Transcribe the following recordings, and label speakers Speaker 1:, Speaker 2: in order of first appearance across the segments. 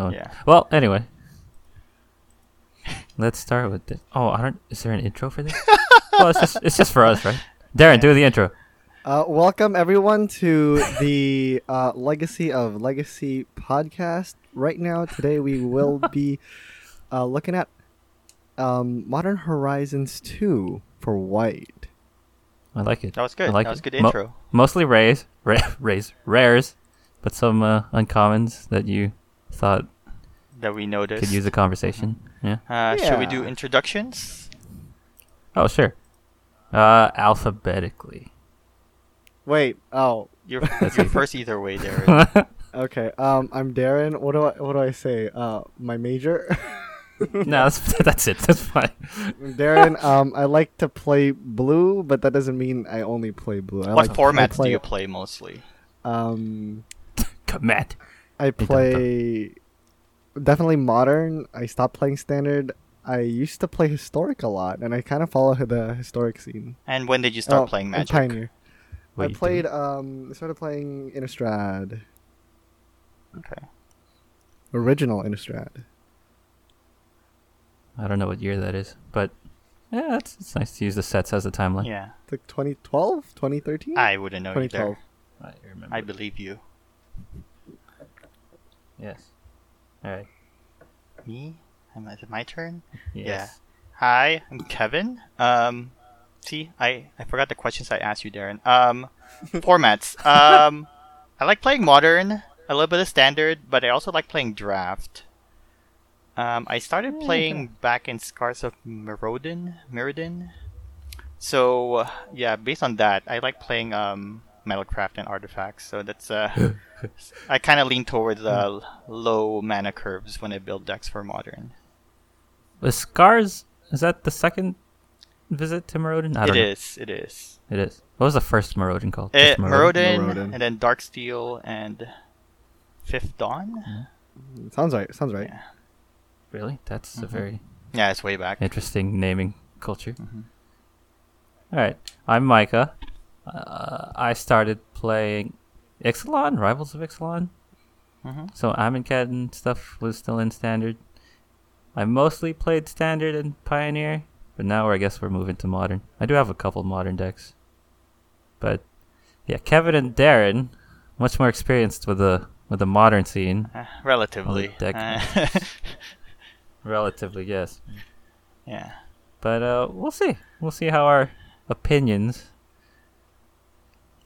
Speaker 1: Oh.
Speaker 2: Yeah.
Speaker 1: Well, anyway. Let's start with this. Oh, I don't. Is there an intro for this? well, it's just it's just for us, right? Darren, do the intro.
Speaker 3: Uh, welcome everyone to the uh, Legacy of Legacy podcast. Right now, today we will be uh, looking at um, Modern Horizons 2 for white.
Speaker 1: I like it.
Speaker 2: That was good.
Speaker 1: I like
Speaker 2: that was
Speaker 1: it.
Speaker 2: good
Speaker 1: Mo-
Speaker 2: intro.
Speaker 1: mostly rares, ra- rares, rares, but some uh, uncommons that you thought
Speaker 2: that we noticed.
Speaker 1: could use a conversation. Yeah.
Speaker 2: uh, Should we do
Speaker 3: Yeah.
Speaker 2: introductions?
Speaker 1: Oh, sure. Uh, alphabetically.
Speaker 3: Wait, oh,
Speaker 2: You're,
Speaker 1: That's
Speaker 2: you're
Speaker 1: easy.
Speaker 2: first either way, Darren.
Speaker 1: no,
Speaker 3: okay. Um, I'm Darren. What do I what do I say? Uh, my major.
Speaker 1: that's that's it. That's fine.
Speaker 3: I'm Darren. Um, I like to play blue, but that doesn't mean I only play blue. I
Speaker 2: what
Speaker 3: like,
Speaker 2: formats
Speaker 3: I play,
Speaker 2: do you play mostly?
Speaker 3: Um,
Speaker 1: Command.
Speaker 3: I
Speaker 1: don't
Speaker 3: play definitely modern. I stopped playing standard. I used to play historic a lot, and I kind of follow the historic scene.
Speaker 2: And when did you start
Speaker 3: Oh,
Speaker 2: playing
Speaker 3: and
Speaker 2: Magic?
Speaker 3: Pioneer.
Speaker 1: Wait,
Speaker 3: I
Speaker 1: do-
Speaker 3: played. Um, started playing Innistrad,
Speaker 2: Okay.
Speaker 3: original Innistrad.
Speaker 1: I don't know what year that is, but yeah, that's it's nice to use the sets as a timeline.
Speaker 2: Yeah.
Speaker 3: It's like 2012, 2013.
Speaker 2: I wouldn't know either.
Speaker 3: 2012.
Speaker 1: I remember.
Speaker 2: I believe you.
Speaker 1: yes. All right.
Speaker 2: Me? Am I- Is it my turn?
Speaker 1: Yes.
Speaker 2: Hi, I'm Kevin. Um, see, I, I forgot the questions I asked you, Darren. Um, formats. Um, I like playing modern, a little bit of standard, but I also like playing draft. Um, I started playing back in Scars of Mirrodin. Mirrodin. So uh, yeah, based on that, I like playing um, Metalcraft and artifacts. So that's uh, I kind of lean towards uh, low mana curves when I build decks for modern.
Speaker 1: The scars is that the second visit to Maraudin? I
Speaker 2: It
Speaker 1: don't know.
Speaker 2: is. It is.
Speaker 1: It is. What was the first Maraudin called?
Speaker 2: Eh,
Speaker 1: Just Maraudin?
Speaker 2: Maraudin,
Speaker 3: Maraudin.
Speaker 2: and then Darksteel and Fifth Dawn.
Speaker 3: Sounds right. Sounds right.
Speaker 2: Yeah.
Speaker 1: Really? That's a
Speaker 2: Mhm.
Speaker 1: very
Speaker 2: Yeah, it's way back.
Speaker 1: interesting naming culture.
Speaker 2: Mhm.
Speaker 1: All right, I'm Micah. Uh, I started playing Ixalan, Rivals of Ixalan.
Speaker 2: hmm
Speaker 1: So Amonkhet and stuff was still in standard. I mostly played standard and pioneer, but now we're, I guess we're moving to modern. I do have a couple modern decks, but yeah, Kevin and Darren, much more experienced with the with the modern scene,
Speaker 2: Uh, relatively.
Speaker 1: deck
Speaker 2: Uh,
Speaker 1: relatively, yes.
Speaker 2: yeah.
Speaker 1: But uh, we'll see. We'll see how our opinions,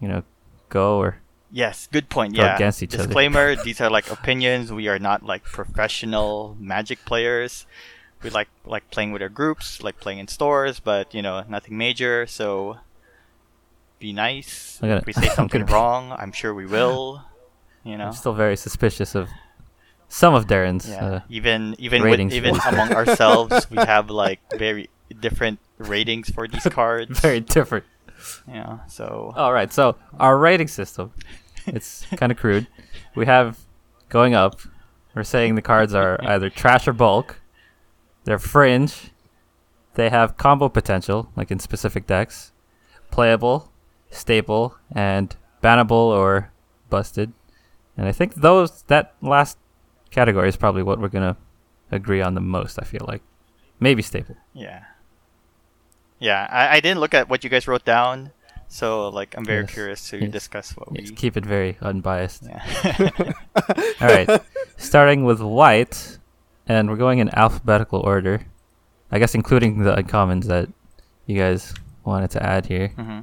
Speaker 1: you know, go or
Speaker 2: Yes, good point.
Speaker 1: Go
Speaker 2: Yeah.
Speaker 1: against each other.
Speaker 2: Disclaimer: These are like opinions. We are not like professional Magic players. We like like playing with our groups, like playing in stores, but you know nothing major. So be nice.
Speaker 1: I'm gonna-
Speaker 2: if we say
Speaker 1: I'm
Speaker 2: something
Speaker 1: gonna be-
Speaker 2: wrong, I'm sure we will. You know.
Speaker 1: I'm still very suspicious of some of Darren's.
Speaker 2: Yeah.
Speaker 1: Uh,
Speaker 2: even even with,
Speaker 1: ratings
Speaker 2: even
Speaker 1: for-
Speaker 2: among ourselves, we have like very different ratings for these cards.
Speaker 1: very different.
Speaker 2: Yeah. So
Speaker 1: All right, so our rating system. It's kind of crude. We have going up. We're saying the cards are either trash or bulk. They're fringe. They have combo potential, like in specific decks. Playable, staple, and bannable or busted. And I think those that last category is probably what we're gonna agree on the most. I feel like maybe staple.
Speaker 2: yeah. Yeah. I, I didn't look at what you guys wrote down, so like I'm very
Speaker 1: Yes,
Speaker 2: curious to
Speaker 1: yes,
Speaker 2: discuss what
Speaker 1: Yes,
Speaker 2: we.
Speaker 1: keep it very unbiased.
Speaker 2: Yeah.
Speaker 1: All right. Starting with white, and we're going in alphabetical order. I guess including the uncommons that you guys wanted to add here.
Speaker 2: hmm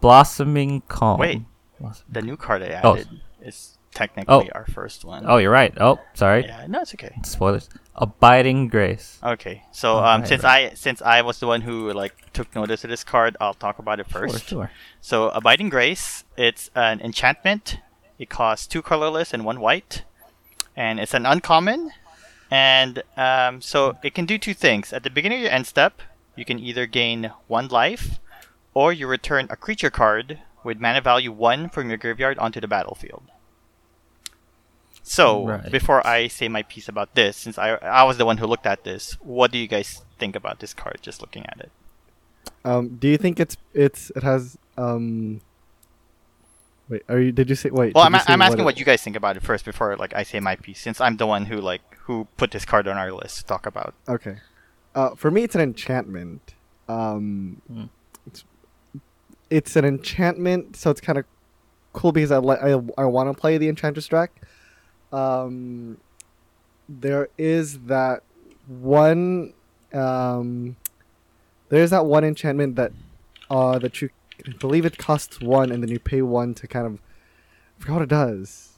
Speaker 1: Blossoming Calm.
Speaker 2: Wait.
Speaker 1: Blossom-
Speaker 2: The new card I
Speaker 1: Oh.
Speaker 2: added is technically
Speaker 1: Oh.
Speaker 2: our first one.
Speaker 1: Oh, you're right. Oh, sorry.
Speaker 2: yeah. No, it's okay.
Speaker 1: Spoilers. Abiding Grace.
Speaker 2: Okay, so
Speaker 1: Oh,
Speaker 2: um,
Speaker 1: right,
Speaker 2: since
Speaker 1: right.
Speaker 2: I since I was the one who like took notice of this card, I'll talk about it
Speaker 1: Sure,
Speaker 2: first.
Speaker 1: sure.
Speaker 2: So Abiding Grace, it's an enchantment. It costs two colorless and one white, and it's an uncommon. And um, so it can do two things. At the beginning of your end step, you can either gain one life, or you return a creature card with mana value one from your graveyard onto the battlefield. So
Speaker 1: Right.
Speaker 2: before I say my piece about this, since I I was the one who looked at this, what do you guys think about this card? Just looking at it.
Speaker 3: Um, do you think it's it's it has um Wait, are you? Did you say? Wait.
Speaker 2: Well,
Speaker 3: did
Speaker 2: I'm,
Speaker 3: you say
Speaker 2: I'm asking
Speaker 3: it-
Speaker 2: what you guys think about it first before like I say my piece, since I'm the one who like who put this card on our list to talk about.
Speaker 3: Okay. Uh, for me, it's an enchantment. Um,
Speaker 1: Mm.
Speaker 3: it's, it's an enchantment, so it's kind of cool because I li- I, I want to play the enchantress track. Um, there is that one. Um, there's that one enchantment that uh that you I believe it costs one, and then you pay one to kind of. I forgot what it does.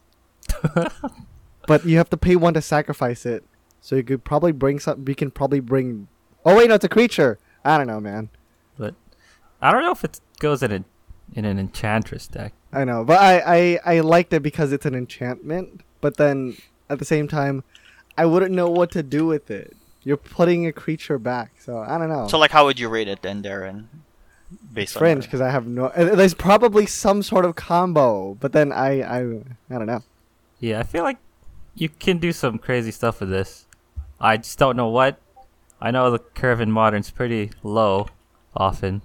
Speaker 3: but you have to pay one to sacrifice it. So you could probably bring some. We can probably bring. Oh wait, no, it's a creature. I don't know, man.
Speaker 1: But I don't know if it goes in a in an enchantress deck.
Speaker 3: I know, but I I I liked it because it's an enchantment. But then at the same time, I wouldn't know what to do with it. You're putting a creature back, so I don't know.
Speaker 2: So like, how would you rate it then, Darren? Based
Speaker 3: Oh. it's fringe
Speaker 2: on
Speaker 3: because I have no. uh, There's probably some sort of combo, but then I I I don't know.
Speaker 1: Yeah, I feel like you can do some crazy stuff with this. I just don't know what. I know the curve in modern's pretty low often,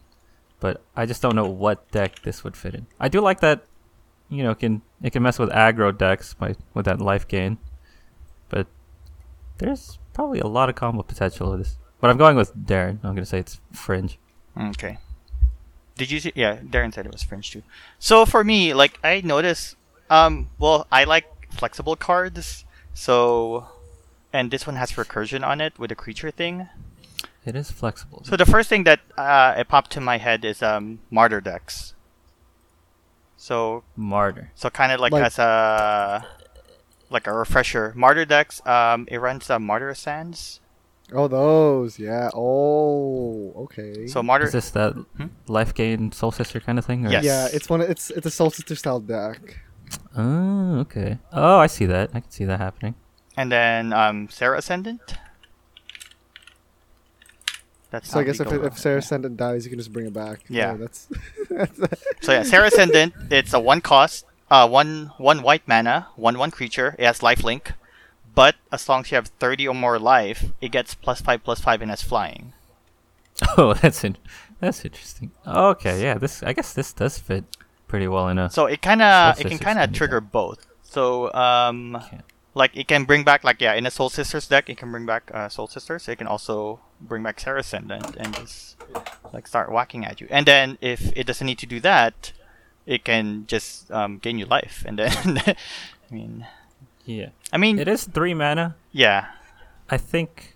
Speaker 1: but I just don't know what deck this would fit in. I do like that you know, it can it can mess with aggro decks by with that life gain. But there's probably a lot of combo potential with this. But I'm going with Darren. I'm gonna say it's fringe.
Speaker 2: Okay. Did you see? Yeah, Darren said it was French too. So for me, like I noticed, um, well, I like flexible cards. So, and this one has recursion on it with a creature thing.
Speaker 1: It is flexible.
Speaker 2: So the first thing that uh, it popped to my head is um, martyr decks. So
Speaker 1: Martyr.
Speaker 2: so kind of like,
Speaker 3: Like-
Speaker 2: as a like a refresher, martyr decks. Um, it runs uh, martyr sands.
Speaker 3: Oh, those, yeah. Oh, okay.
Speaker 2: So martyr. Hmm?
Speaker 1: Is this that life gain soul sister kind of thing? Or?
Speaker 2: Yes.
Speaker 3: yeah, it's one. of- It's it's a soul sister style deck.
Speaker 1: Oh, okay. Oh, I see that. I can see that happening.
Speaker 2: And then um, Sarah Ascendant. That's
Speaker 3: So I
Speaker 2: not
Speaker 3: guess if,
Speaker 2: legal,
Speaker 3: it- if
Speaker 2: though.
Speaker 3: Sarah Ascendant dies, you can just bring it back.
Speaker 2: Yeah.
Speaker 3: that's.
Speaker 2: So yeah, Sarah Ascendant. It's a one cost, uh, one one white mana, one one creature. It has lifelink, but as long as you have thirty or more life, it gets plus five plus five and has flying.
Speaker 1: Oh, that's in- that's interesting. Okay, yeah. This I guess this does fit pretty well in a
Speaker 2: So it kind of
Speaker 1: Soul
Speaker 2: it can
Speaker 1: Sisters
Speaker 2: kind
Speaker 1: can
Speaker 2: of
Speaker 1: do
Speaker 2: trigger both. So um,
Speaker 1: Okay.
Speaker 2: like it can bring back like yeah, in a Soul Sisters deck, it can bring back uh, Soul Sisters. It can also bring back Sarah Ascendant and just like start whacking at you. And then if it doesn't need to do that, it can just um, gain you life. And then I mean,
Speaker 1: yeah.
Speaker 2: I mean,
Speaker 1: It is three mana.
Speaker 2: yeah.
Speaker 1: I think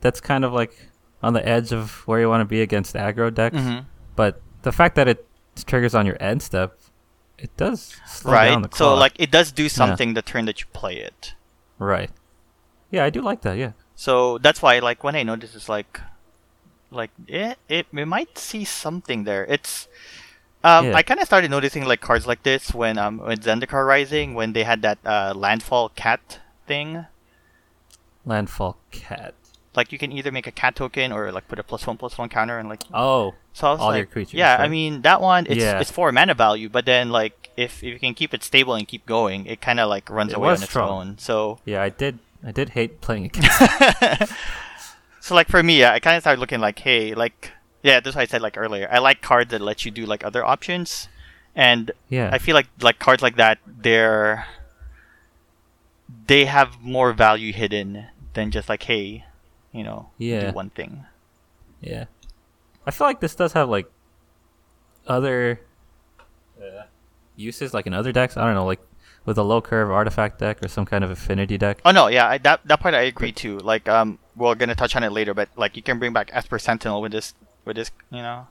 Speaker 1: that's kind of like on the edge of where you want to be against aggro decks.
Speaker 2: Mhm.
Speaker 1: But the fact that it triggers on your end step, it does slow down the
Speaker 2: right. So
Speaker 1: clock.
Speaker 2: like it does do something the turn that you play it.
Speaker 1: right. Yeah, I do like that. Yeah.
Speaker 2: So that's why like when I notice it's like like it it we might see something there. It's um,
Speaker 1: Yeah.
Speaker 2: I kind of started noticing like cards like this when um when Zendikar Rising when they had that uh, landfall cat thing.
Speaker 1: Landfall cat.
Speaker 2: Like you can either make a cat token or like put a plus one plus one counter and like
Speaker 1: Oh,
Speaker 2: So I was
Speaker 1: all
Speaker 2: like,
Speaker 1: your creatures,
Speaker 2: Yeah, I
Speaker 1: right?
Speaker 2: mean that one. It's
Speaker 1: Yeah.
Speaker 2: it's for mana value, but then like if, if you can keep it stable and keep going, it kind of like runs
Speaker 1: It
Speaker 2: away on
Speaker 1: was
Speaker 2: its
Speaker 1: strong.
Speaker 2: own. So
Speaker 1: yeah. I did. I did hate playing against.
Speaker 2: so like for me, yeah, I kind of started looking like, hey, like yeah, that's why I said like earlier. I like cards that let you do like other options, and
Speaker 1: yeah.
Speaker 2: I feel like like cards like that, they're they have more value hidden than just like hey, you know,
Speaker 1: Yeah.
Speaker 2: do one thing.
Speaker 1: Yeah. I feel like this does have like other uh, uses, like in other decks. I don't know, like with a low curve artifact deck or some kind of affinity deck.
Speaker 2: Oh no, yeah, I, that that part I agree too. Like, um, we're gonna touch on it later, but like, you can bring back Esper Sentinel with this, with this, you know.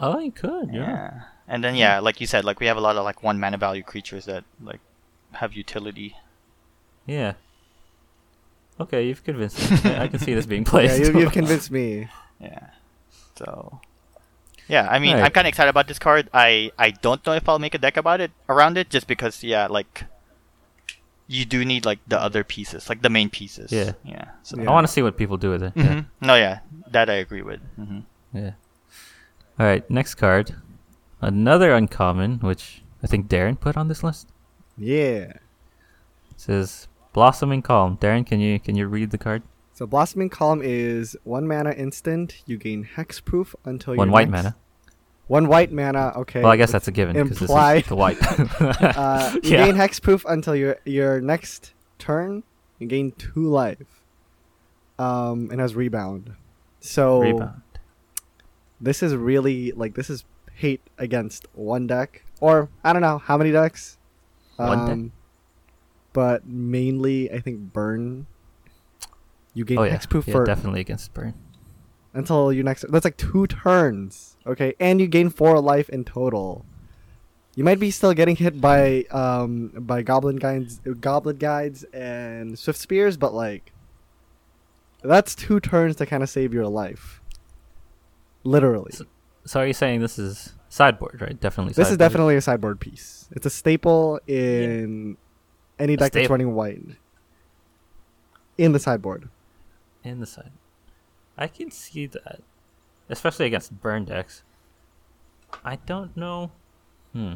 Speaker 1: Oh, you could, yeah.
Speaker 2: And then yeah, like you said, like we have a lot of like one mana value creatures that like have utility.
Speaker 1: Yeah. Okay, you've convinced me. I I can see this being played.
Speaker 3: yeah, you, you've convinced me.
Speaker 2: Yeah. So. Yeah, I mean,
Speaker 1: Right.
Speaker 2: I'm kind of excited about this card. I I don't know if I'll make a deck about it around it, just because yeah, like. You do need like the other pieces, like the main pieces.
Speaker 1: Yeah.
Speaker 2: Yeah. So.
Speaker 1: I want to see what people do with it. Yeah.
Speaker 2: Mhm. No, yeah, that I agree with. hmm
Speaker 1: Yeah. All right, next card. Another uncommon, which I think Darren put on this list.
Speaker 3: Yeah.
Speaker 1: It says Blossoming Calm. Darren, can you can you read the card?
Speaker 3: So blossoming column is one mana instant. Oh, You gain hexproof until
Speaker 1: One
Speaker 3: your
Speaker 1: white
Speaker 3: next-
Speaker 1: mana.
Speaker 3: One white mana. Okay.
Speaker 1: Well, I guess that's a given because
Speaker 3: Imply-
Speaker 1: this is the white.
Speaker 3: Uh, you
Speaker 1: yeah.
Speaker 3: gain hexproof until your your next turn. You gain two life. Um, and has rebound. So
Speaker 1: Rebound.
Speaker 3: this is really like this is hate against one deck or I don't know how many decks. Um,
Speaker 1: One deck.
Speaker 3: But mainly, I think burn. You gain
Speaker 1: Oh yeah,
Speaker 3: hexproof
Speaker 1: yeah
Speaker 3: for
Speaker 1: definitely against burn.
Speaker 3: until your next. That's like two turns. Okay, and you gain four life in total. You might be still getting hit by um by goblin guides, goblin guides, and swift spears, but like that's two turns to kind of save your life. Literally,
Speaker 1: So- So are you saying this is sideboard, right? Definitely.
Speaker 3: this is
Speaker 1: sideboard.
Speaker 3: definitely a sideboard piece. It's a staple in any
Speaker 1: A
Speaker 3: deck that's
Speaker 1: staple.
Speaker 3: running white. In the sideboard,
Speaker 1: in the side. I can see that, especially against burn decks. I don't know. Hmm.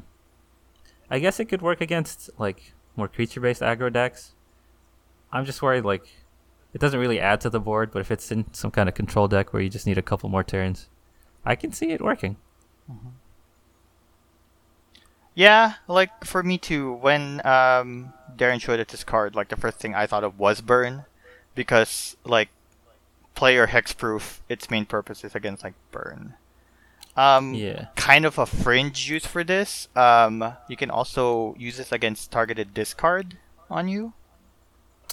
Speaker 1: I guess it could work against like more creature-based aggro decks. I'm just worried like it doesn't really add to the board, but if it's in some kind of control deck where you just need a couple more turns, I can see it working.
Speaker 2: Yeah, like for me too. When um, Darren showed us this card, like the first thing I thought of was burn, because like player hexproof, its main purpose is against like burn. Um,
Speaker 1: Yeah.
Speaker 2: Kind of a fringe use for this. Um, you can also use this against targeted discard on you.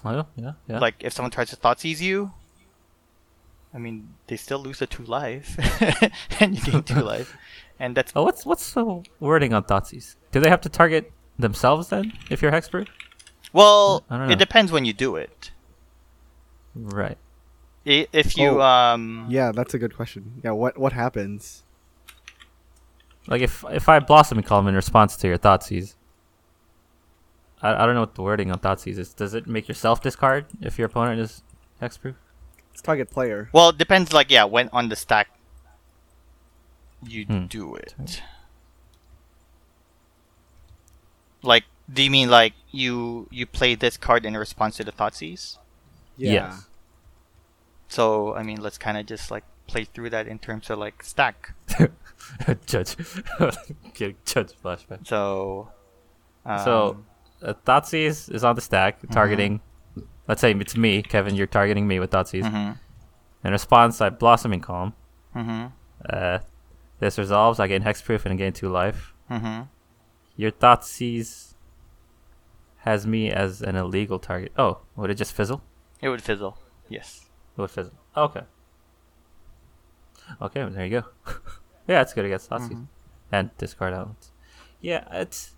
Speaker 1: Oh yeah, yeah.
Speaker 2: Like if someone tries to thought seize you, I mean they still lose the two life, and you gain two life, and that's
Speaker 1: oh, what's what's the wording on Thoughtseize? Do they have to target themselves then if you're hexproof?
Speaker 2: well.
Speaker 1: I don't know.
Speaker 2: It depends when you do it.
Speaker 1: Right.
Speaker 2: I- If you
Speaker 3: Oh,
Speaker 2: um
Speaker 3: yeah, that's a good question. Yeah, what what happens?
Speaker 1: Like if if I blossom column in response to your Thoughtseize, I, I don't know what the wording on Thoughtseize is. Does it make yourself discard if your opponent is hexproof?
Speaker 3: It's target player.
Speaker 2: well it depends like yeah when on the stack you
Speaker 1: Hmm.
Speaker 2: do it. Like do you mean like you you play this card in response to the Thoughtseize?
Speaker 3: Yeah.
Speaker 1: Yes.
Speaker 2: So I mean let's kind of just like play through that in terms of like stack.
Speaker 1: Judge, Kidding. Judge flashback.
Speaker 2: So um, uh-huh.
Speaker 1: so uh, Thoughtseize is on the stack targeting. Let's say it's me, Kevin. You're targeting me with Thoughtseize.
Speaker 2: mhm,
Speaker 1: In response, I blossoming column.
Speaker 2: mhm,
Speaker 1: Uh, this resolves. I gain hexproof and gain two life.
Speaker 2: mhm.
Speaker 1: Your Thoughtseize has me as an illegal target. Oh, would it just fizzle?
Speaker 2: It would fizzle. Yes.
Speaker 1: What fizzle? Okay. Okay, well, there you go. yeah, it's good against Thoughtseize
Speaker 2: Mhm.
Speaker 1: and discard elements. Yeah, it's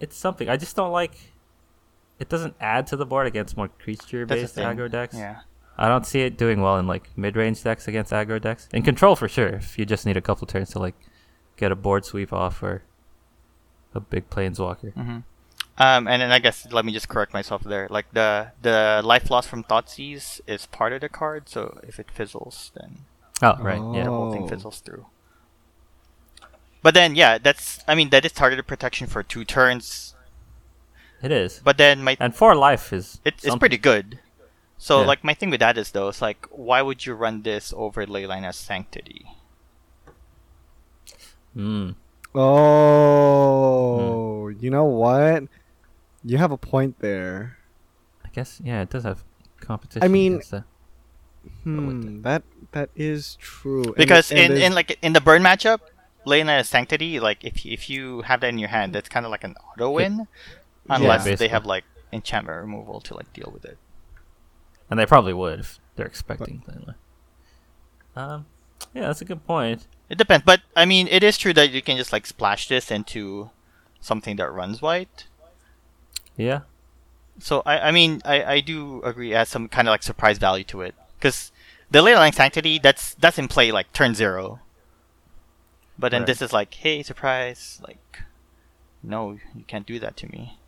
Speaker 1: it's something. I just don't like. It doesn't add to the board against more
Speaker 2: That's the
Speaker 1: creature-based
Speaker 2: thing.
Speaker 1: aggro decks.
Speaker 2: Yeah.
Speaker 1: I don't see it doing well in like mid-range decks against aggro decks. In control for sure, if you just need a couple turns to like get a board sweep off or a big planeswalker.
Speaker 2: hmm Um, and then I guess let me just correct myself there. Like the the life loss from Thoughtseize is part of the card, so if it fizzles, then
Speaker 1: Oh, right.
Speaker 2: the
Speaker 1: Yeah.
Speaker 2: whole thing
Speaker 3: Oh.
Speaker 2: fizzles through. But then, yeah, that's I mean that is targeted protection for two turns.
Speaker 1: It is.
Speaker 2: But then my
Speaker 1: And for life is
Speaker 2: it, it's
Speaker 1: something.
Speaker 2: pretty good. So
Speaker 1: Yeah.
Speaker 2: like my thing with that is though, it's like why would you run this over Leyline as Sanctity?
Speaker 1: Mm.
Speaker 3: Oh, you know what? You have a point there.
Speaker 1: I guess yeah, it does have competition.
Speaker 3: mean-
Speaker 1: against that. with
Speaker 3: Hmm, that that is true. And-
Speaker 2: Because
Speaker 3: and
Speaker 2: in,
Speaker 3: there's-
Speaker 2: in like in the burn matchup, Leyline as Sanctity, like if if you have that in your hand, that's kind of like an auto win,
Speaker 3: Yeah,
Speaker 2: unless
Speaker 1: basically.
Speaker 2: they have like enchantment removal to like deal with it.
Speaker 1: and they probably would if they're expecting. But, um, yeah, that's a good point.
Speaker 2: It depends, but I mean, it is true that you can just like splash this into something that runs white.
Speaker 1: Yeah,
Speaker 2: So I I mean I I do agree it has some kind of like surprise value to it because the Leyline Sanctity that's that's in play like turn zero. But then
Speaker 1: Right.
Speaker 2: this is like, hey, surprise! Like, no, you can't do that to me.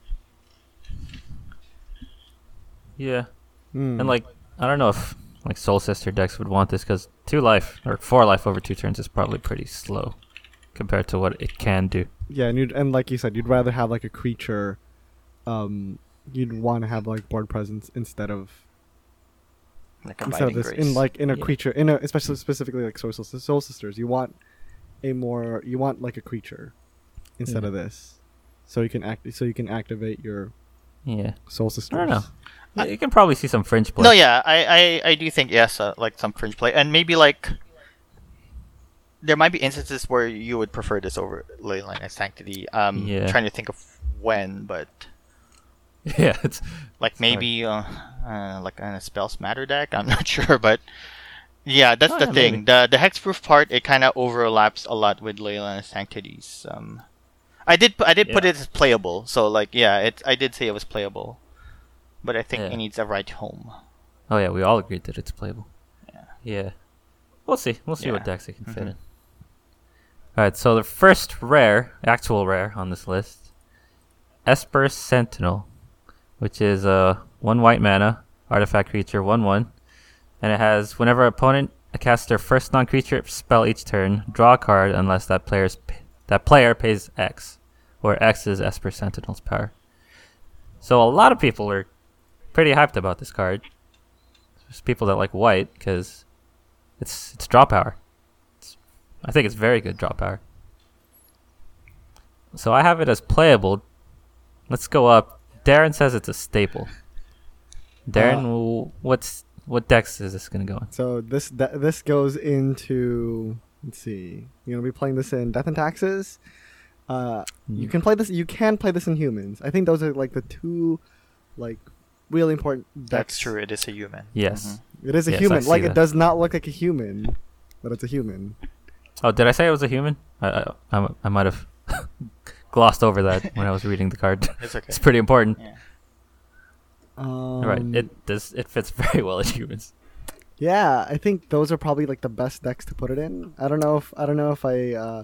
Speaker 1: yeah,
Speaker 3: Hmm.
Speaker 1: and like I don't know if like Soul Sister decks would want this because two life or four life over two turns is probably pretty slow compared to what it can do.
Speaker 3: yeah, and, you'd, and like you said, you'd rather have like a creature. Um, you'd want to have like board presence instead of
Speaker 2: Like,
Speaker 3: instead of
Speaker 2: abiding
Speaker 3: this
Speaker 2: grace.
Speaker 3: in like in a
Speaker 1: Yeah.
Speaker 3: creature in a especially specifically like soul, Sis- soul sisters. You want a more you want like a creature instead
Speaker 1: Mm.
Speaker 3: of this, so you can act so you can activate your
Speaker 1: Yeah.
Speaker 3: soul sisters.
Speaker 1: know. Yeah, you can probably see some fringe play.
Speaker 2: No, yeah, I, I, I do think yes, uh, like some fringe play, and maybe like there might be instances where you would prefer this over ley line and sanctity. Um,
Speaker 1: Yeah.
Speaker 2: trying to think of when, but
Speaker 1: Yeah, it's
Speaker 2: like maybe uh, uh, like on a spells matter deck. I'm not sure, but yeah, that's
Speaker 1: Oh,
Speaker 2: the
Speaker 1: yeah,
Speaker 2: thing.
Speaker 1: maybe.
Speaker 2: The the hexproof part it kind of overlaps a lot with ley line and sanctities. Um, I did pu- I did put
Speaker 1: Yeah.
Speaker 2: it as playable, so like yeah, it I did say it was playable, but I think
Speaker 1: Yeah.
Speaker 2: it needs a ride home.
Speaker 1: Oh yeah, we all agreed that it's playable.
Speaker 2: Yeah.
Speaker 1: Yeah. We'll see. We'll see what
Speaker 2: Yeah.
Speaker 1: decks it can fit
Speaker 2: Mhm.
Speaker 1: in. Alright, so the first rare, actual rare on this list, Esper Sentinel, which is uh, one white mana, artifact creature, one one. And it has whenever an opponent casts their first non creature spell each turn, draw a card unless that player's p- that player pays X, where X is Esper Sentinel's power. So a lot of people are pretty hyped about this card. There's people that like white because it's it's draw power. It's, I think it's very good draw power. So I have it as playable. Let's go up. Darren says it's a staple. Darren,
Speaker 3: Uh.
Speaker 1: w what's what decks is this gonna go in?
Speaker 3: So this th- this goes into let's see. You're gonna be playing this in Death and Taxes. Uh, you
Speaker 1: Mm.
Speaker 3: can play this. You can play this in Humans. I think those are like the two, like really important. Decks.
Speaker 2: That's true. It is a human.
Speaker 1: Yes.
Speaker 2: Mhm.
Speaker 3: It is a
Speaker 1: Yes, I
Speaker 3: human.
Speaker 1: see
Speaker 3: Like it
Speaker 1: that.
Speaker 3: does not look like a human, but it's a human. Mm-hmm.
Speaker 1: Oh, did I say it was a human? I I, I, I might have glossed over that when I was reading the card.
Speaker 2: It's okay.
Speaker 1: it's pretty important.
Speaker 2: Yeah.
Speaker 3: Um,
Speaker 1: Right. It does. It fits very well as humans.
Speaker 3: Yeah, I think those are probably like the best decks to put it in. I don't know if I don't know if I uh,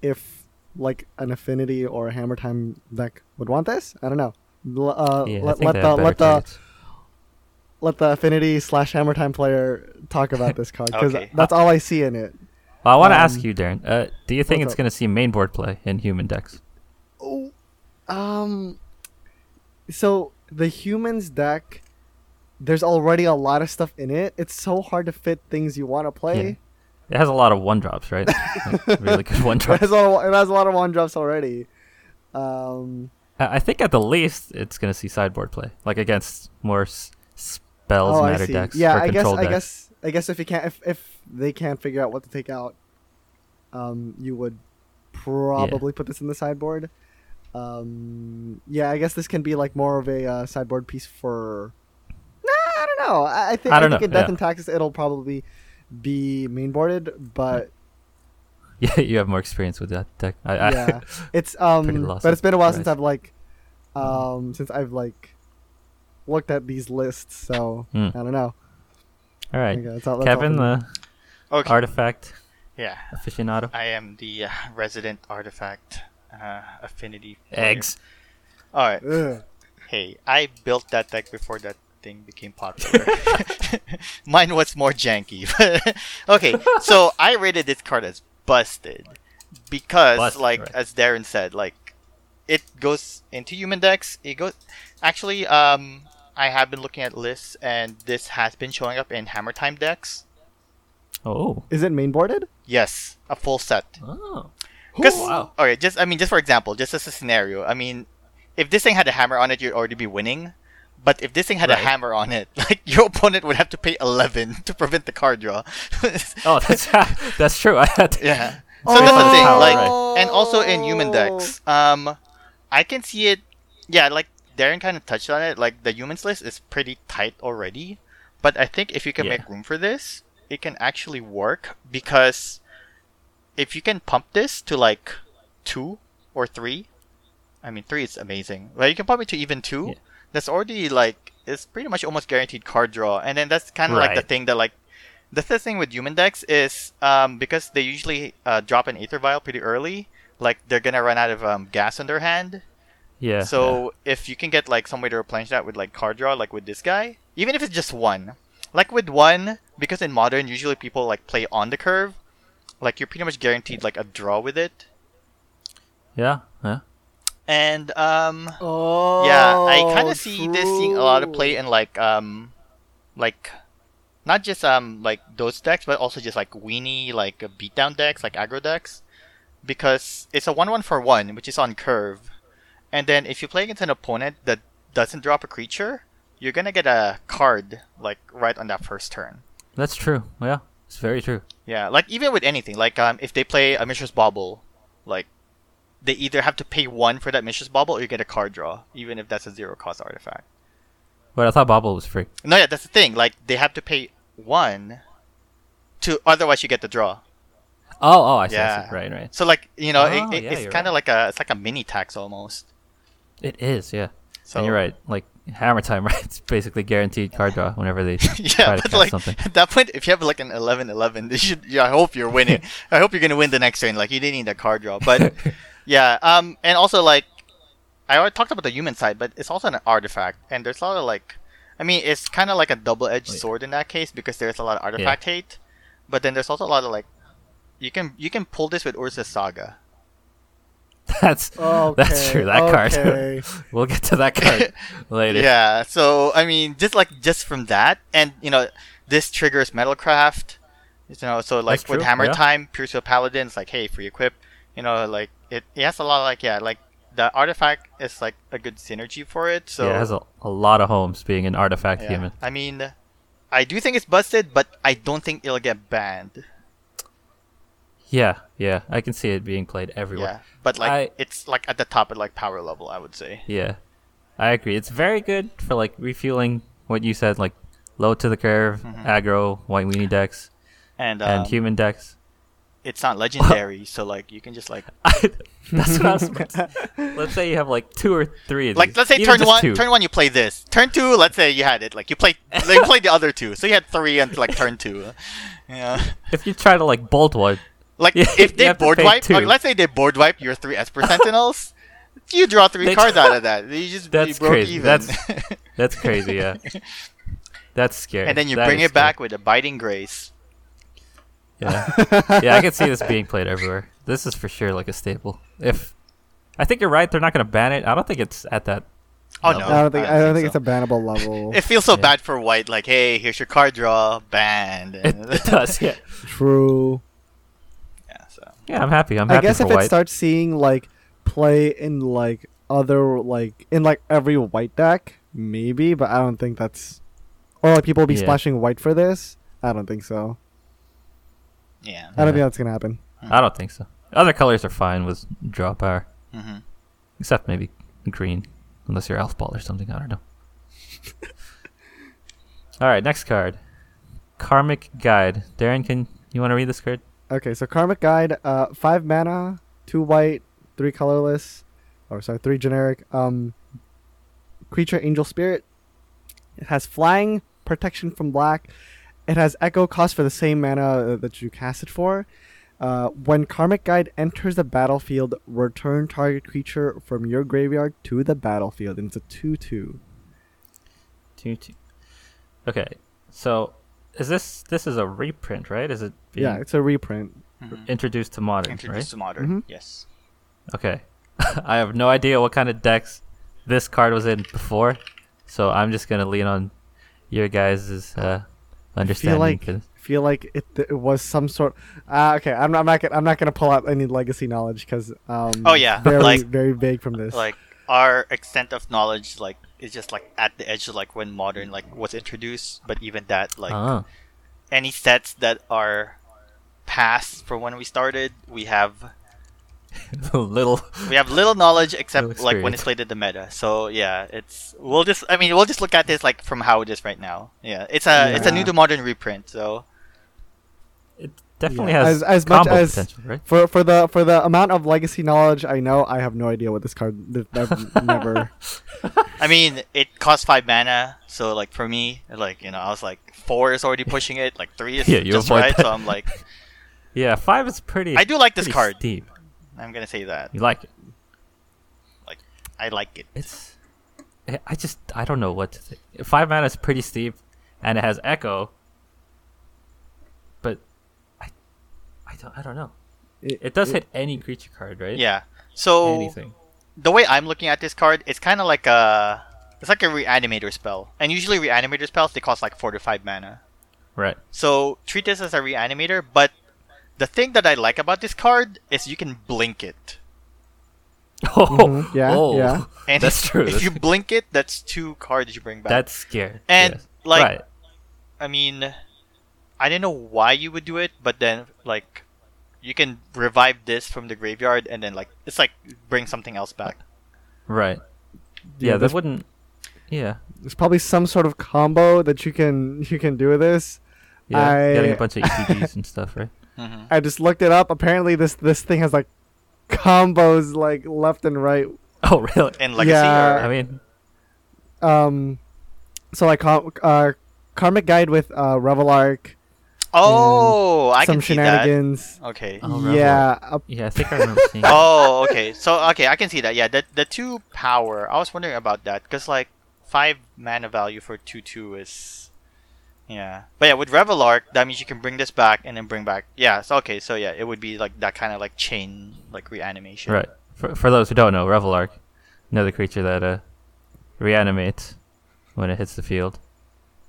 Speaker 3: if like an affinity or a hammer time deck would want this. I don't know. L- uh,
Speaker 1: Yeah, I
Speaker 3: let
Speaker 1: think
Speaker 3: let
Speaker 1: they
Speaker 3: the
Speaker 1: have
Speaker 3: let
Speaker 1: better
Speaker 3: the
Speaker 1: targets.
Speaker 3: let the affinity slash hammer time player talk about this card because
Speaker 2: Okay.
Speaker 3: that's all I see in it.
Speaker 1: Well, I want to
Speaker 3: Um,
Speaker 1: ask you, Darren. Uh, do you think
Speaker 3: what's
Speaker 1: it's
Speaker 3: up?
Speaker 1: going to see mainboard play in human decks?
Speaker 3: Oh, um, so the humans deck, there's already a lot of stuff in it. It's so hard to fit things you want to play.
Speaker 1: Yeah. It has a lot of one drops, right? Like, really good one
Speaker 3: It
Speaker 1: drops.
Speaker 3: has, all, it has a lot of one drops already. Um,
Speaker 1: I I think at the least it's going to see sideboard play, like against more s- spells
Speaker 3: oh, I
Speaker 1: matter
Speaker 3: see.
Speaker 1: decks
Speaker 3: Yeah,
Speaker 1: or
Speaker 3: I guess
Speaker 1: control
Speaker 3: I
Speaker 1: decks.
Speaker 3: guess I guess if you can't if, if they can't figure out what to take out, um, you would probably put this in the sideboard. Um, yeah, I guess this can be like more of a uh, sideboard piece for. Nah, I don't know. I, I think
Speaker 1: I
Speaker 3: I,
Speaker 1: don't
Speaker 3: think
Speaker 1: know,
Speaker 3: in Death
Speaker 1: yeah.
Speaker 3: and Taxes it'll probably be mainboarded, but
Speaker 1: Yeah, you have more experience with that deck. I, I,
Speaker 3: yeah, it's
Speaker 1: Pretty
Speaker 3: um,
Speaker 1: lost
Speaker 3: but it's been a while since
Speaker 1: surprise.
Speaker 3: I've like, um, since I've like, looked at these lists. So
Speaker 1: Hmm.
Speaker 3: I don't know.
Speaker 1: All right,
Speaker 3: Okay, that's all- that's all
Speaker 1: Kevin, uh,
Speaker 3: for me.
Speaker 1: the
Speaker 2: Okay.
Speaker 1: artifact
Speaker 2: yeah,
Speaker 1: aficionado.
Speaker 2: I am the uh, resident artifact uh, affinity. player.
Speaker 1: Eggs.
Speaker 2: All right.
Speaker 3: Ugh.
Speaker 2: Hey, I built that deck before that thing became popular. Mine was more janky. okay, so I rated this card as busted because,
Speaker 1: Busted,
Speaker 2: like,
Speaker 1: right.
Speaker 2: as Darren said, like, it goes into human decks. It goes. Actually, um, I have been looking at lists, and this has been showing up in Hammer Time decks.
Speaker 1: Oh.
Speaker 3: Is it mainboarded?
Speaker 2: Yes, a full set.
Speaker 1: Oh.
Speaker 2: Because
Speaker 1: Ooh, wow.
Speaker 2: okay, just I mean, just for example, just as a scenario, I mean, if this thing had a hammer on it, you'd already be winning. But if this thing had
Speaker 1: Right.
Speaker 2: a hammer on it, like your opponent would have to pay eleven to prevent the card draw.
Speaker 1: Oh, that's that's true. I had to,
Speaker 2: yeah. So that's the thing,
Speaker 1: Oh.
Speaker 2: like, and also in human decks, um, I can see it. Yeah, like Darren kind of touched on it. Like the humans list is pretty tight already, but I think if you can
Speaker 1: Yeah.
Speaker 2: make room for this, it can actually work because if you can pump this to like two or three, I mean three is amazing. But you can pump it to even two.
Speaker 1: Yeah.
Speaker 2: That's already like it's pretty much almost guaranteed card draw, and then that's kind of like the
Speaker 1: Right.
Speaker 2: thing that like that's the thing with human decks is um, because they usually uh, drop an ether vial pretty early. Like they're gonna run out of um, gas on their hand.
Speaker 1: yeah. yeah.
Speaker 2: So if you can get like some way to replenish that with like card draw, like with this guy, even if it's just one, like with one, because in modern usually people like play on the curve, like you're pretty much guaranteed like a draw with it.
Speaker 1: yeah, yeah.
Speaker 2: And um,
Speaker 3: Oh.
Speaker 2: yeah, I kind of see this seeing a lot of play in like um, like Not just um like those decks, but also just like weenie like uh, beatdown decks, like aggro decks, because it's a one-one for one, which is on curve, and then if you play against an opponent that doesn't drop a creature, you're gonna get a card like right on that first turn.
Speaker 1: That's true. Yeah, it's very true.
Speaker 2: Yeah, like even with anything, like um, if they play a Mistress Bobble, like they either have to pay one for that Mistress Bobble or you get a card draw, even if that's a zero cost artifact.
Speaker 1: But I thought Bobble was free.
Speaker 2: No, yeah, that's the thing. Like they have to pay one, to otherwise you get the draw.
Speaker 1: Oh, oh, I see. I
Speaker 2: yeah,
Speaker 1: see. Right, right.
Speaker 2: So like you know,
Speaker 1: Oh,
Speaker 2: it, it,
Speaker 1: yeah,
Speaker 2: it's
Speaker 1: you're
Speaker 2: kind of like a it's like a mini tax almost.
Speaker 1: It is, yeah.
Speaker 2: So
Speaker 1: and you're right. Like Hammer Time, right? It's basically guaranteed card draw whenever they try
Speaker 2: yeah,
Speaker 1: to
Speaker 2: but
Speaker 1: cast
Speaker 2: like
Speaker 1: something.
Speaker 2: at that point, if you have like an 11-11, you should. Yeah, I hope you're winning. I hope you're gonna win the next turn. Like you didn't need a card draw, but yeah. Um, and also like I already talked about the human side, but it's also an artifact, and there's a lot of like, I mean, it's kind of like a double-edged
Speaker 1: Oh, yeah.
Speaker 2: sword in that case because there's a lot of artifact hate, but then there's also a lot of like, you can you can pull this with Urza's Saga.
Speaker 1: That's that's
Speaker 3: Okay,
Speaker 1: true. That
Speaker 3: okay.
Speaker 1: card. we'll get to that card later.
Speaker 2: Yeah, so I mean, just like just from that, and you know, this triggers Metalcraft. You know, so like
Speaker 1: That's
Speaker 2: with
Speaker 1: true,
Speaker 2: Hammer
Speaker 1: yeah.
Speaker 2: Time, Pure Steel Paladin, it's like hey, free equip. You know, like it, it has a lot of like yeah, like the artifact is like a good synergy for it. So
Speaker 1: yeah, it has a, a lot of homes being an artifact
Speaker 2: yeah.
Speaker 1: human.
Speaker 2: I mean, I do think it's busted, but I don't think it'll get banned.
Speaker 1: Yeah, yeah. I can see it being played everywhere.
Speaker 2: Yeah, but like
Speaker 1: I-
Speaker 2: it's like at the top of like power level, I would say.
Speaker 1: Yeah. I agree. It's very good for like refueling what you said, like low to the curve, aggro, white weenie decks,
Speaker 2: And, Mm-hmm. um,
Speaker 1: and human decks.
Speaker 2: it's not legendary, so like you can just like
Speaker 1: that's what I was about to say. Let's say you have like two or three of
Speaker 2: Like
Speaker 1: these.
Speaker 2: let's say
Speaker 1: Even
Speaker 2: turn
Speaker 1: just
Speaker 2: one,
Speaker 1: two.
Speaker 2: turn one you play this. Turn two, let's say you had it. Like you played, they played the other two, so you had three and like turn two. Yeah.
Speaker 1: If you try to like bolt one,
Speaker 2: Like
Speaker 1: Yeah,
Speaker 2: if
Speaker 1: you
Speaker 2: they
Speaker 1: have to
Speaker 2: board
Speaker 1: pay
Speaker 2: wipe,
Speaker 1: two.
Speaker 2: like, let's say they board wipe your three Esper Sentinels, you draw three
Speaker 1: They-
Speaker 2: cards out of that. You just you
Speaker 1: That's
Speaker 2: broke
Speaker 1: crazy.
Speaker 2: even.
Speaker 1: That's- that's crazy. Yeah, that's scary.
Speaker 2: and then you
Speaker 1: That
Speaker 2: bring
Speaker 1: is
Speaker 2: it back with a biting grace.
Speaker 1: scary. Yeah. yeah, I can see this being played everywhere. This is for sure like a staple. If I think you're right, they're not going to ban it. I don't think it's at that.
Speaker 2: Oh
Speaker 1: No.
Speaker 2: no,
Speaker 1: I
Speaker 3: I don't think I don't think
Speaker 2: so.
Speaker 3: it's a bannable level.
Speaker 2: It feels so
Speaker 1: Yeah.
Speaker 2: bad for white. Like hey, here's your card draw, banned.
Speaker 1: It, it does. Yeah.
Speaker 3: True.
Speaker 2: yeah, so.
Speaker 1: Yeah, I'm happy. I'm
Speaker 3: I
Speaker 1: happy
Speaker 3: guess
Speaker 1: for
Speaker 3: if
Speaker 1: white.
Speaker 3: it starts seeing like play in like other like in like every white deck, maybe, but I don't think that's or like people will be
Speaker 1: Yeah.
Speaker 3: splashing white for this. I don't think so.
Speaker 2: Yeah.
Speaker 3: I don't
Speaker 1: Yeah.
Speaker 3: think that's gonna happen.
Speaker 1: I don't think so. Other colors are fine with draw power,
Speaker 2: hmm
Speaker 1: except maybe green, unless you're elf ball or something. I don't know. All right, next card, Karmic Guide. Darren, can you want to read this card?
Speaker 3: Okay, so Karmic Guide, uh, five mana, two white, three colorless, or sorry, three generic. Um, creature, angel, spirit. It has flying, protection from black. It has echo cost for the same mana uh, that you cast it for. Uh, when Karmic Guide enters the battlefield, return target creature from your graveyard to the battlefield. And it's a two-two.
Speaker 1: Two two. Okay, so is this this is a reprint, right? Is it being
Speaker 3: Yeah, it's a reprint.
Speaker 1: introduced to modern,
Speaker 2: Mm-hmm. Introduced
Speaker 1: right?
Speaker 2: to modern.
Speaker 3: Mhm.
Speaker 2: Yes.
Speaker 1: Okay, I have no idea what kind of decks this card was in before, so I'm just gonna lean on your guys' uh, understanding.
Speaker 3: feel like
Speaker 1: for this.
Speaker 3: feel like it, it was some sort. Ah, okay, I'm not, I'm not gonna, I'm not gonna pull out any legacy knowledge because um.
Speaker 2: Oh, yeah,
Speaker 3: very
Speaker 2: like-
Speaker 3: very vague from this.
Speaker 2: like our extent of knowledge like is just like at the edge of like when modern like was introduced but even that like
Speaker 1: Ah.
Speaker 2: any sets that are past from when we started we have
Speaker 1: little.
Speaker 2: we have little knowledge except
Speaker 1: Little
Speaker 2: like when
Speaker 1: experience.
Speaker 2: it's played in the meta so yeah it's we'll just i mean we'll just look at this like from how it is right now yeah it's a it's a new
Speaker 3: Yeah.
Speaker 2: to modern reprint so
Speaker 1: It definitely
Speaker 3: Yeah,
Speaker 1: has
Speaker 3: as- as much
Speaker 1: combo
Speaker 3: as-
Speaker 1: potential, right?
Speaker 3: for for the for the amount of legacy knowledge I know, I have no idea what this card. I've never.
Speaker 2: i mean it costs five mana so like for me like you know i was like four is already pushing it like three is
Speaker 1: Yeah, you
Speaker 2: just
Speaker 1: avoid
Speaker 2: right
Speaker 1: that.
Speaker 2: so i'm like
Speaker 1: Yeah, five is pretty.
Speaker 2: I do like this
Speaker 1: pretty
Speaker 2: card.
Speaker 1: Steep.
Speaker 2: i'm gonna say that
Speaker 1: You like it?
Speaker 2: like i like it
Speaker 1: It's. I- I just I don't know what to think. Five mana is pretty steep, and it has echo. But, I, I don't I don't know. It does hit any creature card, right?
Speaker 2: Yeah.
Speaker 3: Oh.
Speaker 2: So
Speaker 1: Anything.
Speaker 2: the way I'm looking at this card, it's kind of like a it's like a reanimator spell, and usually reanimator spells they cost like four to five mana.
Speaker 1: Right.
Speaker 2: So treat this as a reanimator, but the thing that I like about this card is you can blink it.
Speaker 1: Oh,
Speaker 3: Mhm, yeah,
Speaker 1: oh,
Speaker 3: yeah.
Speaker 2: And
Speaker 1: that's
Speaker 2: if-
Speaker 1: true.
Speaker 2: If you blink it, that's two cards you bring back.
Speaker 1: that's scary.
Speaker 2: And,
Speaker 1: yes.
Speaker 2: like,
Speaker 1: right.
Speaker 2: I mean, I didn't know why you would do it, but then like, you can revive this from the graveyard, and then like, it's like bring something else back.
Speaker 1: Right.
Speaker 3: Yeah,
Speaker 1: Yeah,
Speaker 3: this-
Speaker 1: that wouldn't. Yeah.
Speaker 3: There's probably some sort of combo that you can you can do with this.
Speaker 1: Yeah.
Speaker 3: I-
Speaker 1: Getting a bunch of EPGs and stuff, right?
Speaker 2: Mm-hmm.
Speaker 3: I just looked it up. Apparently, this this thing has like combos like left and right.
Speaker 1: Oh, really?
Speaker 2: And legacy,
Speaker 3: Yeah.
Speaker 2: or,
Speaker 1: I mean,
Speaker 3: Um, so like com- uh, karmic guide with uh Revelark,
Speaker 2: oh, I
Speaker 3: some
Speaker 2: can see that.
Speaker 3: shenanigans.
Speaker 2: Okay.
Speaker 1: Oh, Revelark.
Speaker 3: yeah, uh,
Speaker 1: yeah, I think I remember seeing. it.
Speaker 2: oh, okay. So okay, I can see that. Yeah, the the two power. I was wondering about that because like five mana value for two two is, yeah. But yeah, with Revelark, that means you can bring this back and then bring back. Yeah. So okay. So yeah, it would be like that kind of like chain like reanimation.
Speaker 1: Right. For, for those who don't know, Revelark, another creature that uh, reanimates when it hits the field.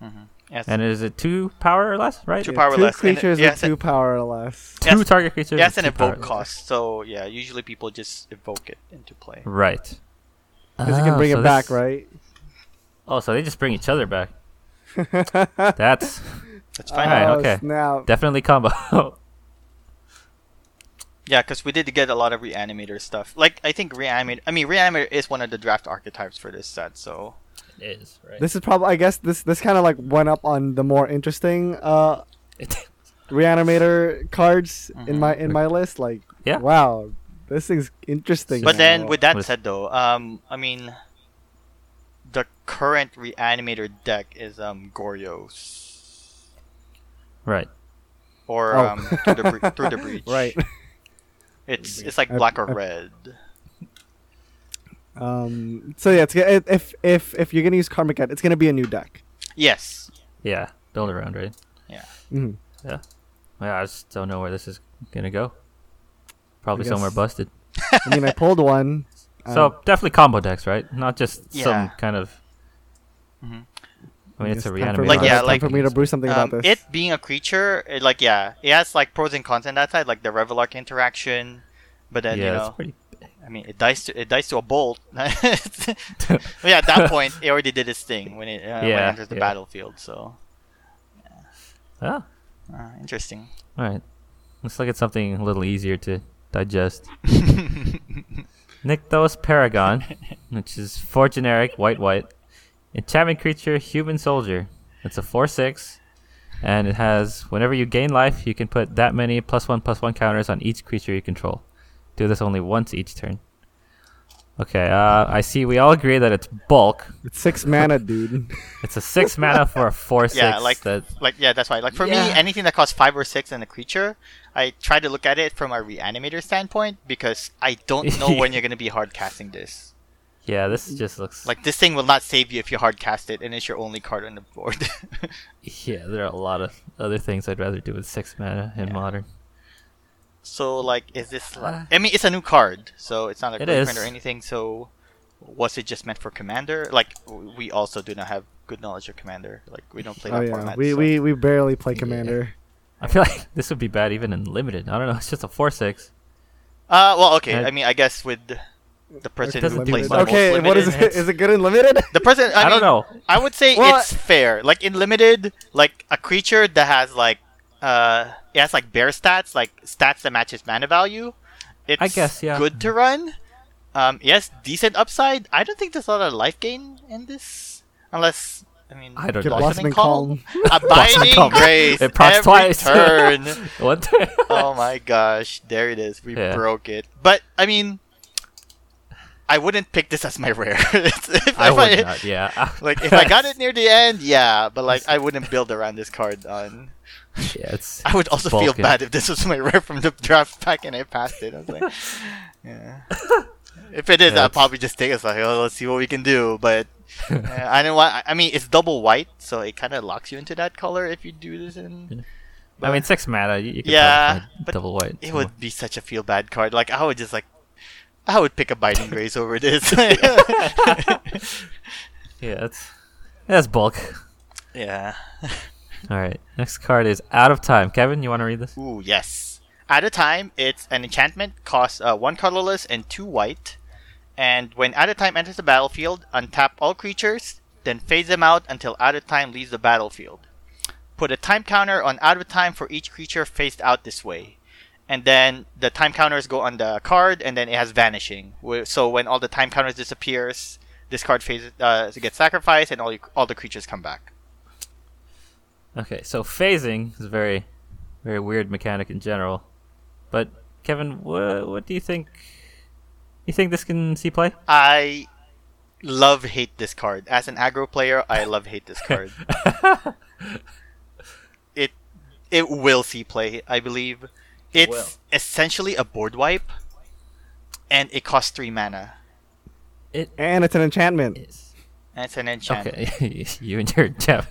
Speaker 2: Mm-hmm. Yes.
Speaker 1: And is it two power or less, right?
Speaker 2: Two
Speaker 3: yeah,
Speaker 2: power
Speaker 3: two
Speaker 2: less, and it-
Speaker 3: creatures
Speaker 2: yes,
Speaker 3: with two
Speaker 2: it-
Speaker 3: power or less.
Speaker 1: Two
Speaker 2: Yes.
Speaker 1: target creatures.
Speaker 2: yes,
Speaker 1: with
Speaker 2: and
Speaker 1: two power
Speaker 2: evoke
Speaker 1: less.
Speaker 2: cost. So yeah, usually people just evoke it into play.
Speaker 1: Right.
Speaker 3: Because you can
Speaker 1: Oh,
Speaker 3: bring
Speaker 1: so
Speaker 3: it back,
Speaker 1: this-
Speaker 3: right?
Speaker 1: Oh, so they just bring each other back. That's
Speaker 2: That's fine.
Speaker 1: Alright,
Speaker 3: Oh,
Speaker 1: okay.
Speaker 3: snap.
Speaker 1: definitely combo.
Speaker 2: Yeah, because we did get a lot of reanimator stuff. Like I think reanimate. I mean, reanimator is one of the draft archetypes for this set. So
Speaker 1: it is right.
Speaker 3: This is probably, I guess, this this kind of like went up on the more interesting uh, reanimator cards in my in my list. Like,
Speaker 1: Mm-hmm. Yeah.
Speaker 3: wow, this thing's interesting.
Speaker 2: But then,
Speaker 3: now.
Speaker 2: with that
Speaker 1: With-
Speaker 2: said, though, um, I mean, the current reanimator deck is um Gorios
Speaker 1: right.
Speaker 2: or
Speaker 3: Oh.
Speaker 2: um through, the Bre- through the breach.
Speaker 3: right,
Speaker 2: It's it's like
Speaker 3: I-
Speaker 2: black or
Speaker 3: I-
Speaker 2: red.
Speaker 3: um, so yeah, it's, g- if- if if if you're gonna use Karmic Cat, it's gonna be a new deck.
Speaker 2: Yes.
Speaker 1: Yeah. Build around, right?
Speaker 2: Yeah.
Speaker 3: Mhm.
Speaker 1: Yeah. Yeah, I just don't know where this is gonna go. Probably
Speaker 3: guess-
Speaker 1: somewhere busted.
Speaker 3: I mean, I pulled one.
Speaker 1: so
Speaker 3: um,
Speaker 1: definitely combo decks, right? Not just some
Speaker 2: Yeah.
Speaker 1: kind of.
Speaker 2: Mhm.
Speaker 1: I mean, it's a
Speaker 3: guess time for
Speaker 1: reanimator.
Speaker 3: me
Speaker 2: Like,
Speaker 3: to-
Speaker 2: yeah,
Speaker 3: time
Speaker 2: like-
Speaker 3: for me to brew something
Speaker 2: Um,
Speaker 3: about this.
Speaker 2: It being a creature, it, like yeah, it has like pros and cons on that side, like the Revelark interaction. But then
Speaker 1: yeah,
Speaker 2: you
Speaker 1: it's
Speaker 2: know,
Speaker 1: pretty.
Speaker 2: I mean, it dies to it dies to a bolt. Well, yeah, at that point, it already did its thing when it, uh, when it
Speaker 1: Yeah,
Speaker 2: enters the
Speaker 1: yeah.
Speaker 2: battlefield. So
Speaker 1: Ah,
Speaker 2: uh, interesting.
Speaker 1: all right. Let's look at something a little easier to digest. Nykthos Paragon, which is four generic, white, white. Enchantment creature, human soldier. It's a 4 6, and it has whenever you gain life, you can put that many plus 1 plus 1 counters on each creature you control. Do this only once each turn. Okay, uh, I see we all agree that it's bulk.
Speaker 3: it's six mana, dude.
Speaker 1: It's a 6 mana for a 4 6.
Speaker 2: yeah, like
Speaker 1: that,
Speaker 2: like yeah, that's why. Like for me,
Speaker 1: Yeah.
Speaker 2: anything that costs five or six in a creature, I try to look at it from a reanimator standpoint because I don't know when you're gonna be hard casting this.
Speaker 1: yeah, this just looks
Speaker 2: Like this thing will not save you if you hard cast it, and it's your only card on the board.
Speaker 1: Yeah, there are a lot of other things I'd rather do with 6 mana in
Speaker 2: Yeah.
Speaker 1: modern.
Speaker 2: So like, is this
Speaker 1: Uh.
Speaker 2: like? I mean, it's a new card, so it's not a
Speaker 1: It
Speaker 2: reprint or
Speaker 1: is.
Speaker 2: anything. So, was it just meant for Commander? Like, w- we also do not have good knowledge of Commander. Like, we don't play that
Speaker 3: oh yeah,
Speaker 2: format.
Speaker 3: we,
Speaker 2: so-
Speaker 3: we we barely play
Speaker 1: Yeah.
Speaker 3: Commander.
Speaker 1: I feel like this would be bad even in limited. I don't know. It's just a four six.
Speaker 2: Uh, well, okay.
Speaker 1: I-
Speaker 2: I mean, I guess with the person who
Speaker 1: doesn't do
Speaker 2: plays
Speaker 1: much.
Speaker 2: the
Speaker 3: Okay,
Speaker 2: most
Speaker 3: what is
Speaker 2: limited,
Speaker 3: it? Is it good and limited?
Speaker 2: the person.
Speaker 1: I,
Speaker 2: I,
Speaker 1: don't
Speaker 2: mean,
Speaker 1: know.
Speaker 2: I would say
Speaker 3: Well,
Speaker 2: it's fair. Like in limited, like a creature that has like, uh, it has like bear stats, like stats that matches mana value. It's
Speaker 1: guess, yeah.
Speaker 2: good to run. Um, yes, decent upside. I don't think there's a lot of life gain in this, unless I mean,
Speaker 1: I don't
Speaker 3: Get
Speaker 1: know.
Speaker 3: Blossom
Speaker 2: Blossoming
Speaker 3: and
Speaker 2: Calm,
Speaker 3: Calm.
Speaker 2: abiding
Speaker 1: Calm.
Speaker 2: grace.
Speaker 1: It procs
Speaker 2: every
Speaker 1: twice.
Speaker 2: Turn.
Speaker 1: What?
Speaker 2: oh my gosh, there it is. We
Speaker 1: Yeah.
Speaker 2: broke it. But I mean, I wouldn't pick this as my rare. It's- if
Speaker 1: I
Speaker 2: if
Speaker 1: would not. Yeah.
Speaker 2: like if I got it near the end, yeah, but like I wouldn't build around this card on.
Speaker 1: yeah, it's.
Speaker 2: I would also feel
Speaker 1: bulking.
Speaker 2: bad if this was my rare from the draft pack and I passed it. I was like, yeah. If it is,
Speaker 1: Yeah,
Speaker 2: I'll
Speaker 1: that's-
Speaker 2: probably just take it. It's like, oh, let's see what we can do. But uh, I don't want. I- I mean, it's double white, so it kind of locks you into that color if you do this.
Speaker 1: Yeah.
Speaker 2: In
Speaker 1: I mean, six mana. You, you could
Speaker 2: Yeah,
Speaker 1: probably find
Speaker 2: but
Speaker 1: double white.
Speaker 2: it
Speaker 1: somewhere.
Speaker 2: would be such a feel bad card. Like I would just like, I would pick a biting grace over this. yeah.
Speaker 1: Yeah, that's. That's bulk. All right. Next card is Out of Time. Kevin, you want to read this?
Speaker 2: Ooh, yes. At a time, it's an enchantment, costs uh, one colorless and two white. And when At a time enters the battlefield, untap all creatures, then phase them out until Out of Time leaves the battlefield. Put a time counter on Out of Time for each creature phased out this way. And then the time counters go on the card, and then it has vanishing. Wh- So when all the time counters disappears, this card phases, uh, gets sacrificed, and all your, all the creatures come back.
Speaker 1: Okay, so phasing is a very, very weird mechanic in general. But Kevin, what what do you think? You think this can see play?
Speaker 2: I love hate this card. As an aggro player, I love hate this card. it it will see play, I believe. It's
Speaker 4: will.
Speaker 2: essentially a board wipe, and it costs three mana.
Speaker 1: It
Speaker 3: And it's an enchantment.
Speaker 1: is.
Speaker 2: And it's an enchant.
Speaker 1: Okay, you and your Jeff.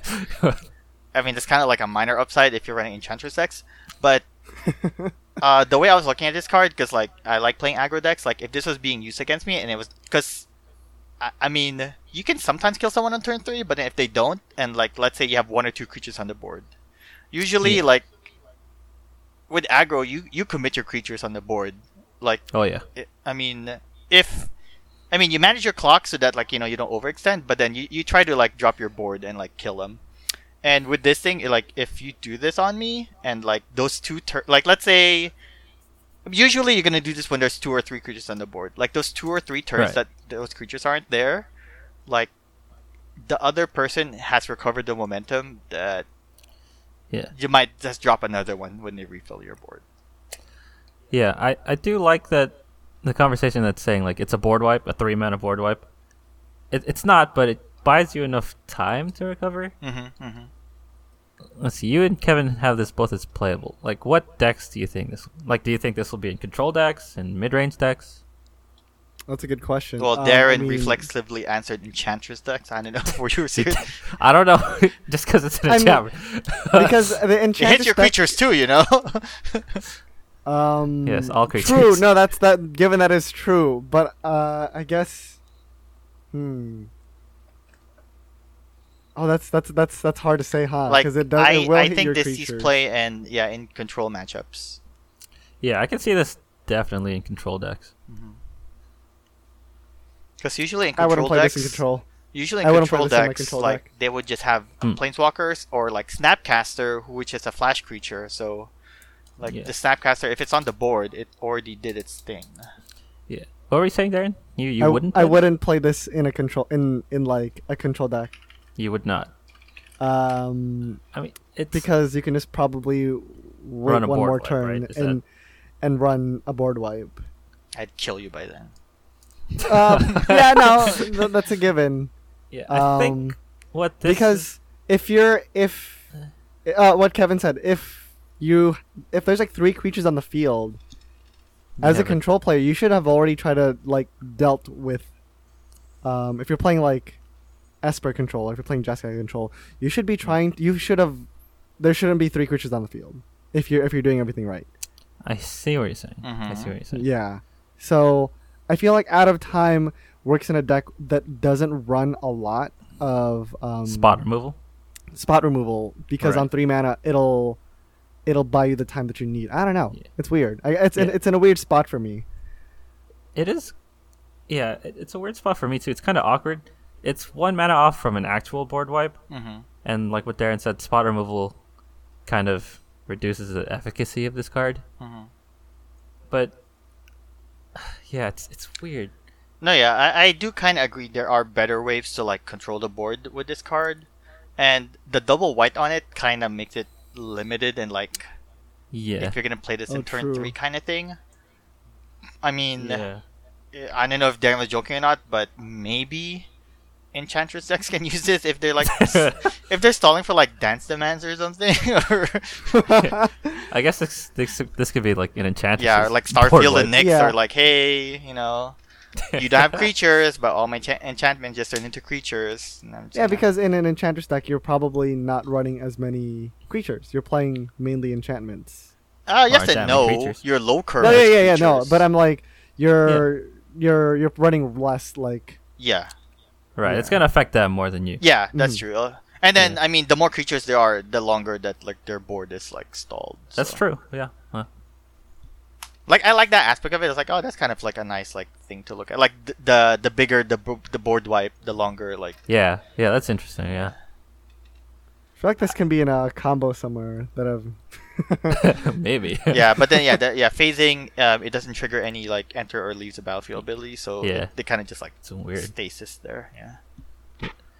Speaker 2: I mean, it's kind of like a minor upside if you're running Enchantress decks, but uh, the way I was looking at this card, because like I like playing aggro decks, like if this was being used against me and it was, because I, I mean, you can sometimes kill someone on turn three, but if they don't, and like let's say you have one or two creatures on the board, usually
Speaker 1: Yeah.
Speaker 2: like with aggro, you you commit your creatures on the board, like
Speaker 1: oh yeah.
Speaker 2: I- I mean, if I mean you manage your clock so that like you know you don't overextend, but then you, you try to like drop your board and like kill them. And with this thing, it, like if you do this on me and like those two tur- like let's say usually you're gonna do this when there's two or three creatures on the board. Like those two or three turns
Speaker 1: Right.
Speaker 2: that those creatures aren't there, like the other person has recovered the momentum that
Speaker 1: Yeah.
Speaker 2: you might just drop another one when they refill your board.
Speaker 1: Yeah, I, I do like that the conversation that's saying like it's a board wipe, a three mana board wipe. It, it's not, but it buys you enough time to recover.
Speaker 2: Mm-hmm, mm-hmm.
Speaker 1: Let's see, you and Kevin have this both as playable. Like what decks do you think this like do you think this will be in control decks and mid range decks?
Speaker 3: That's a good question.
Speaker 2: Well,
Speaker 3: Um, I
Speaker 2: Darren
Speaker 3: mean-
Speaker 2: reflexively answered Enchantress decks. I don't know if you were serious.
Speaker 1: I don't know just because it's an
Speaker 3: I mean,
Speaker 1: enchantment.
Speaker 3: because uh, the
Speaker 2: it
Speaker 3: enchantment
Speaker 2: hits your creatures too, you know.
Speaker 3: Um,
Speaker 1: Yes, all
Speaker 3: True.
Speaker 1: creatures.
Speaker 3: No, that's that. Given that is true, but uh, I guess. Hmm. Oh, that's that's that's that's hard to say, huh?
Speaker 2: like
Speaker 3: Because Ah, it does.
Speaker 2: I,
Speaker 3: it will
Speaker 2: I
Speaker 3: hit
Speaker 2: think
Speaker 3: your
Speaker 2: this sees
Speaker 3: creatures.
Speaker 2: play and yeah in control matchups.
Speaker 1: yeah, I can see this definitely in control decks.
Speaker 2: Because usually in
Speaker 3: I
Speaker 2: control
Speaker 3: wouldn't play
Speaker 2: decks,
Speaker 3: this in control.
Speaker 2: usually
Speaker 3: I
Speaker 2: in
Speaker 3: wouldn't
Speaker 2: control
Speaker 3: play this in my
Speaker 2: decks,
Speaker 3: control
Speaker 2: like
Speaker 3: deck.
Speaker 2: they would just have
Speaker 1: Hmm.
Speaker 2: planeswalkers or like Snapcaster, who- which is a flash creature. So, like
Speaker 1: Yeah.
Speaker 2: the Snapcaster, if it's on the board, it already did its thing.
Speaker 1: Yeah. What were you saying, Darren? You you
Speaker 3: I,
Speaker 1: wouldn't?
Speaker 3: I
Speaker 1: play this?
Speaker 3: wouldn't play this in a control in in like a control deck.
Speaker 1: You would not.
Speaker 3: Um,
Speaker 1: I mean, it's
Speaker 3: because you can just probably wait
Speaker 1: a
Speaker 3: one
Speaker 1: board
Speaker 3: more
Speaker 1: wipe,
Speaker 3: turn
Speaker 1: right? Is
Speaker 3: and and run a board wipe.
Speaker 2: I'd kill you by then.
Speaker 3: um, yeah, no, th- that's a given.
Speaker 1: yeah.
Speaker 3: Um,
Speaker 1: I think what this
Speaker 3: because
Speaker 1: is-
Speaker 3: if you're if uh, what Kevin said, if you if there's like three creatures on the field, as a
Speaker 1: Never.
Speaker 3: control player, you should have already tried to like dealt with. Um, if you're playing like Esper control, or if you're playing Jessica control, you should be trying. You should have. There shouldn't be three creatures on the field if you're if you're doing everything right.
Speaker 1: I see what you're saying. I
Speaker 2: Mhm.
Speaker 1: see what you're saying.
Speaker 3: Yeah. So I feel like out of time works in a deck that doesn't run a lot of um,
Speaker 1: Spot removal.
Speaker 3: spot removal because
Speaker 1: Right.
Speaker 3: on three mana it'll it'll buy you the time that you need. I don't know.
Speaker 1: Yeah.
Speaker 3: It's weird. I, it's in,
Speaker 1: Yeah.
Speaker 3: it's in a weird spot for me.
Speaker 1: It is, yeah. It, it's a weird spot for me too. It's kind of awkward. It's one mana off from an actual board wipe,
Speaker 2: Mm-hmm.
Speaker 1: and like what Darren said, spot removal kind of reduces the efficacy of this card.
Speaker 2: Mhm.
Speaker 1: But yeah, it's it's weird.
Speaker 2: No, yeah, I, I do kind of agree. There are better ways to like control the board with this card, and the double white on it kind of makes it limited and like
Speaker 1: Yeah.
Speaker 2: if you're gonna play this
Speaker 3: Oh,
Speaker 2: in turn
Speaker 3: true.
Speaker 2: three kind of thing. I mean,
Speaker 1: Yeah.
Speaker 2: I don't know if Darren was joking or not, but maybe Enchantress decks can use this if they're like if they're stalling for like dance demands or something, or
Speaker 1: I guess this, this this could be like an enchantment.
Speaker 2: yeah, or like Starfield and Nyx,
Speaker 3: Yeah.
Speaker 2: or like hey, you know. You don't have creatures, but all my cha- enchantments just turn into creatures. and I'm just
Speaker 3: Yeah,
Speaker 2: gonna-
Speaker 3: because in an enchantress deck you're probably not running as many creatures. You're playing mainly enchantments.
Speaker 2: Uh, yes
Speaker 1: aren't
Speaker 2: and
Speaker 1: that
Speaker 2: no.
Speaker 1: many creatures?
Speaker 2: You're low curve.
Speaker 3: No, yeah, yeah, yeah, no. But I'm like you're you're you're running less like
Speaker 2: Yeah,
Speaker 1: Right. It's
Speaker 3: Yeah.
Speaker 1: gonna affect them more than you.
Speaker 2: yeah, that's
Speaker 3: Mhm.
Speaker 2: true. Uh, And then
Speaker 1: Yeah.
Speaker 2: I mean, the more creatures there are, the longer that like their board is like stalled.
Speaker 1: That's
Speaker 2: so.
Speaker 1: true. Yeah. Huh.
Speaker 2: Like I like that aspect of it. It's like, oh, that's kind of like a nice like thing to look at. Like th- the the bigger the bo- the board wipe, the longer like
Speaker 1: Yeah. Yeah. That's interesting. Yeah.
Speaker 3: I feel like this can be in a combo somewhere that I've.
Speaker 1: Maybe.
Speaker 2: yeah, but then yeah, that, yeah, phasing um, it doesn't trigger any like enter or leaves the battlefield ability, so
Speaker 1: Yeah.
Speaker 2: it- they kind of just like
Speaker 1: It's weird.
Speaker 2: stasis there. Yeah,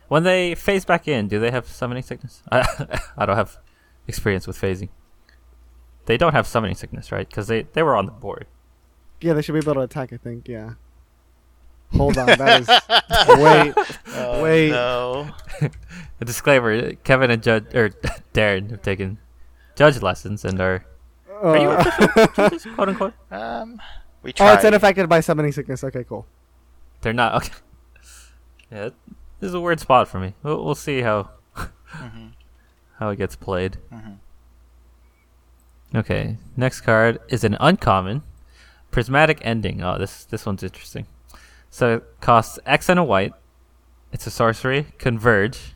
Speaker 1: When they phase back in, do they have summoning sickness? I, I don't have experience with phasing. They don't have summoning sickness, right? Because they, they were on the board.
Speaker 3: yeah, they should be able to attack. I think. Yeah. Hold on, that is wait. Wait.
Speaker 2: Oh, no.
Speaker 1: A disclaimer: Kevin and Judge or Darren have taken judge lessons and are are you
Speaker 3: uh,
Speaker 1: official judges, quote unquote?
Speaker 2: Um, we tried.
Speaker 3: oh, it's unaffected by summoning sickness. Okay, cool.
Speaker 1: They're not. Okay. Yeah, it- this is a weird spot for me. We'll, we'll see how
Speaker 2: hmm
Speaker 1: how it gets played.
Speaker 2: hmm
Speaker 1: Okay, next card is an uncommon prismatic ending. Oh, this this one's interesting. So it costs X and a white. It's a sorcery. Converge.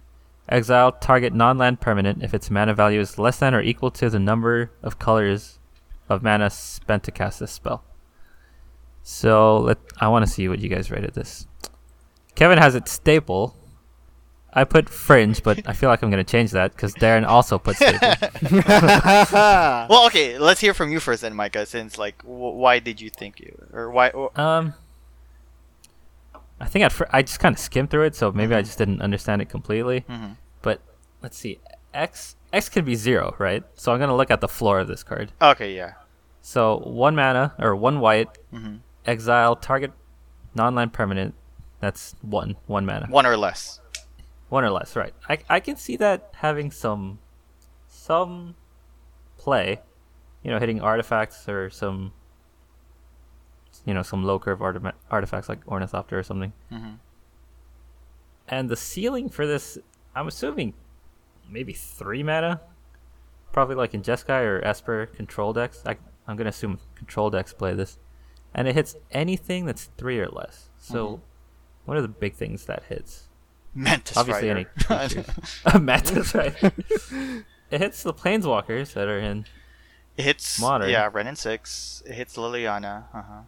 Speaker 1: Exile target non-land permanent if its mana value is less than or equal to the number of colors of mana spent to cast this spell. So let I want to see what you guys rated this. Kevin has it staple. I put fringe, but I feel like I'm gonna change that because Darren also put staple.
Speaker 2: mm-hmm. Well, okay, let's hear from you first, then, Micah. Since like, w- why did you think you or why? Or,
Speaker 1: Um, I think I'd fr- I just kind of skimmed through it, so maybe I just didn't understand it completely.
Speaker 2: Mhm.
Speaker 1: But let's see, X X could be zero, right? So I'm gonna look at the floor of this card.
Speaker 2: Okay, yeah.
Speaker 1: So one mana or one white,
Speaker 2: Mhm.
Speaker 1: exile target non-land permanent. That's one one mana,
Speaker 2: One or less.
Speaker 1: one or less, right? I I can see that having some some play, you know, hitting artifacts or some you know some low curve artima- artifacts like Ornithopter or something.
Speaker 2: hmm
Speaker 1: And the ceiling for this, I'm assuming maybe three mana. Probably like in Jeskai or Esper control decks. I, I'm going to assume control decks play this. And it hits anything that's three or less. So, what are the big things that hits?
Speaker 2: Mantis
Speaker 1: Obviously, any
Speaker 2: Rider.
Speaker 1: creatures. A mantis, right? it hits the planeswalkers that are in.
Speaker 2: it hits
Speaker 1: Modern.
Speaker 2: Yeah, Ren and Six. It hits Liliana. Uh huh.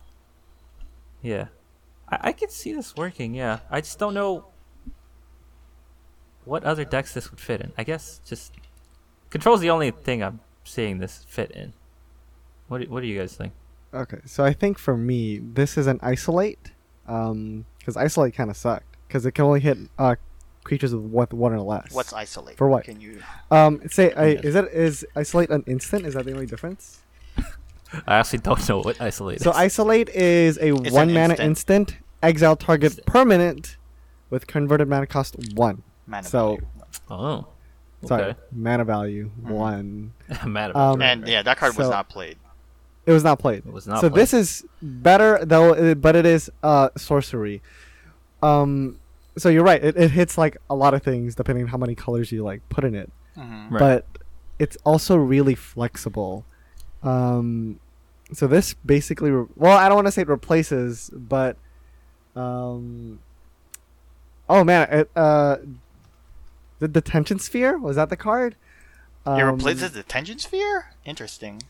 Speaker 1: Yeah. I, I can see this working, yeah. I just don't know what other decks this would fit in. I guess just control's the only thing I'm seeing this fit in. What do, what do you guys think?
Speaker 3: Okay, so I think for me, this is an isolate, because isolate kind of sucked, because it can only hit uh, creatures with one, one or less.
Speaker 2: What's isolate?
Speaker 3: For what?
Speaker 2: Can you?
Speaker 3: um? Say, I, is it is isolate an instant? Is that the only difference?
Speaker 1: I actually don't know what isolate
Speaker 3: So
Speaker 1: is.
Speaker 3: isolate is a
Speaker 2: an
Speaker 3: one mana
Speaker 2: instant.
Speaker 3: instant. Exile target
Speaker 1: Instant.
Speaker 3: permanent with converted mana cost one.
Speaker 2: Mana
Speaker 3: So-
Speaker 2: value.
Speaker 1: oh.
Speaker 3: Sorry,
Speaker 1: Okay. Mm-hmm.
Speaker 3: mana value one.
Speaker 1: I'm mad about
Speaker 3: Um,
Speaker 1: that.
Speaker 2: And yeah, that card was
Speaker 3: So-
Speaker 2: not played.
Speaker 3: It was not played.
Speaker 1: It was not
Speaker 3: so
Speaker 1: played.
Speaker 3: this is better though, uh, but it is uh, sorcery. Um, so you're right. It, it hits like a lot of things depending on how many colors you like put in it.
Speaker 2: Mhm.
Speaker 1: Right.
Speaker 3: But it's also really flexible. Um, so this basically, re- well, I don't want to say it replaces, but um, oh man, it, uh, the detention sphere was that the card?
Speaker 2: it
Speaker 3: Um,
Speaker 2: replaces the Tension Sphere. Interesting.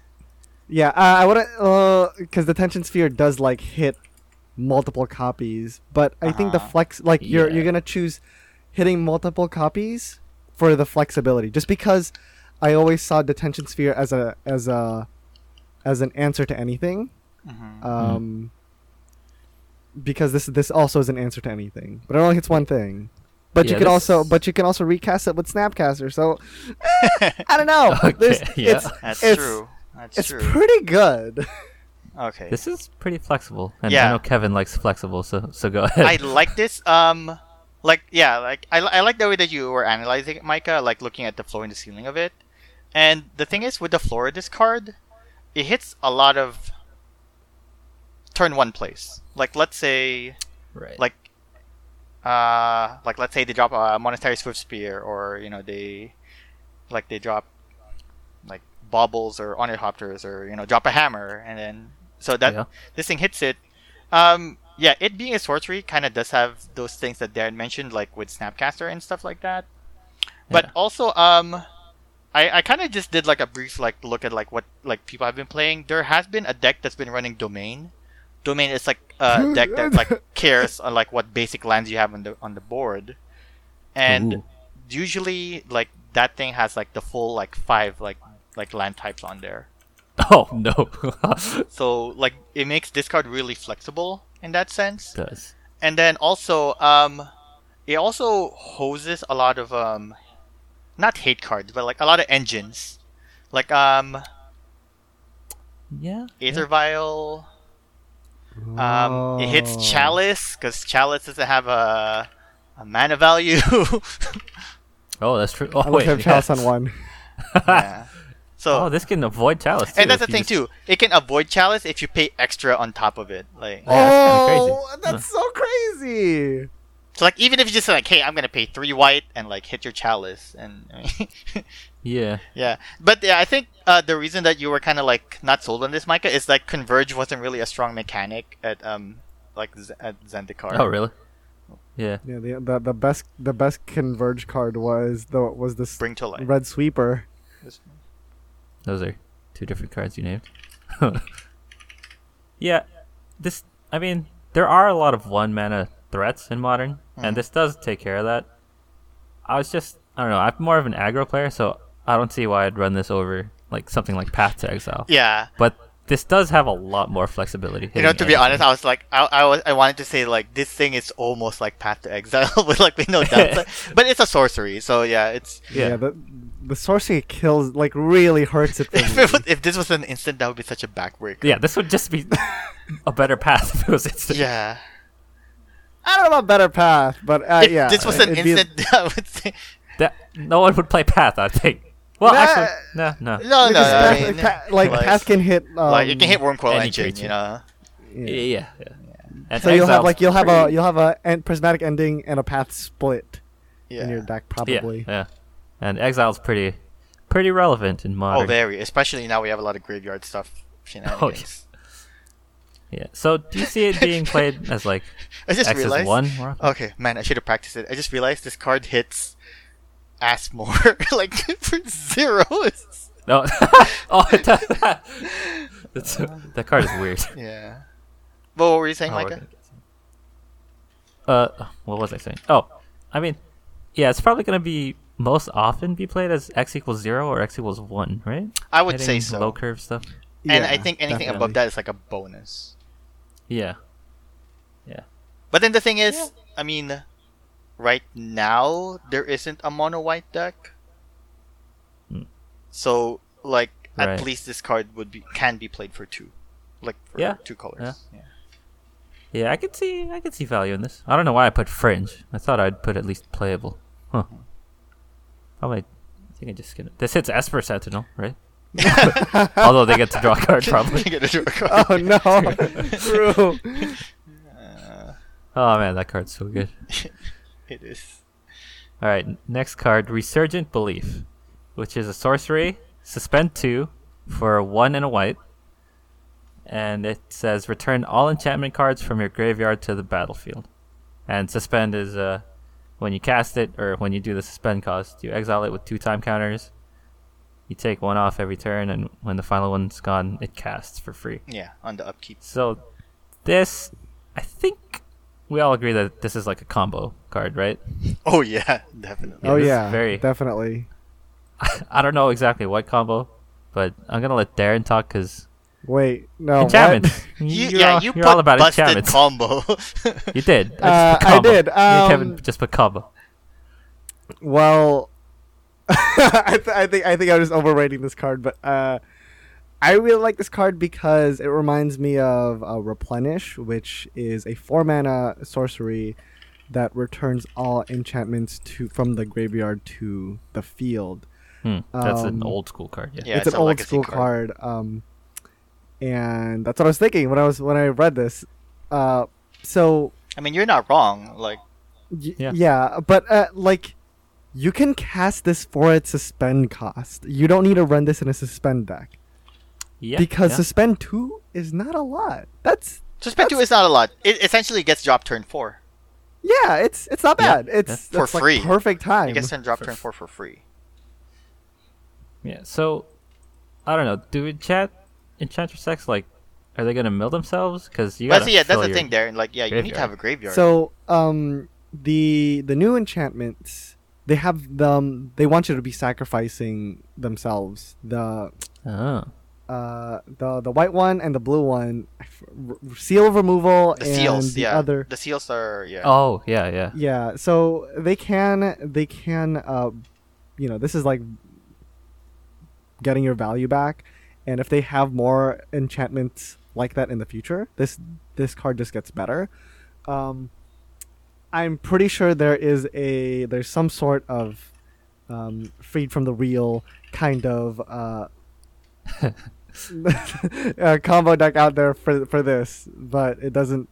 Speaker 3: yeah, uh, I wouldn't because the tension sphere does like hit multiple copies, but I think the
Speaker 2: Uh-huh.
Speaker 3: flex like you're
Speaker 1: Ah, Yeah.
Speaker 3: you're gonna choose hitting multiple copies for the flexibility, just because I always saw detention sphere as a as a as an answer to anything.
Speaker 1: Mm-hmm.
Speaker 2: Mhm.
Speaker 3: Um, Because this this also is an answer to anything, but it only hits one thing. But you
Speaker 1: Yeah,
Speaker 3: can also
Speaker 1: this-
Speaker 3: but you can also recast it with Snapcaster. So eh, I don't know.
Speaker 1: Okay,
Speaker 3: There's-
Speaker 1: yeah.
Speaker 3: It's
Speaker 2: That's
Speaker 3: it's-
Speaker 2: true. That's
Speaker 3: it's
Speaker 2: true.
Speaker 3: pretty good.
Speaker 2: okay.
Speaker 1: This is pretty flexible. And I
Speaker 2: Yeah.
Speaker 1: know Kevin likes flexible, so so go ahead.
Speaker 2: I like this. Um, like yeah, like I, I like the way that you were analyzing it, Micah. Like looking at the floor and the ceiling of it. And the thing is, with the floor of this card, it hits a lot of turn one plays. Like let's say,
Speaker 1: right.
Speaker 2: like, uh, like let's say they drop a monetary swift spear, or you know they, like they drop, like baubles or ornithopters, or you know drop a hammer, and then so that
Speaker 1: yeah.
Speaker 2: this thing hits it. Um, yeah, it being a sorcery kind of does have those things that Darren mentioned, like with Snapcaster and stuff like that. But also, um, I, I kind of just did like a brief like look at like what like people have been playing. There has been a deck that's been running Domain. Domain is like a deck that like cares on like what basic lands you have on the on the board, and
Speaker 1: Ooh.
Speaker 2: usually like that thing has like the full like five like like land types on there.
Speaker 1: Oh no,
Speaker 2: So like it makes discard really flexible in that sense.
Speaker 1: does
Speaker 2: and then also um it also hoses a lot of um not hate cards but like a lot of engines like um
Speaker 1: yeah?
Speaker 2: aether vial um it hits
Speaker 3: Oh.
Speaker 2: chalice because chalice doesn't have a a mana value
Speaker 1: Oh, that's true. Oh
Speaker 3: I
Speaker 1: wait,
Speaker 3: wish I have
Speaker 1: yeah.
Speaker 3: Chalice on one.
Speaker 2: yeah. so
Speaker 1: Oh, this can avoid chalice. Too
Speaker 2: and that's the
Speaker 1: if you
Speaker 2: thing
Speaker 1: just-
Speaker 2: too it can avoid chalice if you pay extra on top of it like
Speaker 1: Yeah, that's kinda
Speaker 3: oh,
Speaker 1: crazy.
Speaker 3: that's so crazy.
Speaker 2: so like even if you just like hey i'm gonna pay three white and like hit your chalice and I mean,
Speaker 1: Yeah,
Speaker 2: Yeah, but yeah, I think uh, the reason that you were kind of like not sold on this, Micah, is that Converge wasn't really a strong mechanic at um like Z- at Zendikar.
Speaker 1: Oh, really? Yeah.
Speaker 3: Yeah, the, the the best the best converge card was the was this
Speaker 2: Bring to life.
Speaker 3: red sweeper.
Speaker 1: Those are two different cards you named. yeah. This I mean, there are a lot of one mana threats in modern,
Speaker 2: Mm.
Speaker 1: and this does take care of that. I was just I don't know, I'm more of an aggro player, so I don't see why I'd run this over like something like Path to Exile.
Speaker 2: Yeah,
Speaker 1: But this does have a lot more flexibility.
Speaker 2: you know, to be honest, I was like, I, I was, I wanted to say like this thing is almost like Path to Exile with like with no downside, but it's a sorcery, so yeah, it's.
Speaker 1: Yeah.
Speaker 3: the the sorcery kills like really hurts it.
Speaker 2: If,
Speaker 3: For
Speaker 2: it
Speaker 3: me.
Speaker 2: was, if this was an instant, that would be such a backbreaker.
Speaker 1: yeah, this would just be a better path if it was instant.
Speaker 2: Yeah.
Speaker 3: I don't know about better path, but uh,
Speaker 2: If
Speaker 3: yeah,
Speaker 2: this was an
Speaker 3: it'd be-
Speaker 2: instant, I would say
Speaker 1: That, no one would play path, I think. Well,
Speaker 3: Nah.
Speaker 1: actually, no, no.
Speaker 2: no, no.
Speaker 3: because
Speaker 2: I
Speaker 3: path-
Speaker 2: mean,
Speaker 3: pa- like, path can hit. Um,
Speaker 2: like, it can hit Wormcoil
Speaker 1: any
Speaker 2: Engine,
Speaker 1: creature.
Speaker 2: you know.
Speaker 1: Yeah,
Speaker 3: yeah.
Speaker 1: yeah. yeah. And
Speaker 3: So you'll
Speaker 1: Exile's
Speaker 3: have like you'll have a
Speaker 1: pretty-
Speaker 3: you'll have a en- prismatic ending and a path split
Speaker 2: Yeah.
Speaker 3: in your deck probably.
Speaker 1: Yeah, yeah. And Exile's pretty pretty relevant in modern.
Speaker 2: Oh, very. Especially now we have a lot of graveyard stuff shenanigans.
Speaker 1: yeah. So do you see it being played as like
Speaker 2: I just
Speaker 1: X is
Speaker 2: realized. Oh.
Speaker 1: one? Or-
Speaker 2: Okay, man, I should have practiced it. I just realized this card hits ass more. like for zero. It's-
Speaker 1: No. oh, it does that. That's, that card is weird.
Speaker 2: yeah. But what were you saying,
Speaker 1: Oh, we're
Speaker 2: Micah?
Speaker 1: gonna get some- Uh, what was I saying? Oh, I mean, yeah, it's probably gonna be most often be played as x equals zero or x equals one, right?
Speaker 2: I would say
Speaker 1: Hitting
Speaker 2: so.
Speaker 1: Low curve stuff.
Speaker 2: and
Speaker 3: Yeah,
Speaker 2: I think anything
Speaker 3: definitely.
Speaker 2: above that is like a bonus.
Speaker 1: Yeah. Yeah.
Speaker 2: But then the thing is, I mean, right now there isn't a mono white deck.
Speaker 1: Hmm.
Speaker 2: So like
Speaker 1: Right.
Speaker 2: at least this card would be can be played for two, like for
Speaker 1: Yeah.
Speaker 2: two colors. yeah.
Speaker 1: Yeah, I could see I could see value in this. I don't know why I put fringe. I thought I'd put at least playable. Huh. Probably I think I just gonna this hits Esper Sentinel, right? Although they get to draw a card probably.
Speaker 2: Get a draw card.
Speaker 3: Oh no, true.
Speaker 2: Uh,
Speaker 1: Oh man, that card's so good.
Speaker 2: it is.
Speaker 1: Alright, n- next card, Resurgent Belief. Which is a sorcery, suspend two for one and a white. And it says return all enchantment cards from your graveyard to the battlefield. And suspend is uh, when you cast it or when you do the suspend cost, you exile it with two time counters. You take one off every turn, and when the final one's gone, it casts for free.
Speaker 2: Yeah, on the upkeep.
Speaker 1: So, this, I think we all agree that this is like a combo card, right?
Speaker 2: Oh yeah, definitely.
Speaker 1: Yeah,
Speaker 3: oh
Speaker 1: this is
Speaker 3: yeah,
Speaker 1: very-
Speaker 3: definitely.
Speaker 1: I don't know exactly what combo, but I'm gonna let Darren talk because
Speaker 3: Wait, no.
Speaker 1: enchantments.
Speaker 3: Oh, what?
Speaker 1: You,
Speaker 2: You,
Speaker 1: you're
Speaker 2: yeah,
Speaker 1: all,
Speaker 2: you
Speaker 1: are
Speaker 2: put
Speaker 1: all about
Speaker 2: busted
Speaker 1: enchantments.
Speaker 2: combo.
Speaker 1: you did. I,
Speaker 3: Uh,
Speaker 1: just put
Speaker 3: I
Speaker 1: combo.
Speaker 3: did,
Speaker 1: You and Kevin
Speaker 3: um,
Speaker 1: just put combo.
Speaker 3: Well, I, th- I think I think I'm just overrating this card, but uh, I really like this card because it reminds me of uh, Replenish, which is a four mana sorcery that returns all enchantments to from the graveyard to the field.
Speaker 1: Hmm, that's an
Speaker 3: um,
Speaker 1: old school card. Yeah.
Speaker 2: yeah.
Speaker 3: it's,
Speaker 2: it's
Speaker 3: an
Speaker 2: a
Speaker 3: old
Speaker 2: legacy
Speaker 3: school card.
Speaker 2: card.
Speaker 3: Um, and that's what I was thinking when I was when I read this. Uh, so
Speaker 2: I mean, you're not wrong. Like,
Speaker 3: Y-
Speaker 1: Yeah.
Speaker 3: yeah. but uh, like you can cast this for its suspend cost. You don't need to run this in a suspend deck
Speaker 1: Yeah,
Speaker 3: because
Speaker 1: yeah.
Speaker 3: suspend 2 is not a lot. That's
Speaker 2: suspend two is not a lot. It essentially gets dropped turn four.
Speaker 3: Yeah, it's it's not
Speaker 1: Yeah,
Speaker 3: bad. It's
Speaker 2: yeah. For
Speaker 3: it's, like,
Speaker 2: free.
Speaker 3: perfect time.
Speaker 2: You get some drop turn four for free.
Speaker 1: Yeah. So, I don't know. Do enchant enchantress sex like? Are they gonna mill themselves? Because you.
Speaker 2: But
Speaker 1: gotta
Speaker 2: yeah, that's
Speaker 1: fill
Speaker 2: the
Speaker 1: your-
Speaker 2: thing, Darren. Like, yeah, you need to
Speaker 1: graveyard.
Speaker 2: have a graveyard.
Speaker 3: So, um, the the new enchantments they have them. They want you to be sacrificing themselves. The
Speaker 1: Oh.
Speaker 3: uh the the white one and the blue one, r- seal removal
Speaker 2: the
Speaker 3: and
Speaker 2: seals,
Speaker 3: the
Speaker 2: yeah.
Speaker 3: other.
Speaker 2: The seals are yeah.
Speaker 1: Oh yeah yeah.
Speaker 3: Yeah, so they can they can uh, you know, this is like getting your value back, and if they have more enchantments like that in the future, this this card just gets better. Um, I'm pretty sure there is a there's some sort of um, freed from the real kind of uh, uh, combo deck out there for for this, but it doesn't.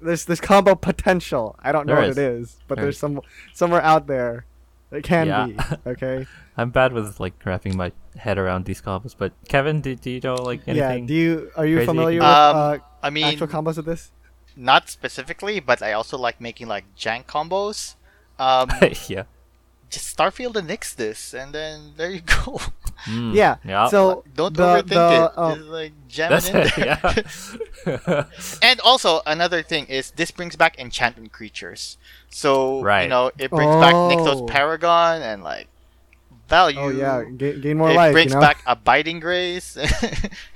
Speaker 3: There's this combo potential. I don't know
Speaker 1: There
Speaker 3: what
Speaker 1: is.
Speaker 3: it is, but
Speaker 1: There
Speaker 3: there's
Speaker 1: is.
Speaker 3: some somewhere out there. It can
Speaker 1: Yeah.
Speaker 3: be okay.
Speaker 1: I'm bad with like wrapping my head around these combos, but Kevin, do, do you know like anything?
Speaker 3: Yeah. Do you are you
Speaker 1: crazy you
Speaker 3: familiar
Speaker 1: can-
Speaker 3: with
Speaker 2: Um,
Speaker 3: uh,
Speaker 2: I mean,
Speaker 3: actual combos of this?
Speaker 2: not specifically, but I also like making like jank combos. Um,
Speaker 1: yeah.
Speaker 2: just Starfield and Nix this, and then there you go.
Speaker 1: Mm,
Speaker 3: Yeah.
Speaker 1: Yeah.
Speaker 3: So
Speaker 2: Don't
Speaker 3: the,
Speaker 2: overthink
Speaker 3: the,
Speaker 2: it.
Speaker 3: um,
Speaker 2: Just, like jam
Speaker 1: that's
Speaker 2: it in
Speaker 1: it.
Speaker 2: there.
Speaker 1: Yeah.
Speaker 2: And also another thing is this brings back enchantment creatures. So you
Speaker 1: Right.
Speaker 2: know it brings back
Speaker 3: Oh.
Speaker 2: Nixos Paragon and like value.
Speaker 3: oh yeah, gain, gain more
Speaker 2: it
Speaker 3: life.
Speaker 2: brings
Speaker 3: you know?
Speaker 2: back Abiding Grace.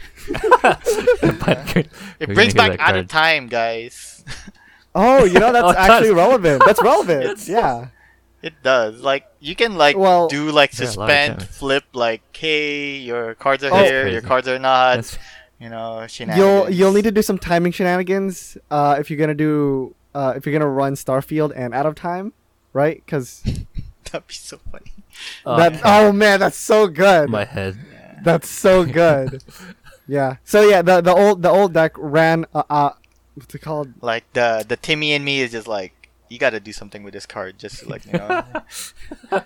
Speaker 1: But you're- you're
Speaker 2: it
Speaker 1: gonna
Speaker 2: brings
Speaker 1: hear
Speaker 2: back
Speaker 1: that
Speaker 2: out
Speaker 1: card.
Speaker 2: of time, guys.
Speaker 3: Oh, you know that's
Speaker 1: Oh, it does.
Speaker 3: actually relevant. That's relevant.
Speaker 1: It's-
Speaker 3: yeah.
Speaker 2: It does. Like you can like
Speaker 3: Well-
Speaker 2: do like
Speaker 1: There are a lot of
Speaker 2: suspend,
Speaker 1: enchantments.
Speaker 2: flip, like hey, your cards are
Speaker 3: Oh.
Speaker 2: here,
Speaker 1: That's
Speaker 2: your
Speaker 1: crazy.
Speaker 2: cards are not.
Speaker 1: That's-
Speaker 2: You know,
Speaker 3: You'll
Speaker 2: shenanigans.
Speaker 3: you'll need to do some timing shenanigans uh, if you're gonna do uh, if you're gonna run Starfield and out of time, right? Because
Speaker 2: That'd be so funny.
Speaker 1: oh,
Speaker 3: that oh man, that's so good.
Speaker 1: my head.
Speaker 3: That's so good. yeah. So yeah, the the old the old deck ran uh, uh what's it called?
Speaker 2: Like the the Timmy and me is just like you got to do something with this card, just to, like you know.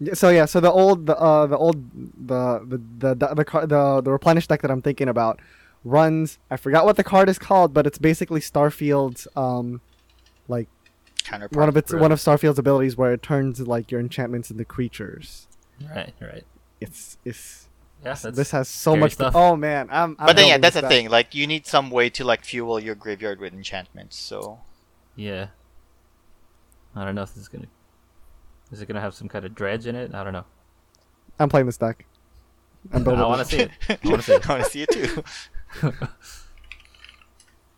Speaker 3: Yeah, So yeah, so the old the uh, the old the the the the the, car, the the replenish deck that I'm thinking about runs. I forgot what the card is called, but it's basically Starfield's um like
Speaker 2: counterpart.
Speaker 3: one of its
Speaker 1: Really?
Speaker 3: one of Starfield's abilities where it turns like your enchantments into creatures.
Speaker 1: Right. Right.
Speaker 3: It's it's
Speaker 1: Yeah. That's,
Speaker 3: this has so
Speaker 1: scary
Speaker 3: much.
Speaker 1: stuff.
Speaker 3: Oh man, I'm. I'm
Speaker 2: but then yeah,
Speaker 3: loving
Speaker 2: that's
Speaker 3: this
Speaker 2: the
Speaker 3: deck.
Speaker 2: thing. Like you need some way to like fuel your graveyard with enchantments. So
Speaker 1: yeah. I don't know if this is gonna. Is it gonna have some kind of dredge in it? I don't know.
Speaker 3: I'm playing this deck. I'm building.
Speaker 1: I
Speaker 3: it.
Speaker 1: want to see it.
Speaker 2: I
Speaker 1: I want to see it.
Speaker 2: want to see it too.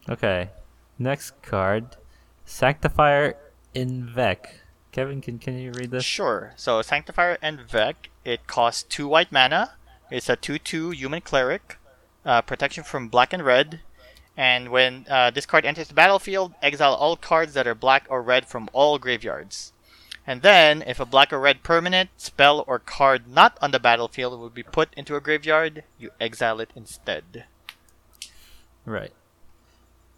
Speaker 1: Okay. Next card, Sanctifier Invec. Kevin, can can you read this?
Speaker 2: Sure. So Sanctifier and Vec, it costs two white mana. It's a two-two human cleric, uh, protection from black and red, and when uh, this card enters the battlefield, exile all cards that are black or red from all graveyards. And then, if a black or red permanent, spell, or card not on the battlefield would be put into a graveyard, you exile it instead.
Speaker 1: Right.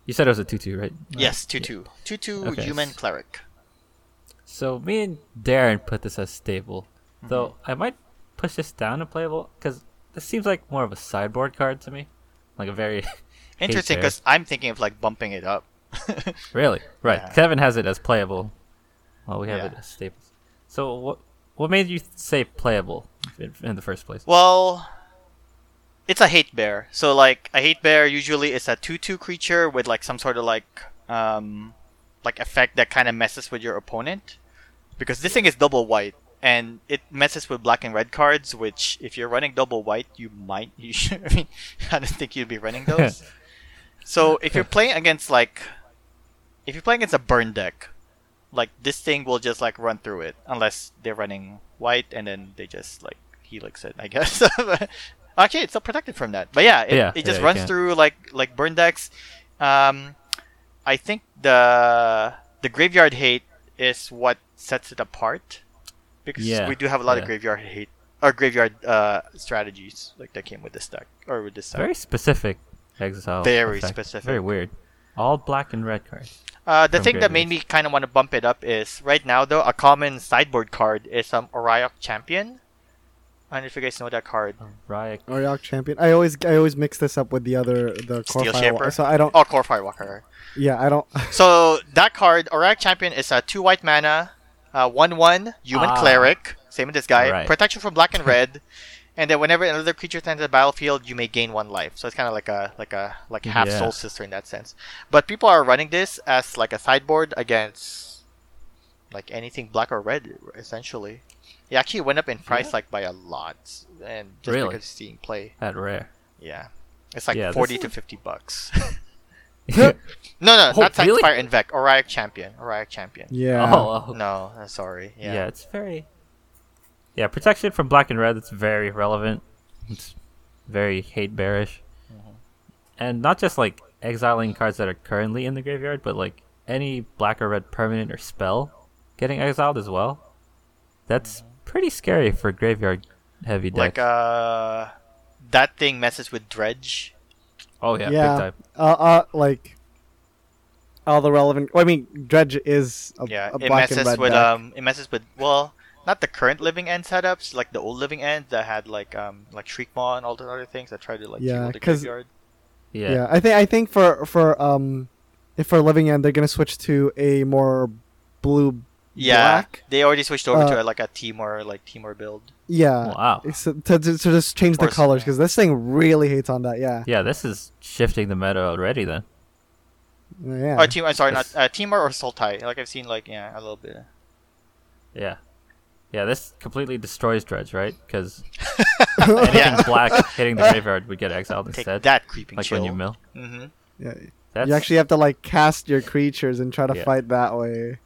Speaker 1: You said it was a two-two, right?
Speaker 2: Yes, 2 2. 2 2
Speaker 1: Okay.
Speaker 2: human cleric.
Speaker 1: So me and Darren put this as stable,
Speaker 2: Mm-hmm.
Speaker 1: though I might push this down to playable because this seems like more of a sideboard card to me, like a very
Speaker 2: Interesting,
Speaker 1: there.
Speaker 2: because I'm thinking of like bumping it up.
Speaker 1: really right.
Speaker 2: Yeah.
Speaker 1: Kevin has it as playable, while we have
Speaker 2: Yeah.
Speaker 1: it as stable. So what what made you say playable in, in the first place?
Speaker 2: Well, it's a hate bear. So like a hate bear usually is a two-two creature with like some sort of like um like effect that kind of messes with your opponent because this thing is double white and it messes with black and red cards which if you're running double white you might you should, I mean I don't think you'd be running those. so if you're playing against like if you're playing against a burn deck like this thing will just like run through it unless they're running white and then they just like helix it i guess actually it's still protected from that but yeah it,
Speaker 1: Yeah,
Speaker 2: it just
Speaker 1: yeah, you
Speaker 2: runs
Speaker 1: can't.
Speaker 2: through like like burn decks um i think the the graveyard hate is what sets it apart because
Speaker 1: Yeah,
Speaker 2: we do have a lot of
Speaker 1: yeah.
Speaker 2: graveyard hate or graveyard uh strategies like that came with this deck or with this deck.
Speaker 1: very specific exile.
Speaker 2: Very
Speaker 1: effect.
Speaker 2: specific.
Speaker 1: Very weird. All black and red cards.
Speaker 2: Uh, the
Speaker 1: from
Speaker 2: thing that made me
Speaker 1: graveyards.
Speaker 2: kind of want to bump it up is right now though a common sideboard card is um Oriok Champion, I don't know if you guys know that card.
Speaker 1: Right.
Speaker 3: Oriok champion. I always I always mix this up with the other the core
Speaker 2: Steel
Speaker 3: firewall,
Speaker 2: Shaper?
Speaker 3: So I don't.
Speaker 2: Oh, Core Firewalker.
Speaker 3: Yeah, I don't.
Speaker 2: So that card, Auric Champion, is a two white mana, uh, one one human
Speaker 1: Ah.
Speaker 2: cleric, same as this guy.
Speaker 1: Right.
Speaker 2: Protection from black and red, and then whenever another creature enters the battlefield, you may gain one life. So it's kind of like a like a like half
Speaker 1: Yeah.
Speaker 2: soul sister in that sense. But people are running this as like a sideboard against like anything black or red, essentially. It actually went up in price like by a lot, and just
Speaker 1: Really?
Speaker 2: because it's seeing play,
Speaker 1: At rare.
Speaker 2: yeah, it's like
Speaker 1: Yeah, this
Speaker 2: forty
Speaker 1: is-
Speaker 2: to fifty bucks.
Speaker 1: oh,
Speaker 2: No, no,
Speaker 1: Oh,
Speaker 2: not
Speaker 1: really?
Speaker 2: Sanctifier and Vec. Oriac Champion. Oriac Champion.
Speaker 3: Yeah.
Speaker 1: oh.
Speaker 2: No, uh, sorry.
Speaker 1: Yeah.
Speaker 2: Yeah.
Speaker 1: it's very. Yeah, protection from black and red. It's very relevant. It's very hate bearish,
Speaker 2: Mm-hmm.
Speaker 1: and not just like exiling cards that are currently in the graveyard, but like any black or red permanent or spell getting exiled as well. That's pretty scary for graveyard heavy deck.
Speaker 2: Mm-hmm. Like uh, that thing messes with Dredge.
Speaker 1: oh yeah,
Speaker 3: yeah.
Speaker 1: big time.
Speaker 3: Uh, uh, like all the relevant. Well, I mean, Dredge is a,
Speaker 2: Yeah,
Speaker 3: a
Speaker 2: it
Speaker 3: black and
Speaker 2: messes
Speaker 3: red
Speaker 2: with
Speaker 3: deck.
Speaker 2: um, it messes with well, not the current living end setups, like the old living end that had like um, like Shriekmaw and all the other things that tried to like
Speaker 3: Yeah,
Speaker 2: yeah, the
Speaker 3: 'cause-
Speaker 2: graveyard.
Speaker 1: Yeah.
Speaker 3: yeah. I think I think for for um, if for living end, they're gonna switch to a more blue.
Speaker 2: Yeah,
Speaker 3: black?
Speaker 2: they already switched over to
Speaker 3: Uh,
Speaker 2: uh, like a Timor like Timor build.
Speaker 3: Yeah.
Speaker 1: Wow.
Speaker 3: It's- To, to, to just change the
Speaker 2: Or s-
Speaker 3: colors because this thing really hates on that. Yeah.
Speaker 1: Yeah, this is shifting the meta already. Then
Speaker 3: Yeah.
Speaker 2: Oh, Timor. I'm sorry, not
Speaker 1: Yes.
Speaker 2: uh, Timor or Sultai. Like I've seen like yeah a little bit.
Speaker 1: Yeah. Yeah, this completely destroys Dredge, right? Because
Speaker 3: yeah.
Speaker 1: anything black hitting the graveyard would get exiled
Speaker 2: Take
Speaker 1: instead.
Speaker 2: that creeping
Speaker 1: like
Speaker 2: chill.
Speaker 1: when you mill.
Speaker 2: hmm
Speaker 1: That's,
Speaker 3: You actually have to like cast your creatures and try to
Speaker 1: Yeah.
Speaker 3: fight that way.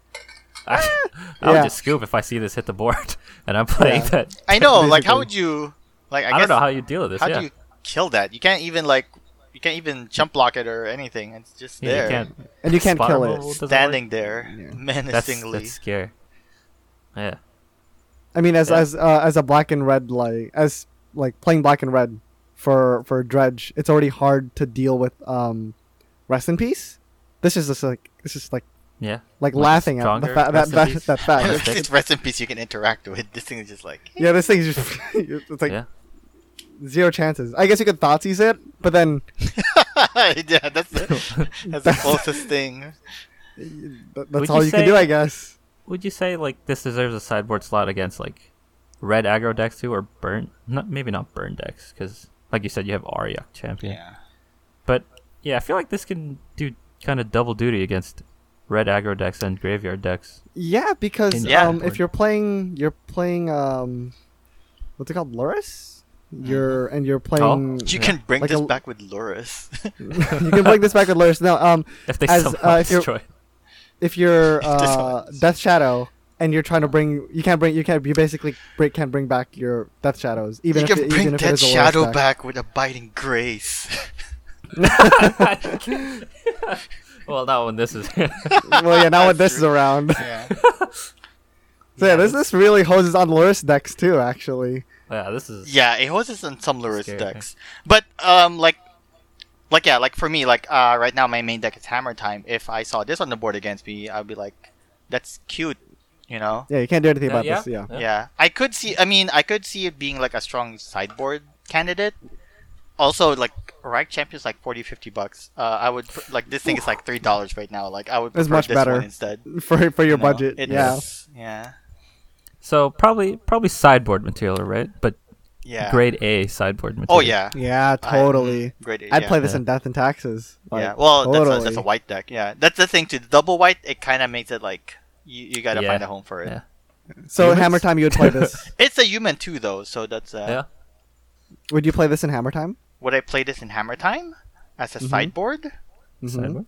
Speaker 1: I, I would
Speaker 3: Yeah.
Speaker 1: just scoop if I see this hit the board and I'm playing
Speaker 3: Yeah.
Speaker 1: that.
Speaker 2: I know. Like, how
Speaker 3: Basically.
Speaker 2: would you? Like, I,
Speaker 1: I,
Speaker 2: guess,
Speaker 1: don't know how you deal with this.
Speaker 2: how
Speaker 1: yeah,
Speaker 2: do you kill that? You can't even like, you can't even jump block it or anything. It's just
Speaker 1: yeah
Speaker 2: there,
Speaker 1: you can't.
Speaker 3: And you can't
Speaker 1: Spotter
Speaker 3: kill
Speaker 1: mode
Speaker 3: it.
Speaker 1: doesn't work.
Speaker 2: standing there,
Speaker 3: Yeah.
Speaker 1: That's,
Speaker 2: menacingly.
Speaker 1: that's scary. Yeah,
Speaker 3: I mean, as
Speaker 1: Yeah.
Speaker 3: as uh, as a black and red like as like playing black and red for for dredge, it's already hard to deal with. Um, rest in peace. This is just like this is like
Speaker 1: yeah. Like
Speaker 3: like laughing at the
Speaker 1: stronger
Speaker 3: fa- that,
Speaker 1: rest in
Speaker 3: that,
Speaker 1: peace?
Speaker 3: that fact.
Speaker 1: Okay.
Speaker 2: it's rest in peace. You can interact with this thing. Is just like
Speaker 3: yeah, this thing's just it's like
Speaker 1: yeah.
Speaker 3: zero chances. I guess you could Thoughtseize it, but then
Speaker 2: yeah, that's the, that's the closest thing.
Speaker 3: th-
Speaker 1: Would
Speaker 3: that's all
Speaker 1: you
Speaker 3: you, can
Speaker 1: say-
Speaker 3: do, I guess.
Speaker 1: Would you say like this deserves a sideboard slot against like red aggro decks too, or burn? Not maybe not burn decks because like you said, you have Ariok champion. But yeah, I feel like this can do kind of double duty against red aggro decks and graveyard decks.
Speaker 3: Yeah, because
Speaker 1: In-
Speaker 2: Yeah.
Speaker 3: um,
Speaker 1: Board.
Speaker 3: if you're playing, you're playing um, what's it called, Luris? You're and you're playing.
Speaker 2: You can bring
Speaker 3: Like
Speaker 2: this
Speaker 3: a-
Speaker 2: back with Luris.
Speaker 3: you can bring this back with Luris. No, um,
Speaker 1: If they
Speaker 3: As,
Speaker 1: somehow
Speaker 3: uh, if you're-
Speaker 1: destroy.
Speaker 3: if you're
Speaker 2: Just
Speaker 3: uh,
Speaker 2: one.
Speaker 3: Death Shadow and you're trying to bring, you can't bring, you can't, you basically break, can't bring back your Death Shadows, even
Speaker 2: you
Speaker 3: if
Speaker 2: can
Speaker 3: it-
Speaker 2: bring
Speaker 3: even if it
Speaker 2: that
Speaker 3: is a Luris
Speaker 2: shadow
Speaker 3: deck.
Speaker 2: back with abiding grace.
Speaker 1: well, not when this is.
Speaker 3: well, yeah, now when
Speaker 2: That's true.
Speaker 3: this is around,
Speaker 2: yeah.
Speaker 3: so yeah, this this really hoses on Luris decks too, actually.
Speaker 1: yeah, this is.
Speaker 2: Yeah, it hoses on some Luris
Speaker 1: Scary.
Speaker 2: decks. But um like like yeah, like for me, like uh right now my main deck is hammer time. If I saw this on the board against me, I'd be like, That's cute, you know?
Speaker 3: Yeah, you can't do anything
Speaker 1: Uh,
Speaker 3: about this. Yeah,
Speaker 2: Yeah. I could see I mean I could see it being like a strong sideboard candidate. Also like Reich Champion's like 40 50 bucks. Uh I would pr- like this thing is like $3 right now. Like I would
Speaker 3: It's
Speaker 2: prefer
Speaker 3: much
Speaker 2: this
Speaker 3: better.
Speaker 2: one instead.
Speaker 3: for for your
Speaker 2: you know?
Speaker 3: budget.
Speaker 2: It
Speaker 3: yeah,
Speaker 2: is- yeah.
Speaker 1: So probably probably sideboard material, right? But
Speaker 2: Yeah.
Speaker 1: grade A sideboard material.
Speaker 2: Oh yeah.
Speaker 3: yeah,
Speaker 2: I-
Speaker 3: totally.
Speaker 2: mm, grade eight,
Speaker 3: I'd
Speaker 2: yeah.
Speaker 3: play this
Speaker 1: Yeah.
Speaker 3: in Death and Taxes. Like,
Speaker 2: yeah, well, that's, a, that's a
Speaker 3: totally.
Speaker 2: white deck. Yeah, that's the thing too. The double white, it kind of makes it like you, you gotta
Speaker 1: Yeah.
Speaker 2: find a home for it.
Speaker 1: Yeah.
Speaker 3: So
Speaker 1: Humans?
Speaker 3: Hammer Time, you would play this.
Speaker 2: It's a human too, though, so that's uh,
Speaker 1: Yeah.
Speaker 3: would you play this in Hammer Time?
Speaker 2: would I play this in Hammer Time as a
Speaker 1: Mm-hmm.
Speaker 3: Mhm.
Speaker 2: sideboard?
Speaker 3: Mhm.
Speaker 1: Sideboard.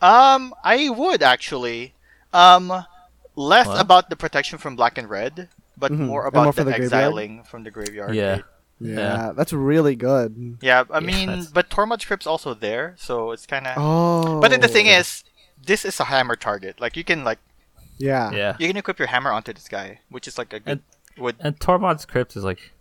Speaker 2: Um, I would actually. Um, less
Speaker 1: Wow.
Speaker 2: about the protection from black and red, but
Speaker 3: Mhm.
Speaker 2: more
Speaker 3: And
Speaker 2: about
Speaker 3: more
Speaker 2: the,
Speaker 3: for the graveyard?
Speaker 2: exiling from the graveyard.
Speaker 1: Mm-hmm. Yeah.
Speaker 2: right?
Speaker 3: Yeah,
Speaker 1: Yeah.
Speaker 3: that's really good.
Speaker 2: yeah. I
Speaker 1: Yeah,
Speaker 2: mean,
Speaker 1: that's-
Speaker 2: but Tormod Crypt's also there, so it's kind of.
Speaker 3: Oh,
Speaker 2: But then the thing is, this is a hammer target. Like you can like
Speaker 3: yeah,
Speaker 1: Yeah.
Speaker 2: you can equip your hammer onto this guy, which is like a good. would
Speaker 1: And Tormod's crypt is like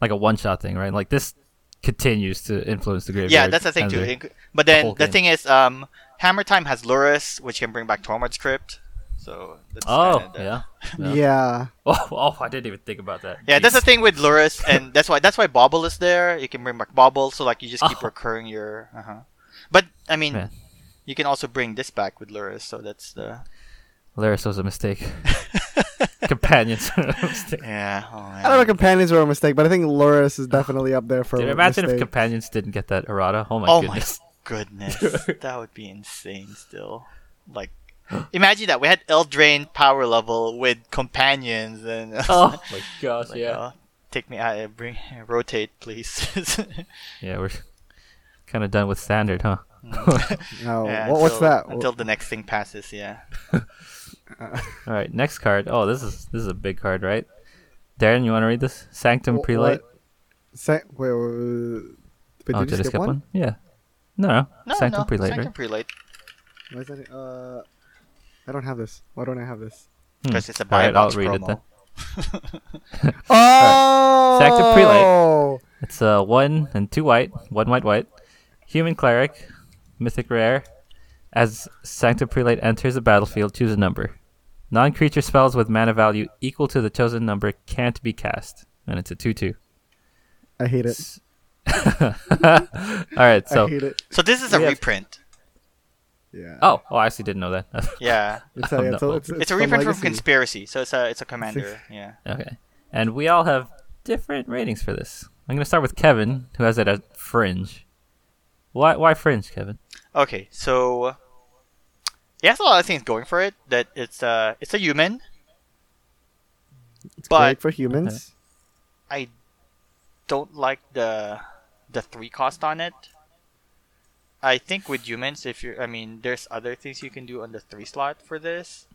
Speaker 1: like a one shot thing, right? Like this continues to influence the graveyard.
Speaker 2: Yeah, that's the thing
Speaker 1: and
Speaker 2: too. It could- But then
Speaker 1: whole
Speaker 2: the
Speaker 1: game.
Speaker 2: thing is, um, Hammer Time has Luris, which can bring back Tormod's Crypt.
Speaker 4: So that's
Speaker 1: Oh,
Speaker 4: kinda the-
Speaker 1: yeah.
Speaker 3: Yeah.
Speaker 1: Oh, oh, I didn't even think about that.
Speaker 2: Yeah, that's the
Speaker 1: Jeez.
Speaker 2: thing with Luris, and that's why that's why Bobble is there. You can bring back Bobble, so like you just keep
Speaker 1: Oh.
Speaker 2: recurring your. Uh-huh. But I mean,
Speaker 1: Yeah.
Speaker 2: you can also bring this back with Luris, so that's the.
Speaker 1: Laris was a mistake. Companions were a mistake.
Speaker 2: Yeah. Oh,
Speaker 3: I don't know. if Companions were a mistake, but I think Loris is definitely up there for.
Speaker 1: Dude, imagine if
Speaker 3: mistake.
Speaker 1: companions didn't get that errata. Oh my
Speaker 2: oh
Speaker 1: goodness.
Speaker 2: my goodness, that would be insane. Still, like, imagine that we had Eldraine power level with companions and.
Speaker 1: Oh my gosh,
Speaker 2: Like,
Speaker 1: yeah.
Speaker 2: oh, take me out. and Bring rotate, please.
Speaker 1: Yeah, we're kind of done with standard, huh?
Speaker 3: No,
Speaker 2: Yeah,
Speaker 3: Oh, what, what's
Speaker 2: until-
Speaker 3: that?
Speaker 2: Until the next thing passes, yeah.
Speaker 1: All right, next card. Oh, this is this is a big card, right? Darren, you want to read this? Sanctum
Speaker 3: Wh-
Speaker 1: Prelate.
Speaker 3: What? Sa- wait, wait, wait, wait. But
Speaker 1: oh,
Speaker 3: did you skip, one?
Speaker 1: Yeah. No, no.
Speaker 2: No,
Speaker 1: Sanctum
Speaker 2: no,
Speaker 1: Prelate.
Speaker 2: Sanctum
Speaker 1: right?
Speaker 2: Prelate.
Speaker 3: Why is that- uh, I don't have this. Why don't I have this?
Speaker 1: Hmm.
Speaker 2: Because it's a
Speaker 1: All right,
Speaker 2: buy box
Speaker 1: I'll read it
Speaker 2: promo.
Speaker 1: then.
Speaker 3: Oh,
Speaker 1: Sack to prelate. It's uh, one and two white, one white, white. Human cleric, mythic rare. As Sanctum Prelate enters the battlefield, choose a number. Non creature spells with mana value equal to the chosen number can't be cast. And it's a 2 2.
Speaker 3: I hate it.
Speaker 1: Alright,
Speaker 3: I
Speaker 1: so.
Speaker 3: hate it.
Speaker 2: So this is a
Speaker 1: We have-
Speaker 2: reprint.
Speaker 3: Yeah.
Speaker 1: Oh, oh, I actually didn't know that.
Speaker 2: Yeah,
Speaker 3: It's
Speaker 1: Oh,
Speaker 3: a,
Speaker 1: no.
Speaker 3: it's a, it's,
Speaker 2: it's, a reprint from
Speaker 3: legacy.
Speaker 2: Conspiracy. So it's a it's a commander. Yeah.
Speaker 1: okay. And we all have different ratings for this. I'm going to start with Kevin, who has it at Fringe. Why, why Fringe, Kevin?
Speaker 2: Okay, so it has a lot of things going for it. That it's uh it's a human.
Speaker 3: It's
Speaker 2: but-
Speaker 3: great for humans.
Speaker 2: I don't like the the three cost on it. I think with humans, if you're, I mean, there's other things you can do on the three slot for this.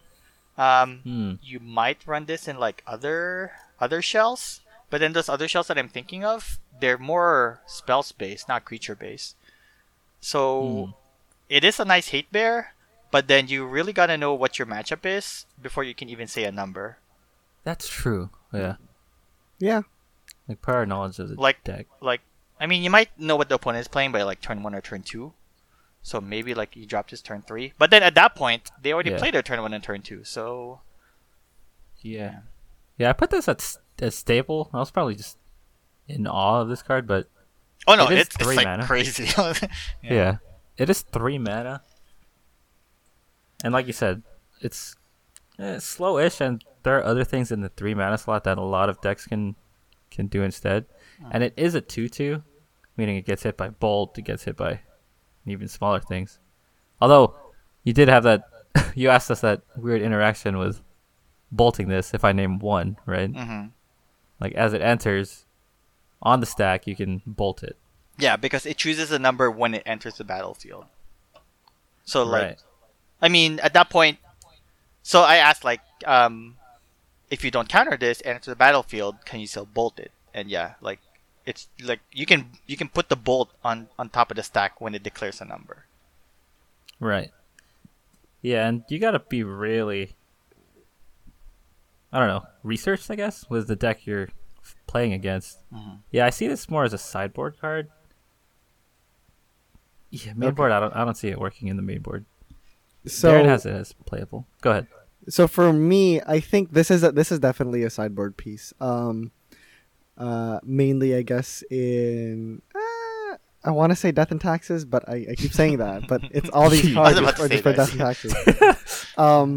Speaker 2: Um,
Speaker 1: Hmm.
Speaker 2: you might run this in like other other shells, but then those other shells that I'm thinking of, they're more spell based, not creature based.
Speaker 1: Hmm.
Speaker 2: So it is a nice hate bear, but then you really gotta know what your matchup is before you can even say a number.
Speaker 1: That's true. Yeah.
Speaker 3: Yeah.
Speaker 1: Like prior knowledge of the
Speaker 2: Like-
Speaker 1: deck.
Speaker 2: Like, I mean, you might know what the opponent is playing by like turn one or turn two. So maybe like you dropped his turn three, but then at that point they already
Speaker 1: Yeah.
Speaker 2: played their turn one and turn two. So
Speaker 1: Yeah. Yeah, I put this at s- as staple. I was probably just in awe of this card, but
Speaker 2: oh no,
Speaker 1: It is
Speaker 2: it's, it's
Speaker 1: three
Speaker 2: like
Speaker 1: mana.
Speaker 2: crazy.
Speaker 1: yeah. It is 3 mana. And like you said, it's eh, slow-ish and there are other things in the 3 mana slot that a lot of decks can can do instead. And it is a 2/2, meaning it gets hit by bolt, it gets hit by even smaller things. Although you did have that you asked us that weird interaction with bolting this if I name one, right?
Speaker 2: hmm
Speaker 1: like as it enters on the stack you can bolt it
Speaker 2: Yeah, because it chooses a number when it enters the battlefield. So like,
Speaker 1: right
Speaker 2: I mean, at that point, so I asked like, um, if you don't counter this, enter the battlefield, can you still bolt it? And yeah, like, it's like you can you can put the bolt on on top of the stack when it declares a number.
Speaker 1: right yeah and you gotta be really i don't know researched i guess with the deck you're f- playing against
Speaker 2: Mhm.
Speaker 1: yeah i see this more as a sideboard card yeah mainboard
Speaker 3: Okay.
Speaker 1: board. i don't i don't see it working in the mainboard
Speaker 3: So
Speaker 1: Darren has it as playable go ahead
Speaker 3: so for me, I think this is a, this is definitely a sideboard piece. Um, uh, mainly I guess in uh, I want to say death and taxes, but I, I keep saying that, but it's all these
Speaker 1: I
Speaker 2: was
Speaker 3: cards
Speaker 2: about to
Speaker 3: are
Speaker 2: say
Speaker 3: just for
Speaker 2: that.
Speaker 3: death and taxes. um,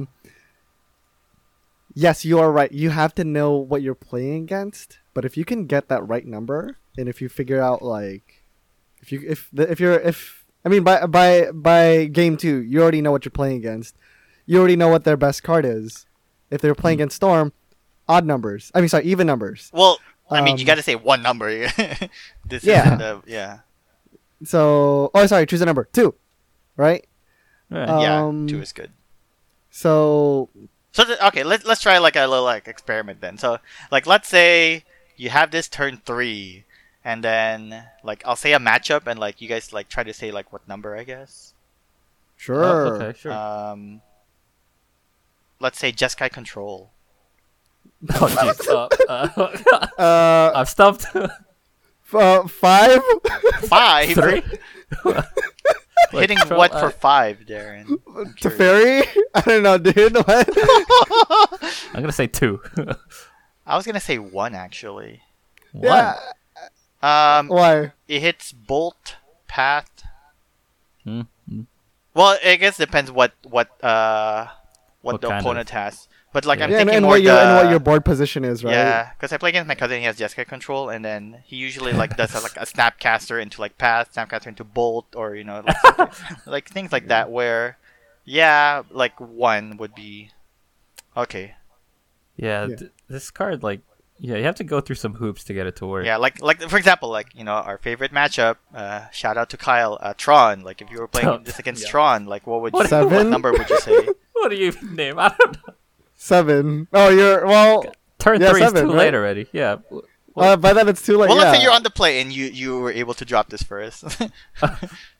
Speaker 3: yes, you are right. You have to know what you're playing against, but if you can get that right number, and if you figure out like if you if the, if you're if I mean by by by game two, you already know what you're playing against. You already know what their best card is. If they're
Speaker 2: Hmm.
Speaker 3: playing against Storm, odd numbers. I mean, sorry, even numbers.
Speaker 2: Well, I mean, you
Speaker 3: Um,
Speaker 2: got to say one number. this
Speaker 3: Yeah.
Speaker 2: isn't a, yeah,
Speaker 3: So, oh, sorry, choose a number two, right?
Speaker 1: right
Speaker 3: Uh,
Speaker 2: Eh, yeah.
Speaker 3: Um,
Speaker 2: Two is good.
Speaker 3: So,
Speaker 2: So th- okay, let's let's try like a little like experiment then. So like let's say you have this turn three, and then like I'll say a matchup, and like you guys like try to say like what number I guess.
Speaker 3: sure.
Speaker 1: Oh, okay sure
Speaker 2: Um, let's say Jeskai control.
Speaker 1: oh jeez uh, uh,
Speaker 3: Uh,
Speaker 1: i'm stumped
Speaker 3: f- uh, five.
Speaker 2: Five.
Speaker 1: three Like,
Speaker 2: hitting
Speaker 1: troll-
Speaker 2: what
Speaker 1: I-
Speaker 2: for five, Darren?
Speaker 3: Teferi? I don't know, dude. What?
Speaker 1: I'm gonna say two. One.
Speaker 2: I was gonna say one actually.
Speaker 3: Yeah.
Speaker 2: Um,
Speaker 3: Why?
Speaker 2: it hits bolt path.
Speaker 3: Hmm,
Speaker 1: Mm, mm.
Speaker 2: Well, I guess depends what what uh what,
Speaker 1: What
Speaker 2: the
Speaker 1: kind
Speaker 2: opponent has. But like I'm
Speaker 3: yeah, and,
Speaker 2: thinking
Speaker 3: and
Speaker 2: more
Speaker 3: what your
Speaker 2: the
Speaker 3: and what your board position is, right?
Speaker 2: yeah, because I play against my cousin. He has Jessica control, and then he usually like does like a snapcaster into like path, snapcaster into bolt, or you know like, something- like things like that. Where yeah, like one would be okay.
Speaker 1: Yeah,
Speaker 3: Yeah.
Speaker 1: th- this card like yeah, you have to go through some hoops to get it to work.
Speaker 2: Yeah, like like for example, like you know our favorite matchup. Uh, shout out to Kyle uh, Tron. Like if you were playing this against
Speaker 4: Yeah.
Speaker 2: Tron, like what would
Speaker 1: What-
Speaker 2: what
Speaker 3: Oh, Seven?
Speaker 2: number would you say?
Speaker 1: What do you even name? I don't know.
Speaker 3: Seven. Oh, you're well.
Speaker 1: Turn
Speaker 3: Yeah,
Speaker 1: three is too
Speaker 3: seven,
Speaker 1: late
Speaker 3: right?
Speaker 1: already. Yeah.
Speaker 3: Uh, by then it's too late.
Speaker 2: well,
Speaker 3: yeah.
Speaker 2: let's say you're on the play and you you were able to drop this first.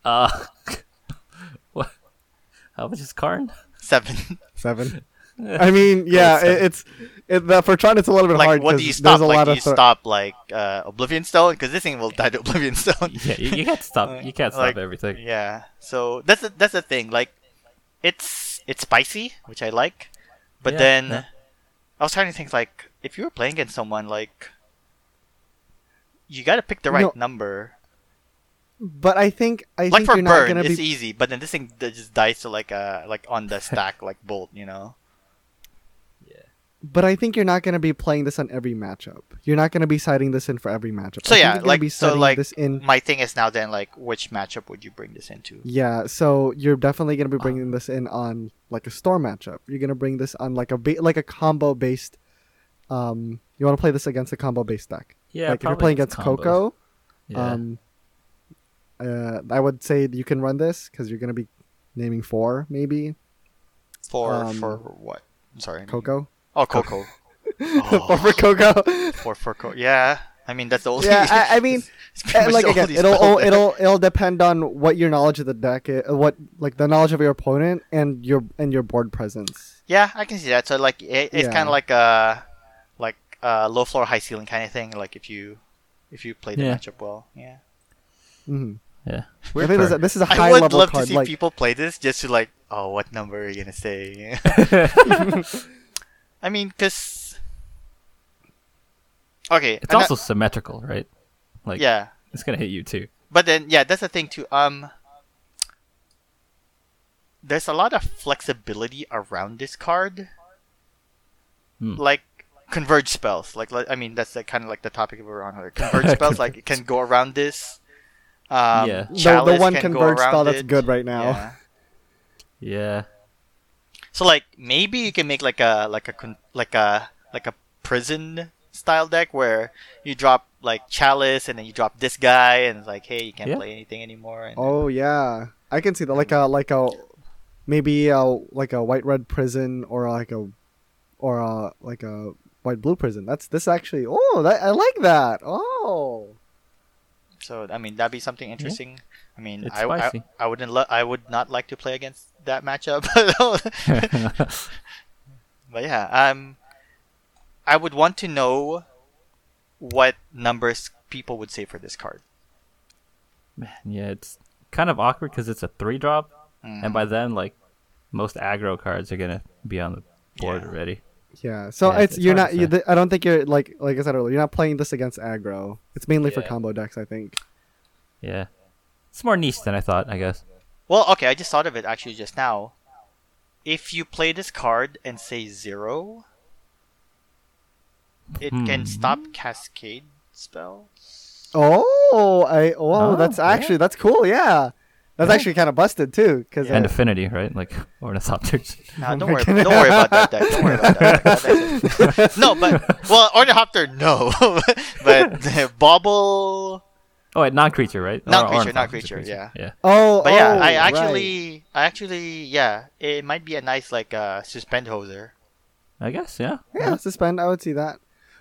Speaker 1: Uh, what? How much is Karn?
Speaker 2: Seven.
Speaker 3: seven. I mean, yeah,
Speaker 1: seven.
Speaker 3: it, it's it, the, for Tron. It's a little bit hard
Speaker 2: like what do
Speaker 3: 'cause
Speaker 2: you stop?
Speaker 3: there's a
Speaker 2: Like
Speaker 3: lot
Speaker 2: do
Speaker 3: of
Speaker 2: you
Speaker 3: thro-
Speaker 2: stop like uh, Oblivion Stone because this thing will die to Oblivion Stone.
Speaker 1: Yeah, you, you can't stop. You can't stop
Speaker 2: Like,
Speaker 1: everything.
Speaker 2: Yeah. So that's the, that's the thing. Like, it's it's spicy, which I like, but
Speaker 1: Yeah,
Speaker 2: then
Speaker 1: yeah.
Speaker 2: I was trying to think like if you were playing against someone like you got to pick the right
Speaker 3: No,
Speaker 2: number.
Speaker 3: But I think I
Speaker 2: Like
Speaker 3: think
Speaker 2: for
Speaker 3: you're not
Speaker 2: burn,
Speaker 3: gonna
Speaker 2: it's
Speaker 3: be.
Speaker 2: easy, but then this thing that just dies to like uh like on the stack like bolt, you know.
Speaker 3: But I think you're not gonna be playing this on every matchup. You're not gonna be citing this in for every matchup.
Speaker 2: So
Speaker 3: I
Speaker 2: yeah,
Speaker 3: think you're gonna
Speaker 2: like-
Speaker 3: be
Speaker 2: so,
Speaker 3: citing
Speaker 2: like,
Speaker 3: this in.
Speaker 2: My thing is now then like which matchup would you bring this into?
Speaker 3: Yeah, so you're definitely gonna be bringing this in on like a store matchup. You're gonna bring this on like a ba- like a combo based. Um, you want to play this against a combo based deck.
Speaker 1: Yeah,
Speaker 3: like if you're
Speaker 1: probably
Speaker 3: playing against
Speaker 1: combos.
Speaker 3: Coco,
Speaker 1: Yeah.
Speaker 3: um, uh, I would say that you can run this because you're gonna be naming four maybe
Speaker 2: For
Speaker 3: Um,
Speaker 2: for what? I'm sorry.
Speaker 3: Coco.
Speaker 2: Oh, Coco.
Speaker 3: four for Coco.
Speaker 2: for for Coco. Yeah. I mean that's the only
Speaker 3: yeah, I, I mean,
Speaker 2: it's pretty much
Speaker 3: like
Speaker 2: the
Speaker 3: again,
Speaker 2: only
Speaker 3: it'll
Speaker 2: spell
Speaker 3: it'll,
Speaker 2: that-
Speaker 3: it'll it'll depend on what your knowledge of the deck, is, what like the knowledge of your opponent and your and your board presence.
Speaker 2: Yeah, I can see that. So like it, it's
Speaker 3: Yeah.
Speaker 2: kind of like a like a low floor high ceiling kind of thing. Like if you if you play the
Speaker 1: Yeah.
Speaker 2: matchup well, yeah.
Speaker 3: hmm
Speaker 1: yeah.
Speaker 3: I
Speaker 1: Weird
Speaker 3: think this,
Speaker 1: card.
Speaker 3: this is a high
Speaker 2: I would
Speaker 3: level
Speaker 2: love
Speaker 3: card.
Speaker 2: to see
Speaker 3: like,
Speaker 2: people play this just to like, oh, what number are you gonna say? I mean, cause okay,
Speaker 1: It's
Speaker 2: and I-
Speaker 1: also symmetrical, right? Like
Speaker 2: yeah,
Speaker 1: it's gonna hit you too.
Speaker 2: but then yeah, that's the thing too. Um, there's a lot of flexibility around this card,
Speaker 1: Hmm.
Speaker 2: like converge spells. Like, like I mean, that's like, kind of like the topic we're on here. Converge spells, like it can go around this. Um,
Speaker 1: Yeah. The-
Speaker 3: the, the
Speaker 2: Chalice
Speaker 3: one
Speaker 2: can go
Speaker 3: converge spell
Speaker 2: around
Speaker 3: that's
Speaker 2: it.
Speaker 3: good right now.
Speaker 2: Yeah.
Speaker 1: Yeah.
Speaker 2: So like maybe you can make like a like a con- like a like a prison style deck where you drop like chalice and then you drop this guy and it's like hey you can't
Speaker 1: Yeah.
Speaker 2: play anything anymore and
Speaker 3: Oh yeah, I can see that. Like a like a maybe a like a white red prison or like a or a like a white blue prison. That's this actually. Oh, that I like that. Oh,
Speaker 2: so I mean that'd be something interesting. I mean
Speaker 1: It's
Speaker 2: Mm, I, I
Speaker 1: spicy.
Speaker 2: I wouldn't lo- I would not like to play against that matchup. but yeah, um I would want to know what numbers people would say for this card.
Speaker 1: Man, yeah, it's kind of awkward because it's a three drop,
Speaker 2: Mm.
Speaker 1: and by then, like, most aggro cards are gonna be on the board
Speaker 2: Yeah.
Speaker 1: already.
Speaker 3: yeah. So
Speaker 1: Yeah,
Speaker 3: it's,
Speaker 1: it's
Speaker 3: you're
Speaker 1: hard
Speaker 3: not.
Speaker 1: to
Speaker 3: You,
Speaker 1: say.
Speaker 3: th- I don't think you're like like I said earlier. You're not playing this against aggro. It's mainly for
Speaker 1: Yeah.
Speaker 3: combo decks, I think.
Speaker 1: Yeah, it's more niche than I thought. I guess.
Speaker 2: Well, okay, I just thought of it actually just now. If you play this card and say zero, it can
Speaker 1: Hmm.
Speaker 2: stop cascade spell.
Speaker 3: Oh, I oh,
Speaker 1: Oh,
Speaker 3: that's
Speaker 1: yeah.
Speaker 3: actually that's cool. Yeah, that's
Speaker 1: Yeah.
Speaker 3: actually kind of busted too. Because
Speaker 2: Yeah.
Speaker 1: And affinity, right? Like ornithopters.
Speaker 2: No,
Speaker 3: my
Speaker 2: don't worry.
Speaker 3: goodness.
Speaker 2: Don't worry about that deck. Don't worry about that. deck. That deck's- no, but well, Ornithopter, no, but Bobble.
Speaker 1: Oh, wait, non-creature, right? Or
Speaker 2: Non-creature,
Speaker 1: ornithopter,
Speaker 2: non-creature,
Speaker 1: creature.
Speaker 2: yeah.
Speaker 1: Yeah.
Speaker 3: oh,
Speaker 2: But yeah,
Speaker 3: oh,
Speaker 2: I
Speaker 3: right.
Speaker 2: actually, I actually, yeah, it might be a nice like uh, suspend holder.
Speaker 1: I guess. Yeah.
Speaker 3: Yeah, suspend. I would see that.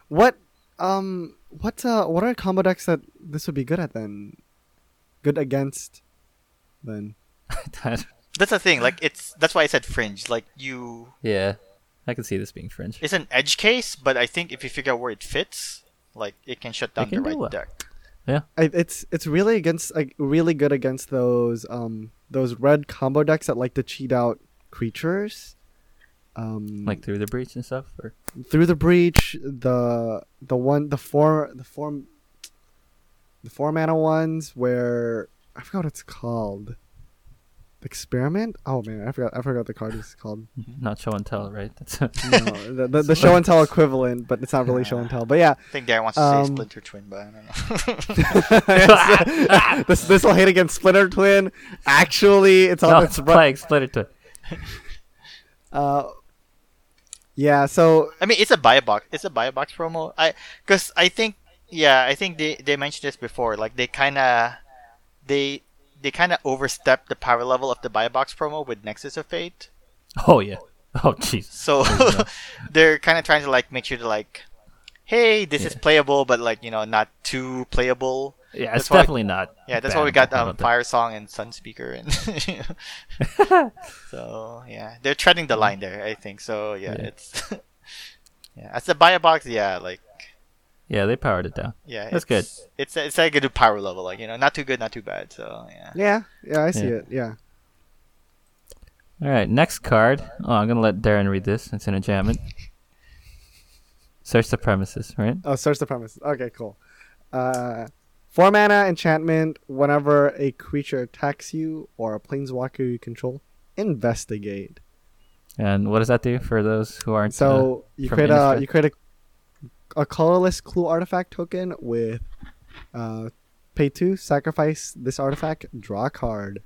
Speaker 3: What um what uh what are combo decks that this would be good at then? Good against then.
Speaker 2: That's the thing. Like it's that's why I said fringe. Like you,
Speaker 1: yeah. I can see this being fringe.
Speaker 2: it's an edge case, but I think if you figure out where it fits, like it can shut down
Speaker 1: can
Speaker 2: the
Speaker 1: do
Speaker 2: right
Speaker 1: it.
Speaker 2: deck.
Speaker 1: Yeah.
Speaker 3: I, it's it's really against like really good against those um those red combo decks that like to cheat out creatures. Um,
Speaker 1: Like through the breach and stuff. Or
Speaker 3: through the breach, the the one the four the form the four mana ones where I forgot what it's called. Experiment? Oh man, I forgot I forgot the card is called.
Speaker 1: not show and tell, right? That's
Speaker 3: No, the, the, the show and tell equivalent, but it's not really show and tell. But yeah,
Speaker 2: I think Darren wants to
Speaker 3: Um,
Speaker 2: say Splinter Twin, but I don't know.
Speaker 3: this this will hit against Splinter Twin. Actually, it's
Speaker 1: no,
Speaker 3: on
Speaker 1: it's
Speaker 3: its
Speaker 1: playing split it to
Speaker 3: uh, yeah. So
Speaker 2: I mean, it's a buy a box. It's a buy a box promo. I because I think yeah, I think they they mentioned this before. Like they kind of they they kind of overstepped the power level of the buy a box promo with Nexus of Fate.
Speaker 1: Oh yeah. Oh Jesus.
Speaker 2: So they're kind of trying to like make sure to like, hey, this is
Speaker 1: Yeah.
Speaker 2: playable, but like you know not too playable.
Speaker 1: Yeah,
Speaker 2: That's
Speaker 1: it's
Speaker 2: why-
Speaker 1: definitely not.
Speaker 2: Yeah, that's
Speaker 1: banned.
Speaker 2: why we got
Speaker 1: How
Speaker 2: um,
Speaker 1: about that?
Speaker 2: Fire Song and Sun Speaker, and so yeah, they're treading the line there. I think so. Yeah,
Speaker 1: Yeah.
Speaker 2: it's yeah, as a buy a box, yeah, like
Speaker 1: Yeah, they powered it down.
Speaker 2: yeah,
Speaker 1: That's
Speaker 2: it's, good. It's it's like a good power level, like you know, not too good, not too bad. So yeah,
Speaker 3: yeah, yeah, I see
Speaker 1: Yeah.
Speaker 3: it. Yeah.
Speaker 1: All right, next card. Oh, I'm gonna let Darren read this. It's an enchantment. Search the premises, right?
Speaker 3: Oh, search the premises. Okay, cool. Uh, four mana enchantment. Whenever a creature attacks you or a planeswalker you control, investigate.
Speaker 1: And what does that do for those who aren't? uh,
Speaker 3: So you
Speaker 1: from
Speaker 3: create a
Speaker 1: Innistrad?
Speaker 3: you create a a colorless clue artifact token with uh, pay two, sacrifice this artifact, draw a card.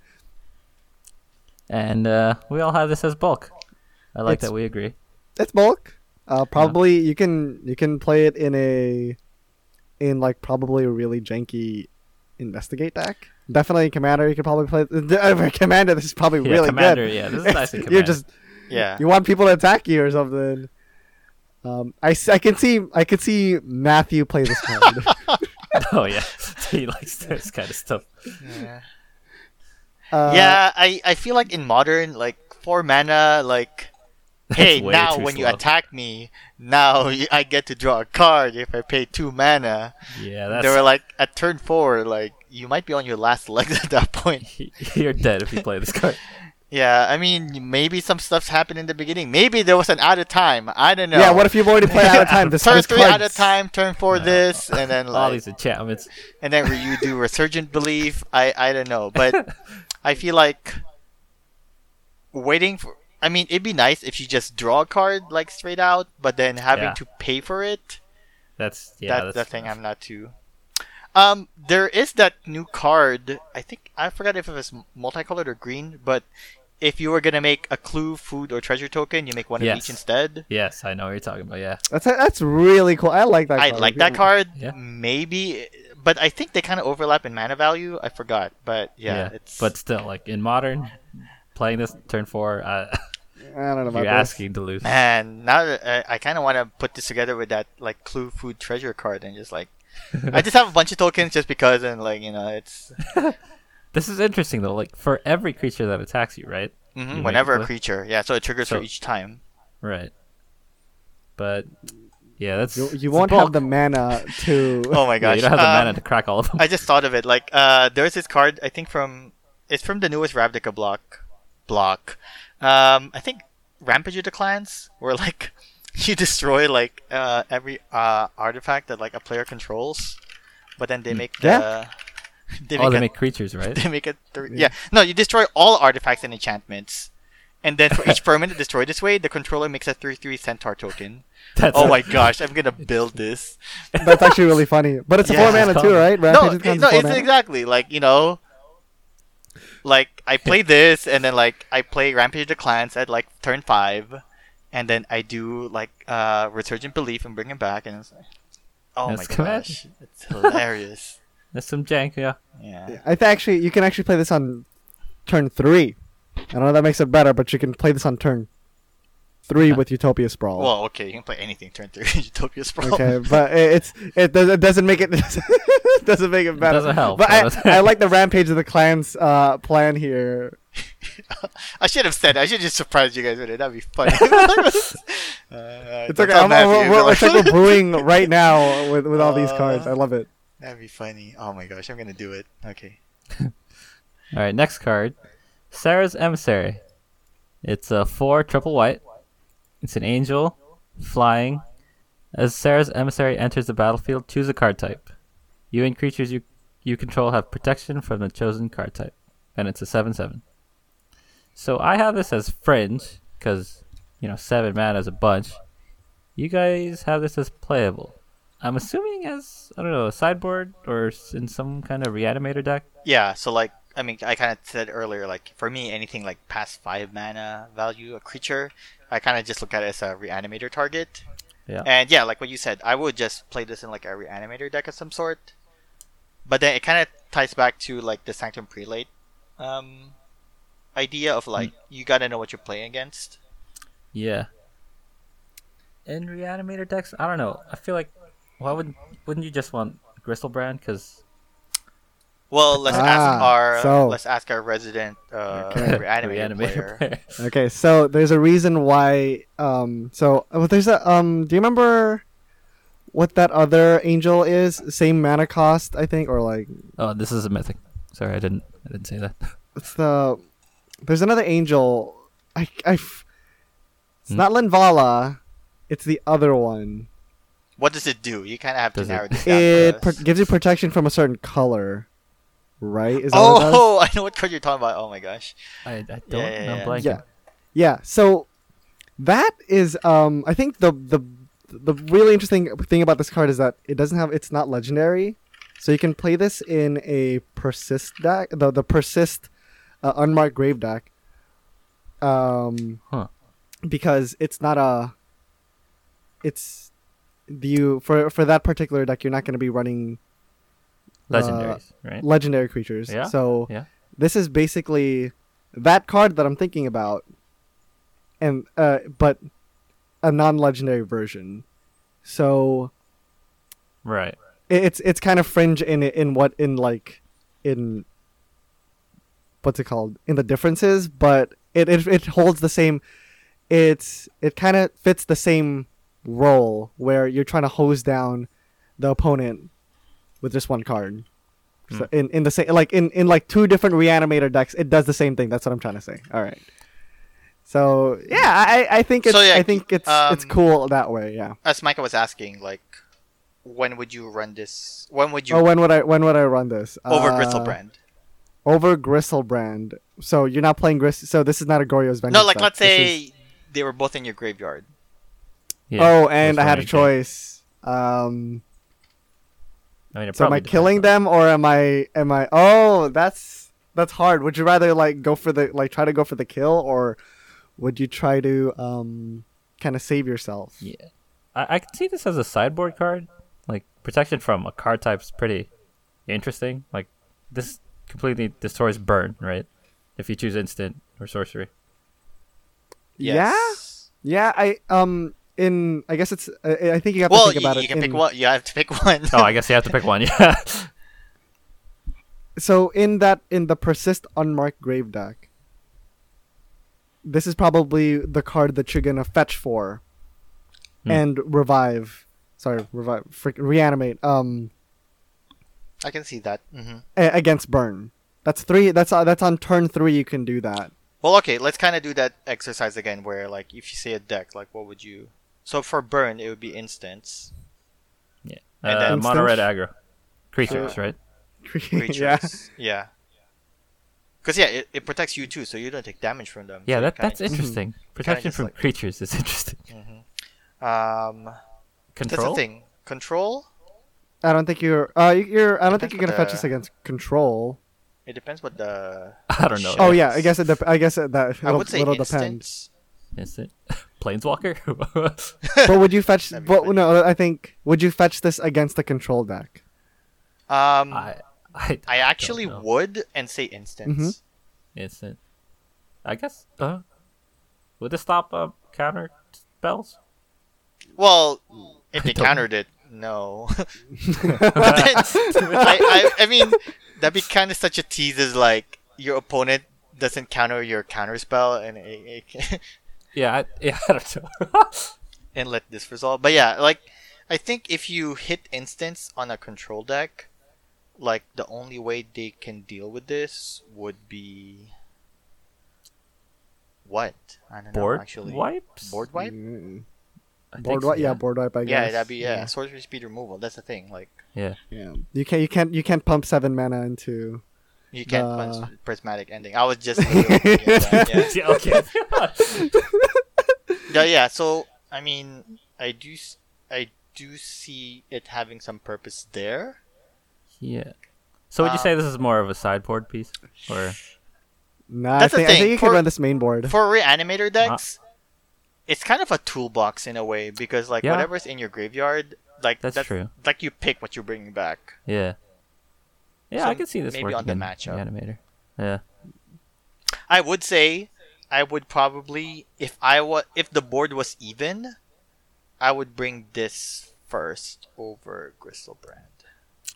Speaker 1: and uh, we all have this as bulk. I like
Speaker 3: It's-
Speaker 1: that we agree.
Speaker 3: It's bulk. Uh, probably you can you can play it in a in like probably a really janky investigate deck. Definitely commander. You could probably play uh, commander. This is probably
Speaker 1: Yeah,
Speaker 3: really
Speaker 1: commander.
Speaker 3: good.
Speaker 1: Yeah, this is nice. in Commander.
Speaker 3: You're just
Speaker 2: yeah,
Speaker 3: you want people to attack you or something. Um, I, s- I can see I can see Matthew play this card. Uh,
Speaker 1: Oh yeah, he likes this kind of stuff.
Speaker 2: yeah.
Speaker 3: Uh,
Speaker 2: yeah, I I feel like in modern, like four mana, like hey,
Speaker 1: way
Speaker 2: now
Speaker 1: too
Speaker 2: when you
Speaker 1: slow.
Speaker 2: attack me, now y- I get to draw a card if I pay two mana.
Speaker 1: Yeah, that's.
Speaker 2: They were like at turn four, like you might be on your last legs at that point.
Speaker 1: you're dead if you play this card.
Speaker 2: Yeah, I mean maybe some stuff's happened in the beginning. Maybe there was an out of time. I don't know.
Speaker 3: Yeah, what if you've already played out of time? This
Speaker 2: turn
Speaker 3: this
Speaker 2: three out
Speaker 3: card's-
Speaker 2: of time, turn four this, and then
Speaker 1: All
Speaker 2: like,
Speaker 1: these enchantments.
Speaker 2: and then you do resurgent belief. I I don't know, but I feel like waiting for. I mean, it'd be nice if you just draw a card like straight out, but then having
Speaker 1: Yeah.
Speaker 2: to pay for it.
Speaker 1: That's yeah.
Speaker 2: that's
Speaker 1: that's
Speaker 2: the thing. I'm not too. Um, there is that new card. I think I forgot if it was multicolored or green, but if you were gonna make a clue, food, or treasure token, you make one of
Speaker 1: Yes.
Speaker 2: each instead.
Speaker 1: Yes, I know what you're talking about. Yeah,
Speaker 3: That's that's really cool. I like that.
Speaker 2: I
Speaker 3: card.
Speaker 2: like that card.
Speaker 1: Yeah.
Speaker 2: Maybe, but I think they kind of overlap in mana value. I forgot, but yeah, it's
Speaker 1: but still, like in modern, playing this turn four, uh,
Speaker 3: I don't know about
Speaker 1: you're
Speaker 3: this.
Speaker 1: asking to lose.
Speaker 2: man. Now that I, I kind of want to put this together with that like clue, food, treasure card, and just like I just have a bunch of tokens just because, and like you know, it's
Speaker 1: This is interesting though. Like for every creature that attacks you, right?
Speaker 2: mhm,
Speaker 1: make a
Speaker 2: whenever a
Speaker 1: clue.
Speaker 2: creature. Yeah, so it triggers
Speaker 1: So-
Speaker 2: for each time.
Speaker 1: Right. But yeah, that's
Speaker 3: You,
Speaker 1: it's
Speaker 3: you
Speaker 1: a
Speaker 3: won't
Speaker 1: bulk.
Speaker 3: have the mana to.
Speaker 2: Oh my
Speaker 1: Yeah,
Speaker 2: gosh!
Speaker 1: you don't have the
Speaker 2: Um,
Speaker 1: mana to crack all of them.
Speaker 2: I just thought of it. Like, uh, there's this card. I think from it's from the newest Ravnica block. Block. Um, I think Rampage of the Clans, where like you destroy like uh, every uh, artifact that like a player controls, but then they make the
Speaker 3: Yeah.
Speaker 2: they
Speaker 1: Hmm.
Speaker 2: make,
Speaker 1: oh, they
Speaker 2: a,
Speaker 1: make creatures, right?
Speaker 2: they make a three.
Speaker 3: Yeah.
Speaker 2: Yeah. no, you destroy all artifacts and enchantments. And then for each permanent destroyed this way, the controller makes a 3 3 centaur token.
Speaker 1: That's
Speaker 2: Oh my gosh, I'm gonna build this.
Speaker 3: That's actually really funny. But it's a
Speaker 2: Yeah.
Speaker 3: four mana too, right?
Speaker 2: no,
Speaker 3: Rampage
Speaker 2: it-
Speaker 3: of Cons is
Speaker 2: no,
Speaker 3: four
Speaker 2: it's
Speaker 3: mana.
Speaker 2: exactly like you know, like I play this, and then like I play Rampage of the Clans at like turn five, and then I do like uh Resurgent Belief and bring him back, and it's like, oh
Speaker 1: That's
Speaker 2: my
Speaker 1: command.
Speaker 2: gosh, it's hilarious.
Speaker 1: That's some jank, yeah.
Speaker 2: yeah.
Speaker 3: I th- actually you can actually play this on turn three. I don't know if that makes it better, but you can play this on turn three
Speaker 1: Yeah.
Speaker 3: with Utopia Sprawl.
Speaker 2: Well, okay, you can play anything turn three Utopia Sprawl.
Speaker 3: Okay, but it- it's it, does, it doesn't make it, it doesn't make it better.
Speaker 1: doesn't help,
Speaker 3: But
Speaker 1: but-
Speaker 3: I, I like the Rampage of the Clans uh, plan here.
Speaker 2: I should have said. It. I should have just surprised you guys with it. That'd be funny. Uh, Uh,
Speaker 3: It's okay. I'm, I'm, we're, it's like we're brewing right now with, with all these cards. I love it.
Speaker 2: That'd be funny. Oh my gosh, I'm gonna do it. Okay.
Speaker 1: All right, next card, Sarah's emissary. It's a four triple white. It's an angel, flying. As Sarah's emissary enters the battlefield, choose a card type. You and creatures you you control have protection from the chosen card type, and it's a seven seven. So I have this as fringe because you know seven mana is a bunch. You guys have this as playable. I'm assuming as I don't know a sideboard or s- in some kind of reanimator deck.
Speaker 2: Yeah. So like, I mean, I kind of said earlier, like for me, anything like past five mana value a creature, I kind of just look at it as a reanimator target.
Speaker 1: Yeah.
Speaker 2: And yeah, like what you said, I would just play this in like a reanimator deck of some sort. But then it kind of ties back to like the Sanctum Prelate um, idea of like you gotta know what you're playing against.
Speaker 1: Yeah. And reanimator decks, I don't know. I feel like why would wouldn't you just want Gristlebrand? Because
Speaker 2: Well, let's ask
Speaker 3: Ah,
Speaker 2: our uh,
Speaker 3: so-
Speaker 2: let's ask our resident uh,
Speaker 3: Okay.
Speaker 2: reanimator, player.
Speaker 3: Okay, so there's a reason why. Um, so well, there's a. Um, do you remember what that other angel is? Same mana cost, I think, or like
Speaker 1: Oh, this is a mythic. Sorry, I didn't. I didn't say that.
Speaker 3: it's the. There's another angel. I. I f- it's
Speaker 1: Hmm.
Speaker 3: not Lenvala. It's the other one.
Speaker 2: What does it do? You kind of have
Speaker 1: Does it-
Speaker 2: to narrow this down. for
Speaker 3: It
Speaker 2: us.
Speaker 3: pro- gives you protection from a certain color, right? Is that what it does?
Speaker 2: oh, I know what card you're talking about. Oh my gosh.
Speaker 1: I, I don't.
Speaker 2: Yeah, yeah,
Speaker 1: I'm
Speaker 2: yeah.
Speaker 1: blanking.
Speaker 3: yeah yeah so that is um i think the the the really interesting thing about this card is that it doesn't have it's not legendary so you can play this in a persist deck the, the persist uh, unmarked grave deck um
Speaker 1: Huh.
Speaker 3: because it's not a it's you for for that particular deck you're not going to be running uh,
Speaker 1: Legendaries, right?
Speaker 3: legendary creatures
Speaker 1: Yeah,
Speaker 3: so
Speaker 1: yeah.
Speaker 3: this is basically that card that I'm thinking about, and uh, but a non-legendary version. So
Speaker 1: Right.
Speaker 3: i- it's it's kind of fringe in in what in like in what's it called in the differences, but it it, it holds the same. It's it kind of fits the same role where you're trying to hose down the opponent with just one card.
Speaker 2: Hmm.
Speaker 3: So in, in the same like in, in like two different reanimator decks, it does the same thing. That's what I'm trying to say. All right. So yeah, I, I think it's
Speaker 2: So, yeah,
Speaker 3: I think it's it's
Speaker 2: um,
Speaker 3: cool that way. Yeah.
Speaker 2: As Micah was asking, like, when would you run this? When would you
Speaker 3: oh, when would I when would I run this
Speaker 2: over
Speaker 3: Uh,
Speaker 2: Gristlebrand?
Speaker 3: Over Gristlebrand. So you're not playing Grist. So this is not a Goryo's Vengeance.
Speaker 2: No, like,
Speaker 3: deck.
Speaker 2: let's
Speaker 3: This
Speaker 2: say
Speaker 3: is-
Speaker 2: they were both in your graveyard.
Speaker 1: Yeah,
Speaker 3: oh, and
Speaker 1: that's
Speaker 3: I had a
Speaker 1: what I'm
Speaker 3: choice.
Speaker 1: thinking.
Speaker 3: Um,
Speaker 1: I mean, it
Speaker 3: so am
Speaker 1: probably
Speaker 3: I
Speaker 1: depends
Speaker 3: killing
Speaker 1: on-
Speaker 3: them or am I am I? Oh, that's that's hard. Would you rather like go for the like try to go for the kill or would you try to um kind of save yourself?
Speaker 1: Yeah. I, I can see this as a sideboard card. Like protection from a card type's pretty interesting. Like this completely destroys burn, right? If you choose instant or sorcery.
Speaker 2: Yes.
Speaker 3: Yeah, I um in I guess it's I, I think you have
Speaker 2: Well,
Speaker 3: to
Speaker 2: you,
Speaker 3: think about
Speaker 2: you
Speaker 3: it.
Speaker 2: can
Speaker 3: in,
Speaker 2: pick one. You have to pick one.
Speaker 1: Oh, I guess you have to pick one. Yeah.
Speaker 3: So in that in the persist unmarked grave deck, this is probably the card that you're gonna fetch for,
Speaker 1: Hmm.
Speaker 3: and revive. Sorry, revive, frick, reanimate. Um,
Speaker 2: I can see that. hmm
Speaker 3: a- against burn. That's three. That's uh, that's on turn three. You can do that.
Speaker 2: Well, okay, let's kind of do that exercise again, where like if you say a deck, like what would you? So for burn, it would be instants, And
Speaker 1: uh,
Speaker 2: then-
Speaker 1: mono red
Speaker 3: Instant?
Speaker 1: aggro. Creatures, right?
Speaker 2: creatures. yeah.
Speaker 3: yeah.
Speaker 2: Because yeah, it, it protects you too, so you don't take damage from them.
Speaker 1: Yeah,
Speaker 2: so
Speaker 1: that,
Speaker 2: you kinda
Speaker 1: that's interesting. Protection
Speaker 2: just
Speaker 1: from
Speaker 2: like-
Speaker 1: creatures is interesting.
Speaker 2: Um, that's the
Speaker 1: Control.
Speaker 2: thing. Control.
Speaker 3: I don't think you're. Uh, you- you're. I don't think
Speaker 2: Depends
Speaker 3: you're gonna
Speaker 2: what
Speaker 3: fetch
Speaker 2: the-
Speaker 3: this against control.
Speaker 2: It depends what the.
Speaker 1: I don't know.
Speaker 2: Shit.
Speaker 3: Oh yeah, I guess it. Dep- I guess it, that it'll,
Speaker 2: I would say
Speaker 3: it'll depend.
Speaker 2: instants.
Speaker 1: Instant. Planeswalker.
Speaker 3: but would you fetch?
Speaker 2: That'd be
Speaker 3: But
Speaker 2: funny.
Speaker 3: no, I think would you fetch this against the control deck?
Speaker 2: Um, I,
Speaker 1: I, I,
Speaker 2: actually
Speaker 1: know.
Speaker 2: would and say instants.
Speaker 1: instant. I guess. Uh, would this stop uh, counter spells?
Speaker 2: Well, if
Speaker 1: I
Speaker 2: they
Speaker 1: don't-
Speaker 2: countered it, no. But then, I, I, I mean, that'd be kind of such a tease. Is like your opponent doesn't counter your counter spell and it, it,
Speaker 1: Yeah, I, yeah, I don't know.
Speaker 2: and let this resolve. But yeah, like I think if you hit instants on a control deck, like the only way they can deal with this would be what? I don't
Speaker 1: board
Speaker 2: know actually.
Speaker 1: wipes.
Speaker 2: Board wipe?
Speaker 3: Mm.
Speaker 1: I think
Speaker 3: Board
Speaker 1: so,
Speaker 3: wipe, yeah. board wipe. I
Speaker 2: Yeah,
Speaker 3: guess.
Speaker 2: that'd be yeah, sorcery speed removal. That's the thing. Like
Speaker 1: yeah.
Speaker 3: Yeah. You can't. You can't. You can't pump seven mana into.
Speaker 2: you can't
Speaker 3: Uh.
Speaker 2: punch prismatic ending. I was just literally thinking that, yeah.
Speaker 1: Yeah, okay.
Speaker 2: yeah, yeah. So I mean, I do, s- I do see it having some purpose there.
Speaker 1: yeah. So would you
Speaker 2: Um,
Speaker 1: say this is more of a sideboard piece, or
Speaker 3: Nah,
Speaker 2: That's the
Speaker 3: I think, I
Speaker 2: thing,
Speaker 3: think you can
Speaker 2: for-
Speaker 3: run this main board.
Speaker 2: For reanimator decks, it's kind of a toolbox in a way because like
Speaker 1: Yeah.
Speaker 2: whatever's in your graveyard, like
Speaker 1: That's true.
Speaker 2: Like you pick what you're bringing back.
Speaker 1: yeah? Yeah,
Speaker 2: So
Speaker 1: I can see this
Speaker 2: maybe
Speaker 1: working
Speaker 2: on the
Speaker 1: in
Speaker 2: matchup.
Speaker 1: Reanimator. Yeah.
Speaker 2: I would say, I would probably if I was if the board was even, I would bring this first over Gristlebrand.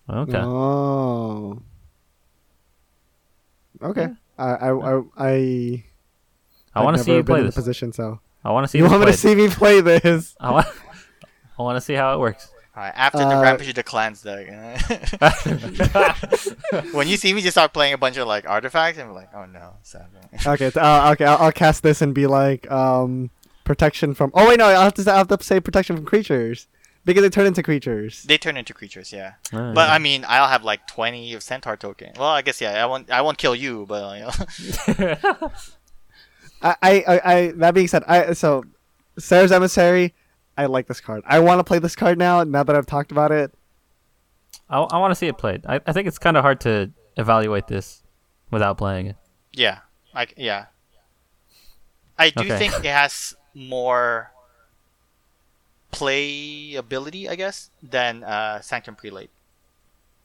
Speaker 1: Okay.
Speaker 3: Oh. Okay. I, I I I.
Speaker 1: I want to see you play this.
Speaker 3: position. So
Speaker 1: I want to see
Speaker 3: you
Speaker 1: this
Speaker 3: want me
Speaker 1: play.
Speaker 3: to see me play this?
Speaker 1: I want. I want to see how it works.
Speaker 2: All right, after the
Speaker 3: Uh,
Speaker 2: rampage of the clans, deck. when you see me, just start playing a bunch of like artifacts, and be like, oh no, sad.
Speaker 3: Okay. t- Uh, okay. I'll, I'll cast this and be like, um, protection from. Oh wait, no. I have to. I have to say protection from creatures because they turn into creatures.
Speaker 2: They turn into creatures, yeah.
Speaker 1: Oh,
Speaker 2: But
Speaker 1: yeah.
Speaker 2: I mean, I'll have like twenty of centaur token. Well, I guess yeah. I won't. I won't kill you, but like,
Speaker 3: I, I, I, I. That being said, I so Sarah's emissary. I like this card. I want to play this card now. Now that I've talked about it.
Speaker 1: I, I want to see it played. I, I think it's kind of hard to evaluate this without playing it.
Speaker 2: yeah, like yeah. I do
Speaker 1: Okay.
Speaker 2: think it has more playability, I guess, than uh, Sanctum Prelate,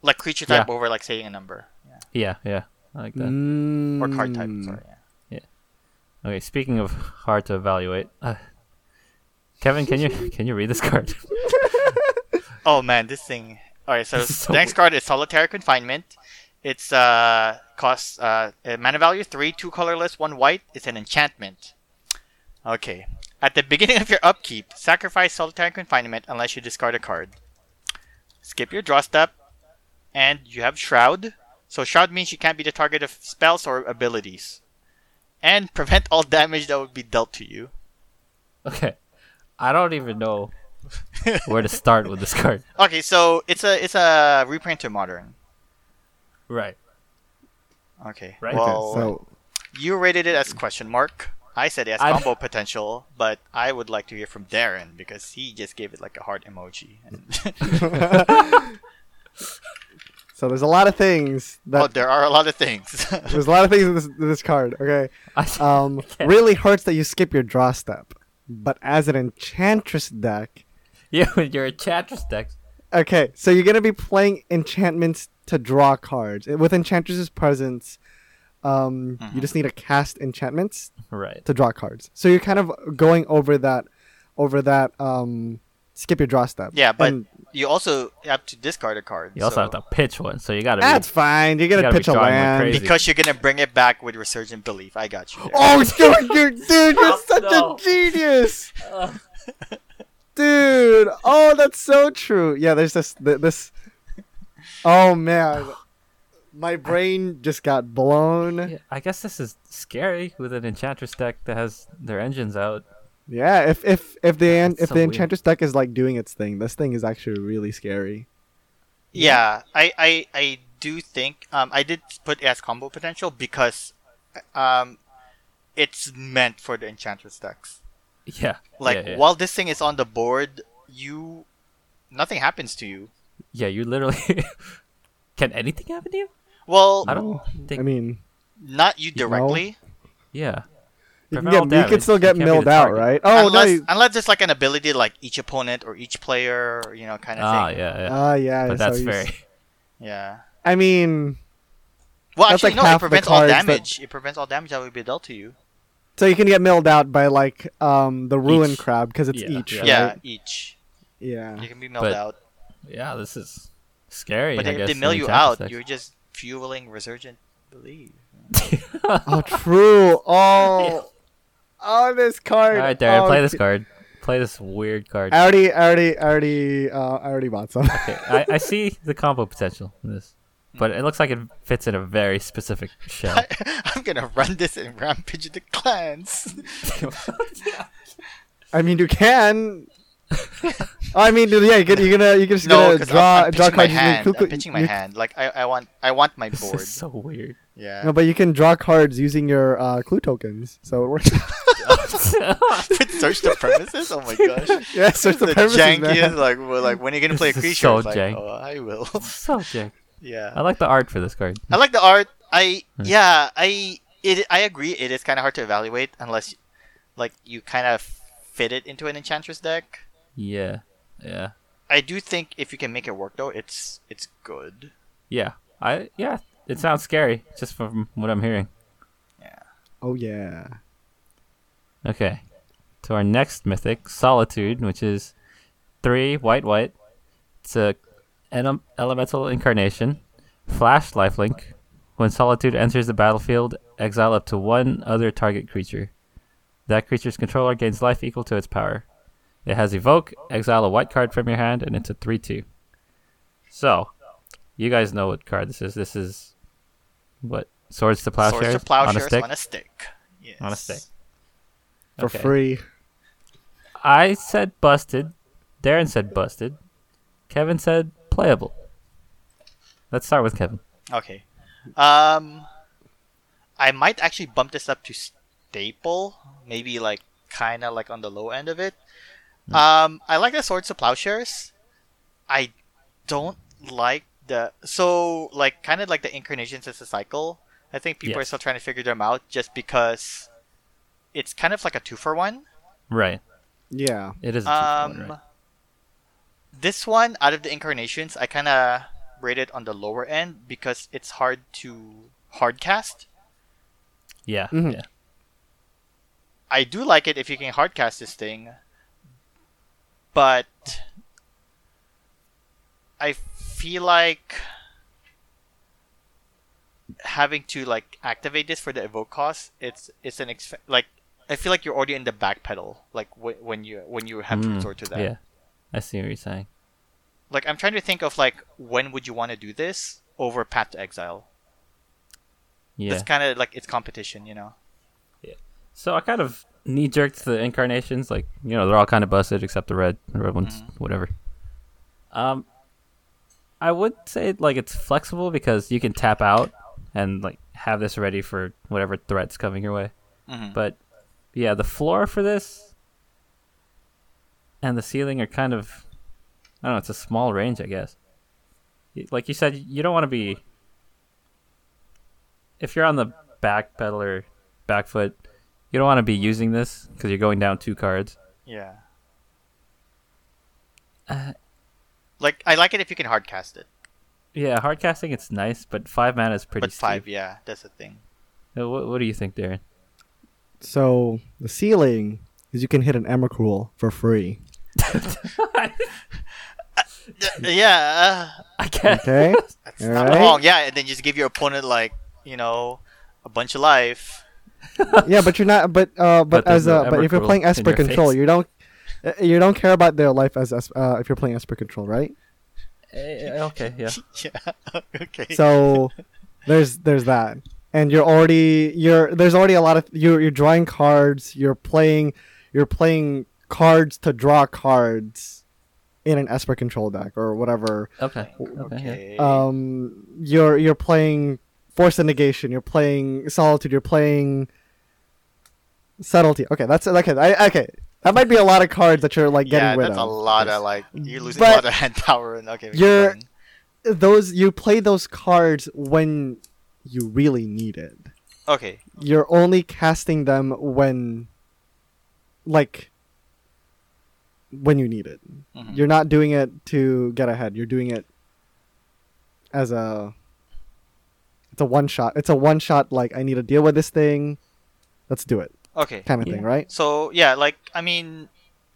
Speaker 2: like creature type over like saying a number yeah.
Speaker 1: Yeah, yeah, I like that.
Speaker 2: or card type.
Speaker 1: Hmm.
Speaker 3: Mm.
Speaker 2: Sorry, yeah.
Speaker 1: Okay, speaking of hard to evaluate, uh, Kevin, can you can you read this card?
Speaker 2: Oh man, this thing. All right, so,
Speaker 1: This is so
Speaker 2: the next
Speaker 1: weird.
Speaker 2: card is Solitary Confinement. It's uh costs uh uh, mana value three, two colorless, one white. It's an enchantment. Okay. At the beginning of your upkeep, sacrifice Solitary Confinement unless you discard a card. Skip your draw step, and you have Shroud. So Shroud means you can't be the target of spells or abilities, and prevent all damage that would be dealt to you.
Speaker 1: okay, I don't even know where to start with this card.
Speaker 2: Okay, so it's a it's a reprint to modern.
Speaker 1: Right.
Speaker 2: Okay.
Speaker 1: Right. Okay,
Speaker 2: Well,
Speaker 3: So
Speaker 2: You rated it as question mark. I said it as
Speaker 1: I-
Speaker 2: combo potential, but I would like to hear from Darren because he just gave it like a heart emoji. And
Speaker 3: so there's a lot of things that
Speaker 2: oh, there are a lot of things.
Speaker 3: there's a lot of things in this, in this card. Okay.
Speaker 1: I,
Speaker 3: Um,
Speaker 1: Okay.
Speaker 3: really hurts that you skip your draw step, but as an enchantress deck,
Speaker 1: yeah, with your enchantress deck.
Speaker 3: okay, so you're gonna be playing enchantments to draw cards. And With enchantress's presence, um, you just need to cast enchantments
Speaker 1: Right.
Speaker 3: to draw cards. So you're kind of going over that, over that um, skip your draw step.
Speaker 2: yeah, but
Speaker 3: And
Speaker 2: you also have to discard a card.
Speaker 1: You also
Speaker 2: so-
Speaker 1: have to pitch one, so you got to.
Speaker 3: that's fine. You're gonna
Speaker 1: gotta be
Speaker 3: pitch a
Speaker 1: drawing like
Speaker 3: land.
Speaker 1: crazy.
Speaker 2: because you're gonna bring it back with resurgent belief. I got you. Darren.
Speaker 3: Oh, dude, you're, dude, you're
Speaker 1: Oh,
Speaker 3: such
Speaker 1: no.
Speaker 3: a genius, dude. Oh, that's so true. Yeah, there's this, th- this. Oh man, my brain just got blown.
Speaker 1: I guess this is scary with an enchantress deck that has their engines out.
Speaker 3: Yeah, if if if the en-
Speaker 1: That's
Speaker 3: if
Speaker 1: so
Speaker 3: the
Speaker 1: weird.
Speaker 3: enchantress deck is like doing its thing, this thing is actually really scary.
Speaker 2: Yeah, I, I I do think um I did put it as combo potential because um it's meant for the enchantress decks.
Speaker 1: Yeah.
Speaker 2: Like
Speaker 1: yeah, yeah.
Speaker 2: while this thing is on the board, you nothing happens to you.
Speaker 1: Yeah, you literally. Can anything happen to you?
Speaker 2: Well,
Speaker 1: I don't think.
Speaker 3: Oh, I mean,
Speaker 2: not you
Speaker 3: No.
Speaker 2: directly.
Speaker 1: yeah.
Speaker 3: you can,
Speaker 1: Preventable
Speaker 3: get, you can
Speaker 1: damage,
Speaker 3: still
Speaker 1: you
Speaker 3: get
Speaker 1: can't be
Speaker 3: milled
Speaker 1: the
Speaker 3: out,
Speaker 1: target.
Speaker 3: right? Oh
Speaker 2: unless,
Speaker 3: no. you-
Speaker 2: unless there's like an ability like each opponent or each player, you know, kind of
Speaker 1: Ah,
Speaker 2: thing.
Speaker 1: yeah, yeah.
Speaker 3: Ah, yeah.
Speaker 1: but
Speaker 3: so
Speaker 1: that's
Speaker 3: you s-
Speaker 1: very.
Speaker 2: Yeah.
Speaker 3: I mean,
Speaker 2: Well,
Speaker 3: That's
Speaker 2: actually,
Speaker 3: like
Speaker 2: no. It
Speaker 3: half the
Speaker 2: prevents all
Speaker 3: cards that-
Speaker 2: damage. It prevents all damage that would be dealt to you.
Speaker 3: so you can get milled out by like um the ruin
Speaker 1: Each.
Speaker 3: crab because it's
Speaker 1: Yeah,
Speaker 3: each.
Speaker 1: yeah.
Speaker 3: right?
Speaker 2: Yeah, each.
Speaker 3: Yeah.
Speaker 2: You can be milled
Speaker 1: But-
Speaker 2: out,
Speaker 1: Yeah, this is scary.
Speaker 2: but
Speaker 1: I
Speaker 2: if
Speaker 1: guess,
Speaker 2: they
Speaker 1: in
Speaker 2: mill you
Speaker 1: enchantress
Speaker 2: out,
Speaker 1: decks.
Speaker 2: you're just fueling resurgent belief.
Speaker 3: Oh, true. Oh, oh, this card.
Speaker 1: All right, Darren,
Speaker 3: Oh,
Speaker 1: play this
Speaker 3: d-
Speaker 1: card. Play this weird card.
Speaker 3: I already, I already, I already, uh, I already bought some.
Speaker 1: Okay, I, I see the combo potential in this.
Speaker 2: Hmm.
Speaker 1: but it looks like it fits in a very specific shell.
Speaker 2: I'm gonna run this and rampage the clans.
Speaker 3: I mean, you can. Oh, I mean, yeah, you're gonna you're gonna, you're just
Speaker 2: no,
Speaker 3: gonna
Speaker 2: 'cause I'm-
Speaker 3: draw
Speaker 2: I'm,
Speaker 3: draw
Speaker 2: pitching my
Speaker 3: cards. using
Speaker 2: hand.
Speaker 3: cuckoo-
Speaker 2: I'm pitching my
Speaker 3: you-
Speaker 2: hand. Like I, I want, I want my
Speaker 1: This
Speaker 2: board.
Speaker 1: is so weird.
Speaker 2: Yeah.
Speaker 3: No, but you can draw cards using your uh, clue tokens, so it works.
Speaker 2: But search the premises. Oh my gosh.
Speaker 3: yeah, search the,
Speaker 2: the
Speaker 3: purposes,
Speaker 2: jankiest.
Speaker 3: man.
Speaker 2: Like, well, like when are you gonna
Speaker 1: This
Speaker 2: play a
Speaker 1: is
Speaker 2: creature?
Speaker 1: so
Speaker 2: It's like,
Speaker 1: jank. Uh,
Speaker 2: oh, I will.
Speaker 1: so jank.
Speaker 2: yeah.
Speaker 1: I like the art for this card.
Speaker 2: I like the art. I
Speaker 1: Hmm.
Speaker 2: yeah, I it I agree it is kind of hard to evaluate unless like you kind of fit it into an enchantress deck.
Speaker 1: Yeah, yeah,
Speaker 2: I do think if you can make it work though, it's it's good.
Speaker 1: yeah. I yeah. It sounds scary just from what I'm hearing.
Speaker 3: Oh yeah.
Speaker 1: Okay. To our next mythic, Solitude, which is three white white. It's a ele- elemental incarnation. Flash lifelink. When Solitude enters the battlefield, exile up to one other target creature. That creature's controller gains life equal to its power. It has evoke, exile a white card from your hand, and it's a 3 2. So, you guys know what card this is. This is what? Swords to Plowshares,
Speaker 2: Swords to
Speaker 1: on a
Speaker 2: plowshares
Speaker 1: stick.
Speaker 2: on a stick. Yes.
Speaker 1: On a stick.
Speaker 3: For
Speaker 1: Okay.
Speaker 3: free.
Speaker 1: I said busted. Darren said busted. Kevin said playable. Let's start with Kevin.
Speaker 2: Okay. Um, I might actually bump this up to staple, maybe like kind of like on the low end of it. Um, I like the swords to plowshares. I don't like the so like kind of like the incarnations as a cycle. I think people are
Speaker 1: Yes.
Speaker 2: still trying to figure them out just because it's kind of like a two for one.
Speaker 1: Right.
Speaker 3: Yeah.
Speaker 1: It is a two for one,
Speaker 2: Um,
Speaker 1: right?
Speaker 2: this one out of the incarnations, I kind of rate it on the lower end because it's hard to hard cast.
Speaker 1: Yeah.
Speaker 3: mhm.
Speaker 1: Yeah.
Speaker 2: I do like it if you can hardcast this thing, but I feel like having to like activate this for the evoke cost. It's it's an exp- like I feel like you're already in the back pedal like w- when you when you have to
Speaker 1: Mm,
Speaker 2: resort to that.
Speaker 1: Yeah. I see what you're saying.
Speaker 2: Like I'm trying to think of like when would you want to do this over Path to Exile?
Speaker 1: Yeah.
Speaker 2: That's kind of like it's competition, you know.
Speaker 1: So I kind of knee jerked the incarnations, like you know, they're all kind of busted except the red. The red ones, whatever. Um, I would say like it's flexible because you can tap out and like have this ready for whatever threats coming your way.
Speaker 2: Mhm.
Speaker 1: But yeah, the floor for this and the ceiling are kind of I don't know. It's a small range, I guess. Y- Like you said, you don't want to be if you're on the back pedal or back foot you don't want to be using this because you're going down two cards.
Speaker 2: Yeah.
Speaker 1: Uh,
Speaker 2: Like I like it if you can hardcast it.
Speaker 1: Yeah, hard casting it's nice, but five mana is pretty.
Speaker 2: but five,
Speaker 1: steep.
Speaker 2: yeah, that's the thing.
Speaker 1: Uh, What, what do you think, Darren?
Speaker 3: So the ceiling is you can hit an Emrakul for free.
Speaker 2: yeah, uh,
Speaker 1: I can't.
Speaker 3: Okay.
Speaker 2: that's
Speaker 3: All
Speaker 2: not
Speaker 3: right.
Speaker 2: wrong. Yeah, and then just give your opponent like you know a bunch of life.
Speaker 3: yeah, but you're not. But uh, but,
Speaker 1: But there's
Speaker 3: as
Speaker 1: no
Speaker 3: uh, but if you're
Speaker 1: Emrakul
Speaker 3: playing
Speaker 1: in
Speaker 3: S per
Speaker 1: your
Speaker 3: control,
Speaker 1: face.
Speaker 3: you don't. uh, You don't care about their life as as- uh, if you're playing S per control, right?
Speaker 1: Eh, okay, yeah.
Speaker 2: yeah. okay.
Speaker 1: Uh,
Speaker 3: So there's there's that, and you're already you're there's already a lot of you're you're drawing cards. You're playing you're playing cards to draw cards in an Esper control deck or whatever.
Speaker 1: Okay. Okay. Yeah.
Speaker 2: okay.
Speaker 3: Um, you're you're playing Force of Negation. You're playing Solitude. You're playing Subtlety. Okay, that's okay. I, okay, that might be a lot of cards that you're like getting
Speaker 2: yeah,
Speaker 3: rid
Speaker 2: that's
Speaker 3: of.
Speaker 2: a lot of like you're losing
Speaker 3: But
Speaker 2: a lot of hand power and okay. keep
Speaker 3: you're-
Speaker 2: going.
Speaker 3: those you play those cards when you really need it.
Speaker 2: okay.
Speaker 3: you're only casting them when like when you need it.
Speaker 2: Mhm.
Speaker 3: You're not doing it to get ahead. You're doing it as a it's a one shot. It's a one shot like I need to deal with this thing. Let's do it.
Speaker 2: Okay.
Speaker 3: Kind of
Speaker 1: Yeah.
Speaker 3: thing, right?
Speaker 2: So yeah, like I mean,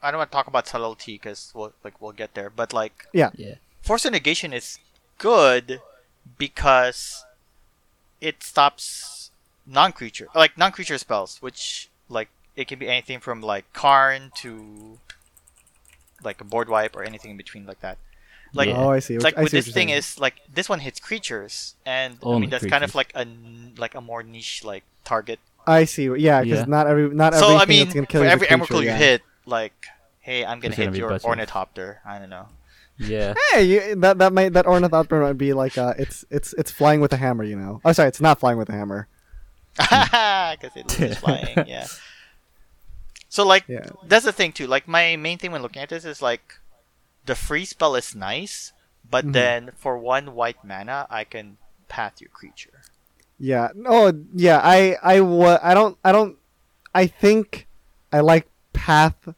Speaker 2: I don't want to talk about subtlety because we'll like we'll get there, but like
Speaker 1: Yeah.
Speaker 2: Force of Negation is good because it stops non-creature, like non-creature spells, which like it can be anything from like Karn to like a board wipe or anything in between like that. Like
Speaker 1: Yeah.
Speaker 3: oh, I see.
Speaker 2: it's
Speaker 3: Which-
Speaker 2: like
Speaker 3: I
Speaker 2: with
Speaker 3: see what
Speaker 2: this
Speaker 3: you're
Speaker 2: thing
Speaker 3: saying.
Speaker 2: is like this one hits creatures, and I
Speaker 1: Only
Speaker 2: mean that's kind of
Speaker 1: creatures.
Speaker 2: like a n- like a more niche like target.
Speaker 3: I see. Yeah, because
Speaker 1: Yeah.
Speaker 3: not every not
Speaker 2: So
Speaker 3: everything
Speaker 2: I mean,
Speaker 3: that's gonna
Speaker 2: for
Speaker 3: kill you is a
Speaker 2: every
Speaker 3: creature,
Speaker 2: Emrakul you
Speaker 3: yeah.
Speaker 2: hit, like, hey, I'm gonna
Speaker 1: It's gonna
Speaker 2: hit
Speaker 1: be
Speaker 2: your
Speaker 1: Butcher.
Speaker 2: ornithopter. I don't know.
Speaker 1: Yeah.
Speaker 3: Hey, you, that that might that ornithopter might be like uh, it's it's it's flying with a hammer, you know. Oh, sorry, it's not flying with a hammer.
Speaker 2: because it loses flying. Yeah. So like
Speaker 3: Yeah.
Speaker 2: that's the thing too. Like my main thing when looking at this is like the free spell is nice, but
Speaker 3: Mhm.
Speaker 2: then for one white mana I can path your creature.
Speaker 3: Yeah. Oh, yeah. I I wa- I don't I don't I think I like path a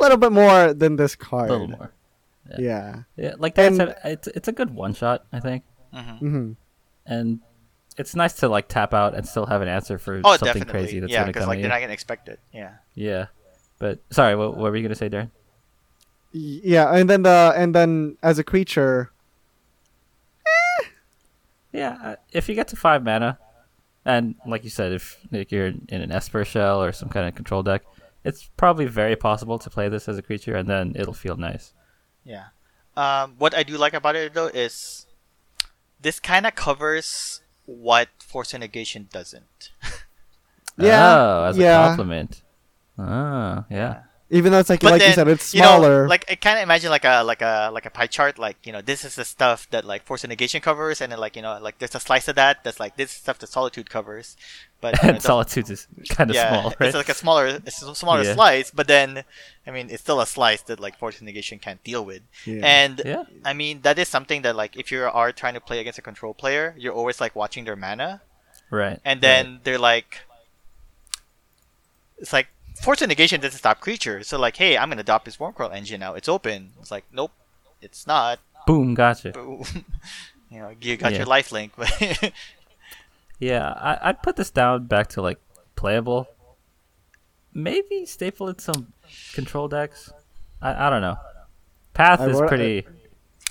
Speaker 3: little bit more than this
Speaker 1: A
Speaker 3: card.
Speaker 1: little more.
Speaker 3: Yeah.
Speaker 1: Yeah, like Dan
Speaker 3: And-
Speaker 1: said, it's it's a good one shot, I think,
Speaker 2: hmm
Speaker 3: hmm
Speaker 1: and it's nice to like tap out and still have an answer for
Speaker 2: Oh,
Speaker 1: something
Speaker 2: definitely.
Speaker 1: crazy that's
Speaker 2: yeah,
Speaker 1: gonna
Speaker 2: because
Speaker 1: come
Speaker 2: like
Speaker 1: at
Speaker 2: you're
Speaker 1: you.
Speaker 2: not gonna expect it. Yeah.
Speaker 1: Yeah, but sorry, what, what were you gonna say, Darren?
Speaker 3: Yeah, and then the and then as a creature,
Speaker 1: Yeah, uh, if you get to five mana, and like you said, if like, you're in an Esper shell or some kind of control deck, it's probably very possible to play this as a creature, and then it'll feel nice.
Speaker 2: Yeah. Um, what I do like about it though is this kind of covers what force of negation doesn't.
Speaker 3: Yeah,
Speaker 1: oh, as
Speaker 3: yeah.
Speaker 1: a compliment. Oh, yeah,
Speaker 3: even though it's like
Speaker 2: But
Speaker 3: like
Speaker 2: then,
Speaker 3: you said, it's
Speaker 2: you know,
Speaker 3: smaller.
Speaker 2: like I kind of imagine like a like a like a pie chart. Like you know, this is the stuff that like force of negation covers, and then like you know, like there's a slice of that that's like this is stuff that solitude covers. But you know,
Speaker 1: and
Speaker 2: the-
Speaker 1: solitude is kind of
Speaker 2: yeah,
Speaker 1: small, right?
Speaker 2: it's like a smaller, it's a smaller
Speaker 1: Yeah.
Speaker 2: slice. But then, I mean, it's still a slice that like force of negation can't deal with.
Speaker 3: yeah.
Speaker 2: And
Speaker 1: yeah,
Speaker 2: I mean, that is something that like if you are trying to play against a control player, you're always like watching their mana,
Speaker 1: right.
Speaker 2: and
Speaker 1: right.
Speaker 2: then they're like, it's like force of negation doesn't stop creatures. So like, hey, I'm gonna adopt this wormcrawl engine now. It's open. It's like, nope, it's not.
Speaker 1: boom, gotcha.
Speaker 2: Boom. you know, you got
Speaker 1: Yeah.
Speaker 2: your life link, but
Speaker 1: Yeah, I, I'd put this down back to like playable. Maybe staple in some control decks. I, I don't know. Path
Speaker 3: I uh,
Speaker 1: is
Speaker 3: wrote-
Speaker 1: pretty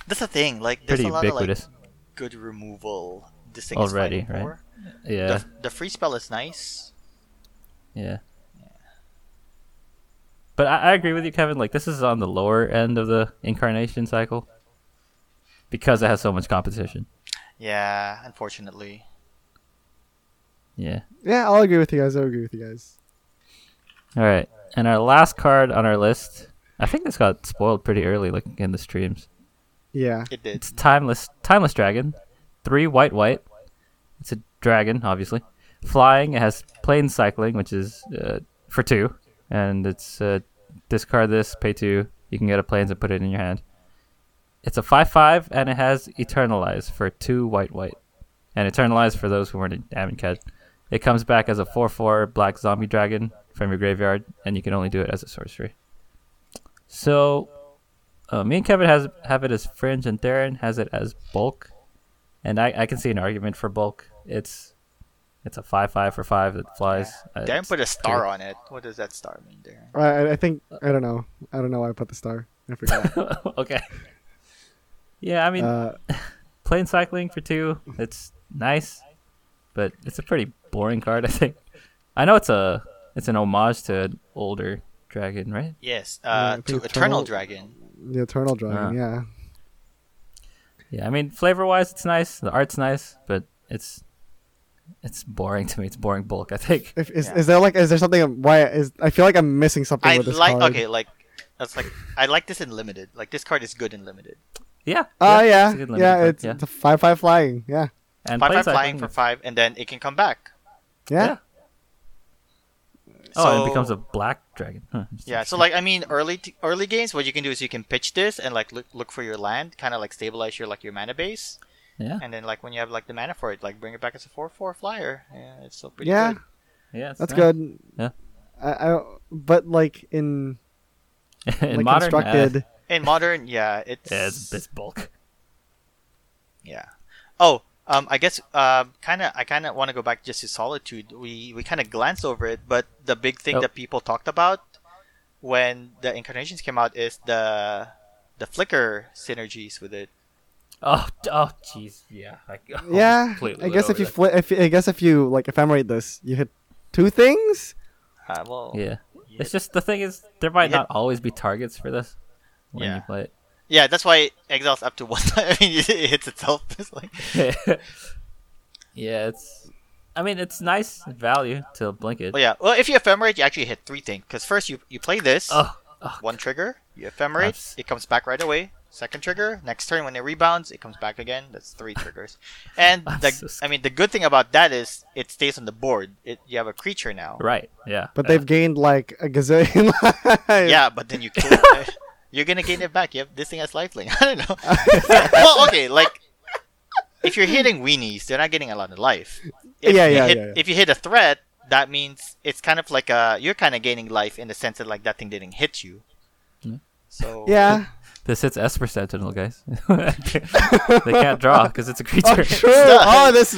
Speaker 2: that's the thing. Like, there's
Speaker 1: pretty
Speaker 2: a lot
Speaker 1: ubiquitous.
Speaker 2: of like good removal. This thing
Speaker 1: Already,
Speaker 2: is fighting
Speaker 1: right?
Speaker 2: for.
Speaker 1: yeah,
Speaker 2: The, the free spell is nice.
Speaker 1: yeah. But I, I agree with you, Kevin. Like this is on the lower end of the incarnation cycle because it has so much competition.
Speaker 2: Yeah, unfortunately.
Speaker 1: Yeah.
Speaker 3: yeah, I'll agree with you guys. I'll agree with you guys.
Speaker 1: All right. And our last card on our list. I think this got spoiled pretty early, looking in the streams.
Speaker 3: Yeah.
Speaker 2: It did.
Speaker 1: It's timeless, timeless dragon. Three white, white. It's a dragon, obviously. Flying. It has plane cycling, which is uh, for two, and it's uh, discard this, pay two. You can get a planes and put it in your hand. It's a five-five, and it has eternalize for two white, white, and eternalize for those who weren't in Amonkhet. It comes back as a four-four black zombie dragon from your graveyard, and you can only do it as a sorcery. So uh, me and Kevin has have it as fringe, and Darren has it as bulk. And I, I can see an argument for bulk. It's it's a five five for five that flies. Uh,
Speaker 2: Darren
Speaker 1: it's-
Speaker 2: put a star on it. What does that star mean, Darren?
Speaker 3: I- I, I think I don't know. I don't know why I put the star. I forgot.
Speaker 1: okay. Yeah, I mean,
Speaker 3: uh,
Speaker 1: plane cycling for two. It's nice, but it's a pretty boring card. I think. I know it's a it's an homage to an older dragon, right?
Speaker 2: Yes,
Speaker 3: I
Speaker 2: uh,
Speaker 3: think
Speaker 2: to Eternal,
Speaker 3: Eternal-
Speaker 2: Dragon.
Speaker 3: the Eternal
Speaker 2: uh,
Speaker 3: Dragon.
Speaker 1: Ah.
Speaker 3: yeah.
Speaker 1: Yeah, I mean, flavor wise, it's nice. The art's nice, but it's it's boring to me. It's boring bulk. I think.
Speaker 3: If, is,
Speaker 2: Yeah.
Speaker 3: is there like is there something why is I feel like I'm missing something
Speaker 2: I
Speaker 3: with this
Speaker 2: like.
Speaker 3: card.
Speaker 2: Okay, like that's like I like this in limited. Like this card is good in limited.
Speaker 1: Yeah.
Speaker 3: Oh
Speaker 1: it's
Speaker 3: yeah,
Speaker 1: a good
Speaker 3: yeah,
Speaker 1: limited card,
Speaker 3: it's, it's a five five flying. Yeah,
Speaker 1: and plane
Speaker 2: five five flying
Speaker 1: cycling,
Speaker 2: for five, and then it can come back.
Speaker 3: yeah,
Speaker 1: Yeah. Oh, and it becomes
Speaker 2: So-
Speaker 1: a black dragon. Huh, interesting.
Speaker 2: Yeah, so like I mean, early t- early games, what you can do is you can pitch this and like look, look for your land, kind of like stabilize your like your mana base,
Speaker 1: yeah,
Speaker 2: and then like when you have like the mana for it, like bring it back as a four four flyer. Yeah, it's still pretty
Speaker 3: Yeah.
Speaker 2: good.
Speaker 1: yeah, it's
Speaker 3: that's
Speaker 1: nice.
Speaker 3: good.
Speaker 1: Yeah.
Speaker 3: I, I but like in,
Speaker 1: In
Speaker 3: like
Speaker 1: modern, uh,
Speaker 3: constructed.
Speaker 2: In modern, yeah, it's
Speaker 1: yeah, it's, it's bulk.
Speaker 2: Yeah. Oh, um, I guess um, kind of. I kind of want to go back just to solitude. We we kind of glanced over it, but the big thing
Speaker 1: Oh.
Speaker 2: that people talked about when the incarnations came out is the the flicker synergies with it.
Speaker 1: Oh, d- oh, jeez, yeah, I, oh,
Speaker 3: yeah,
Speaker 1: completely
Speaker 3: I
Speaker 1: went
Speaker 3: guess
Speaker 1: over
Speaker 3: if you fli if I guess if you like ephemerate this, you hit two things.
Speaker 2: Uh, well,
Speaker 1: that. yeah, it's just the thing is there might not
Speaker 2: Yeah.
Speaker 1: always be targets for this when
Speaker 2: Yeah.
Speaker 1: you play it.
Speaker 2: Yeah, that's why exiles up to one time. I mean, it hits itself. It's like
Speaker 1: yeah, it's. I mean, it's nice value to blink it.
Speaker 2: Well, yeah. Well, if you ephemerate, you actually hit three things. Because first, you you play this
Speaker 1: Oh, oh,
Speaker 2: one trigger, you ephemerate,
Speaker 1: That's-
Speaker 2: it comes back right away. Second trigger, next turn when it rebounds, it comes back again. That's three triggers. And
Speaker 1: I'm
Speaker 2: the,
Speaker 1: so scared.
Speaker 2: I mean, the good thing about that is it stays on the board. It you have a creature now.
Speaker 1: right. Yeah. Uh,
Speaker 3: But they've gained like a gazillion lives.
Speaker 2: Yeah, but then you kill it. You're gonna gain it back. You have this thing has lifelink. I don't know. well, okay, like if you're hitting weenies, they're not getting a lot of life. If
Speaker 3: Yeah,
Speaker 2: you
Speaker 3: yeah,
Speaker 2: hit,
Speaker 3: yeah, yeah.
Speaker 2: If you hit a threat, that means it's kind of like uh you're kind of gaining life in the sense that like that thing didn't hit you.
Speaker 1: Yeah.
Speaker 2: So
Speaker 3: Mm-hmm. Yeah.
Speaker 1: This hits Esper Sentinel, guys. they can't draw because it's a creature.
Speaker 3: Oh, true.
Speaker 2: Duh.
Speaker 3: Oh, this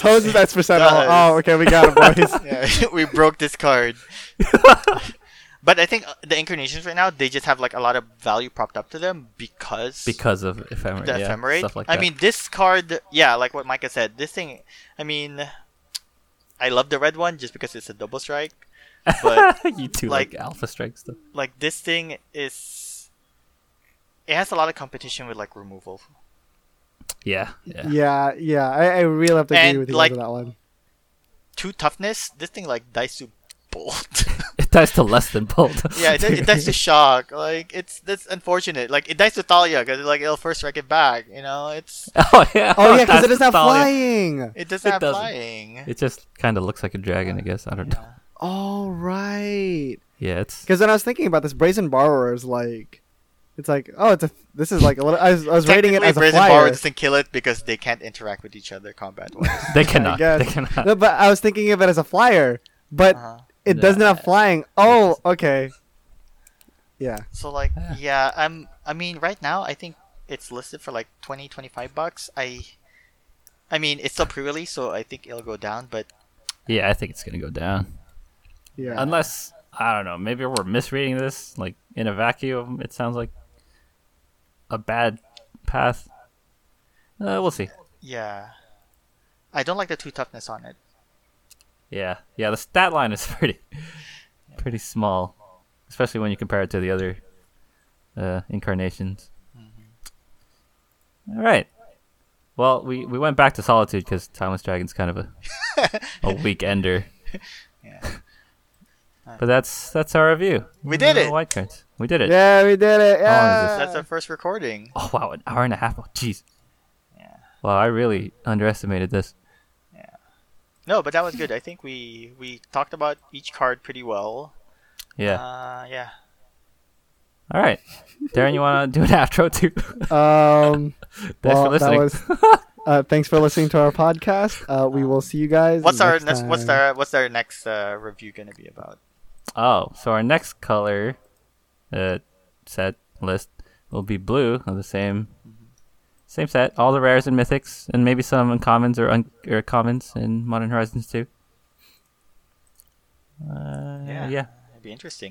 Speaker 3: hoses that's for Sentinel.
Speaker 2: Duh.
Speaker 3: Oh, okay, we got it, boys.
Speaker 2: Yeah, we broke this card. but I think uh, the incarnations right now they just have like a lot of value propped up to them because
Speaker 1: because of ephemerate.
Speaker 2: the
Speaker 1: yeah,
Speaker 2: ephemerate.
Speaker 1: Stuff like
Speaker 2: I
Speaker 1: that.
Speaker 2: mean, this card, yeah, like what Micah said, this thing. I mean, I love the red one just because it's a double strike, but
Speaker 1: you do
Speaker 2: like-
Speaker 1: like, alpha strike stuff.
Speaker 2: like this thing is, it has a lot of competition with like removal.
Speaker 1: Yeah. Yeah.
Speaker 3: Yeah, yeah. I, I really have to agree
Speaker 2: And,
Speaker 3: with you
Speaker 2: like-
Speaker 3: on that one.
Speaker 2: Two toughness. This thing like dies to bolt.
Speaker 1: It dies to less than bolt.
Speaker 2: yeah, it, it dies to shock. Like it's that's unfortunate. Like it dies to Talia because like it'll first strike it back. You know, it's
Speaker 1: oh yeah.
Speaker 3: Oh yeah, because it
Speaker 1: That's
Speaker 3: is not
Speaker 1: Thalia.
Speaker 3: flying.
Speaker 2: it doesn't
Speaker 1: It
Speaker 2: have
Speaker 1: doesn't.
Speaker 2: flying.
Speaker 1: It just kind of looks like a dragon, I guess. I don't know.
Speaker 2: Yeah.
Speaker 3: All right.
Speaker 1: Yeah, it's
Speaker 3: Because when I was thinking about this, brazen borrower is like, it's like, oh, it's a. This is like a little. I was, I was rating it
Speaker 2: Technically,
Speaker 3: as a
Speaker 2: Brazen
Speaker 3: flyer.
Speaker 2: Borrower doesn't kill it because they can't interact with each other combat wise.
Speaker 1: they cannot.
Speaker 3: guess.
Speaker 1: They cannot.
Speaker 3: No, but I was thinking of it as a flyer, but
Speaker 2: Uh-huh.
Speaker 3: it doesn't have flying. Oh, okay. Yeah.
Speaker 2: So like
Speaker 1: Yeah.
Speaker 2: yeah, I'm I mean right now I think it's listed for like 20 25 bucks. I I mean it's still pre-release so I think it'll go down but
Speaker 1: Yeah, I think it's gonna go down.
Speaker 3: Yeah.
Speaker 1: Unless I don't know. Maybe we're misreading this. Like in a vacuum, it sounds like a bad path. Uh, we'll see.
Speaker 2: yeah. I don't like the two toughness on it.
Speaker 1: Yeah, yeah. The stat line is pretty, pretty small, especially when you compare it to the other uh, incarnations.
Speaker 2: Mm-hmm.
Speaker 1: All right. Well, we, we went back to solitude because Timeless Dragon's kind of a a weak ender.
Speaker 2: Yeah.
Speaker 1: But that's that's our review.
Speaker 2: We did
Speaker 1: Uh,
Speaker 2: it!
Speaker 1: White cards. We did it. Oh,
Speaker 3: Yeah, we did it. Yeah.
Speaker 1: How
Speaker 2: That's our first recording.
Speaker 1: Oh wow, an hour and a half. Oh, jeez.
Speaker 2: Yeah.
Speaker 1: Wow, I really underestimated this.
Speaker 2: No, but that was good. I think we we talked about each card pretty well.
Speaker 1: Yeah.
Speaker 2: Uh yeah.
Speaker 1: All right, Darren, you want to do an outro too?
Speaker 3: um.
Speaker 1: Thanks for listening.
Speaker 3: That was, uh, thanks for listening to our podcast. Uh, we will see you guys.
Speaker 2: What's our
Speaker 3: next
Speaker 2: next what's
Speaker 3: time.
Speaker 2: our what's our next uh, review going to be about?
Speaker 1: Oh, so our next color uh, set list will be blue of the same same set. All the rares and mythics, and maybe some uncommons or, un- or commons in Modern Horizons too. Uh,
Speaker 2: Yeah.
Speaker 1: yeah.
Speaker 2: It'd be interesting.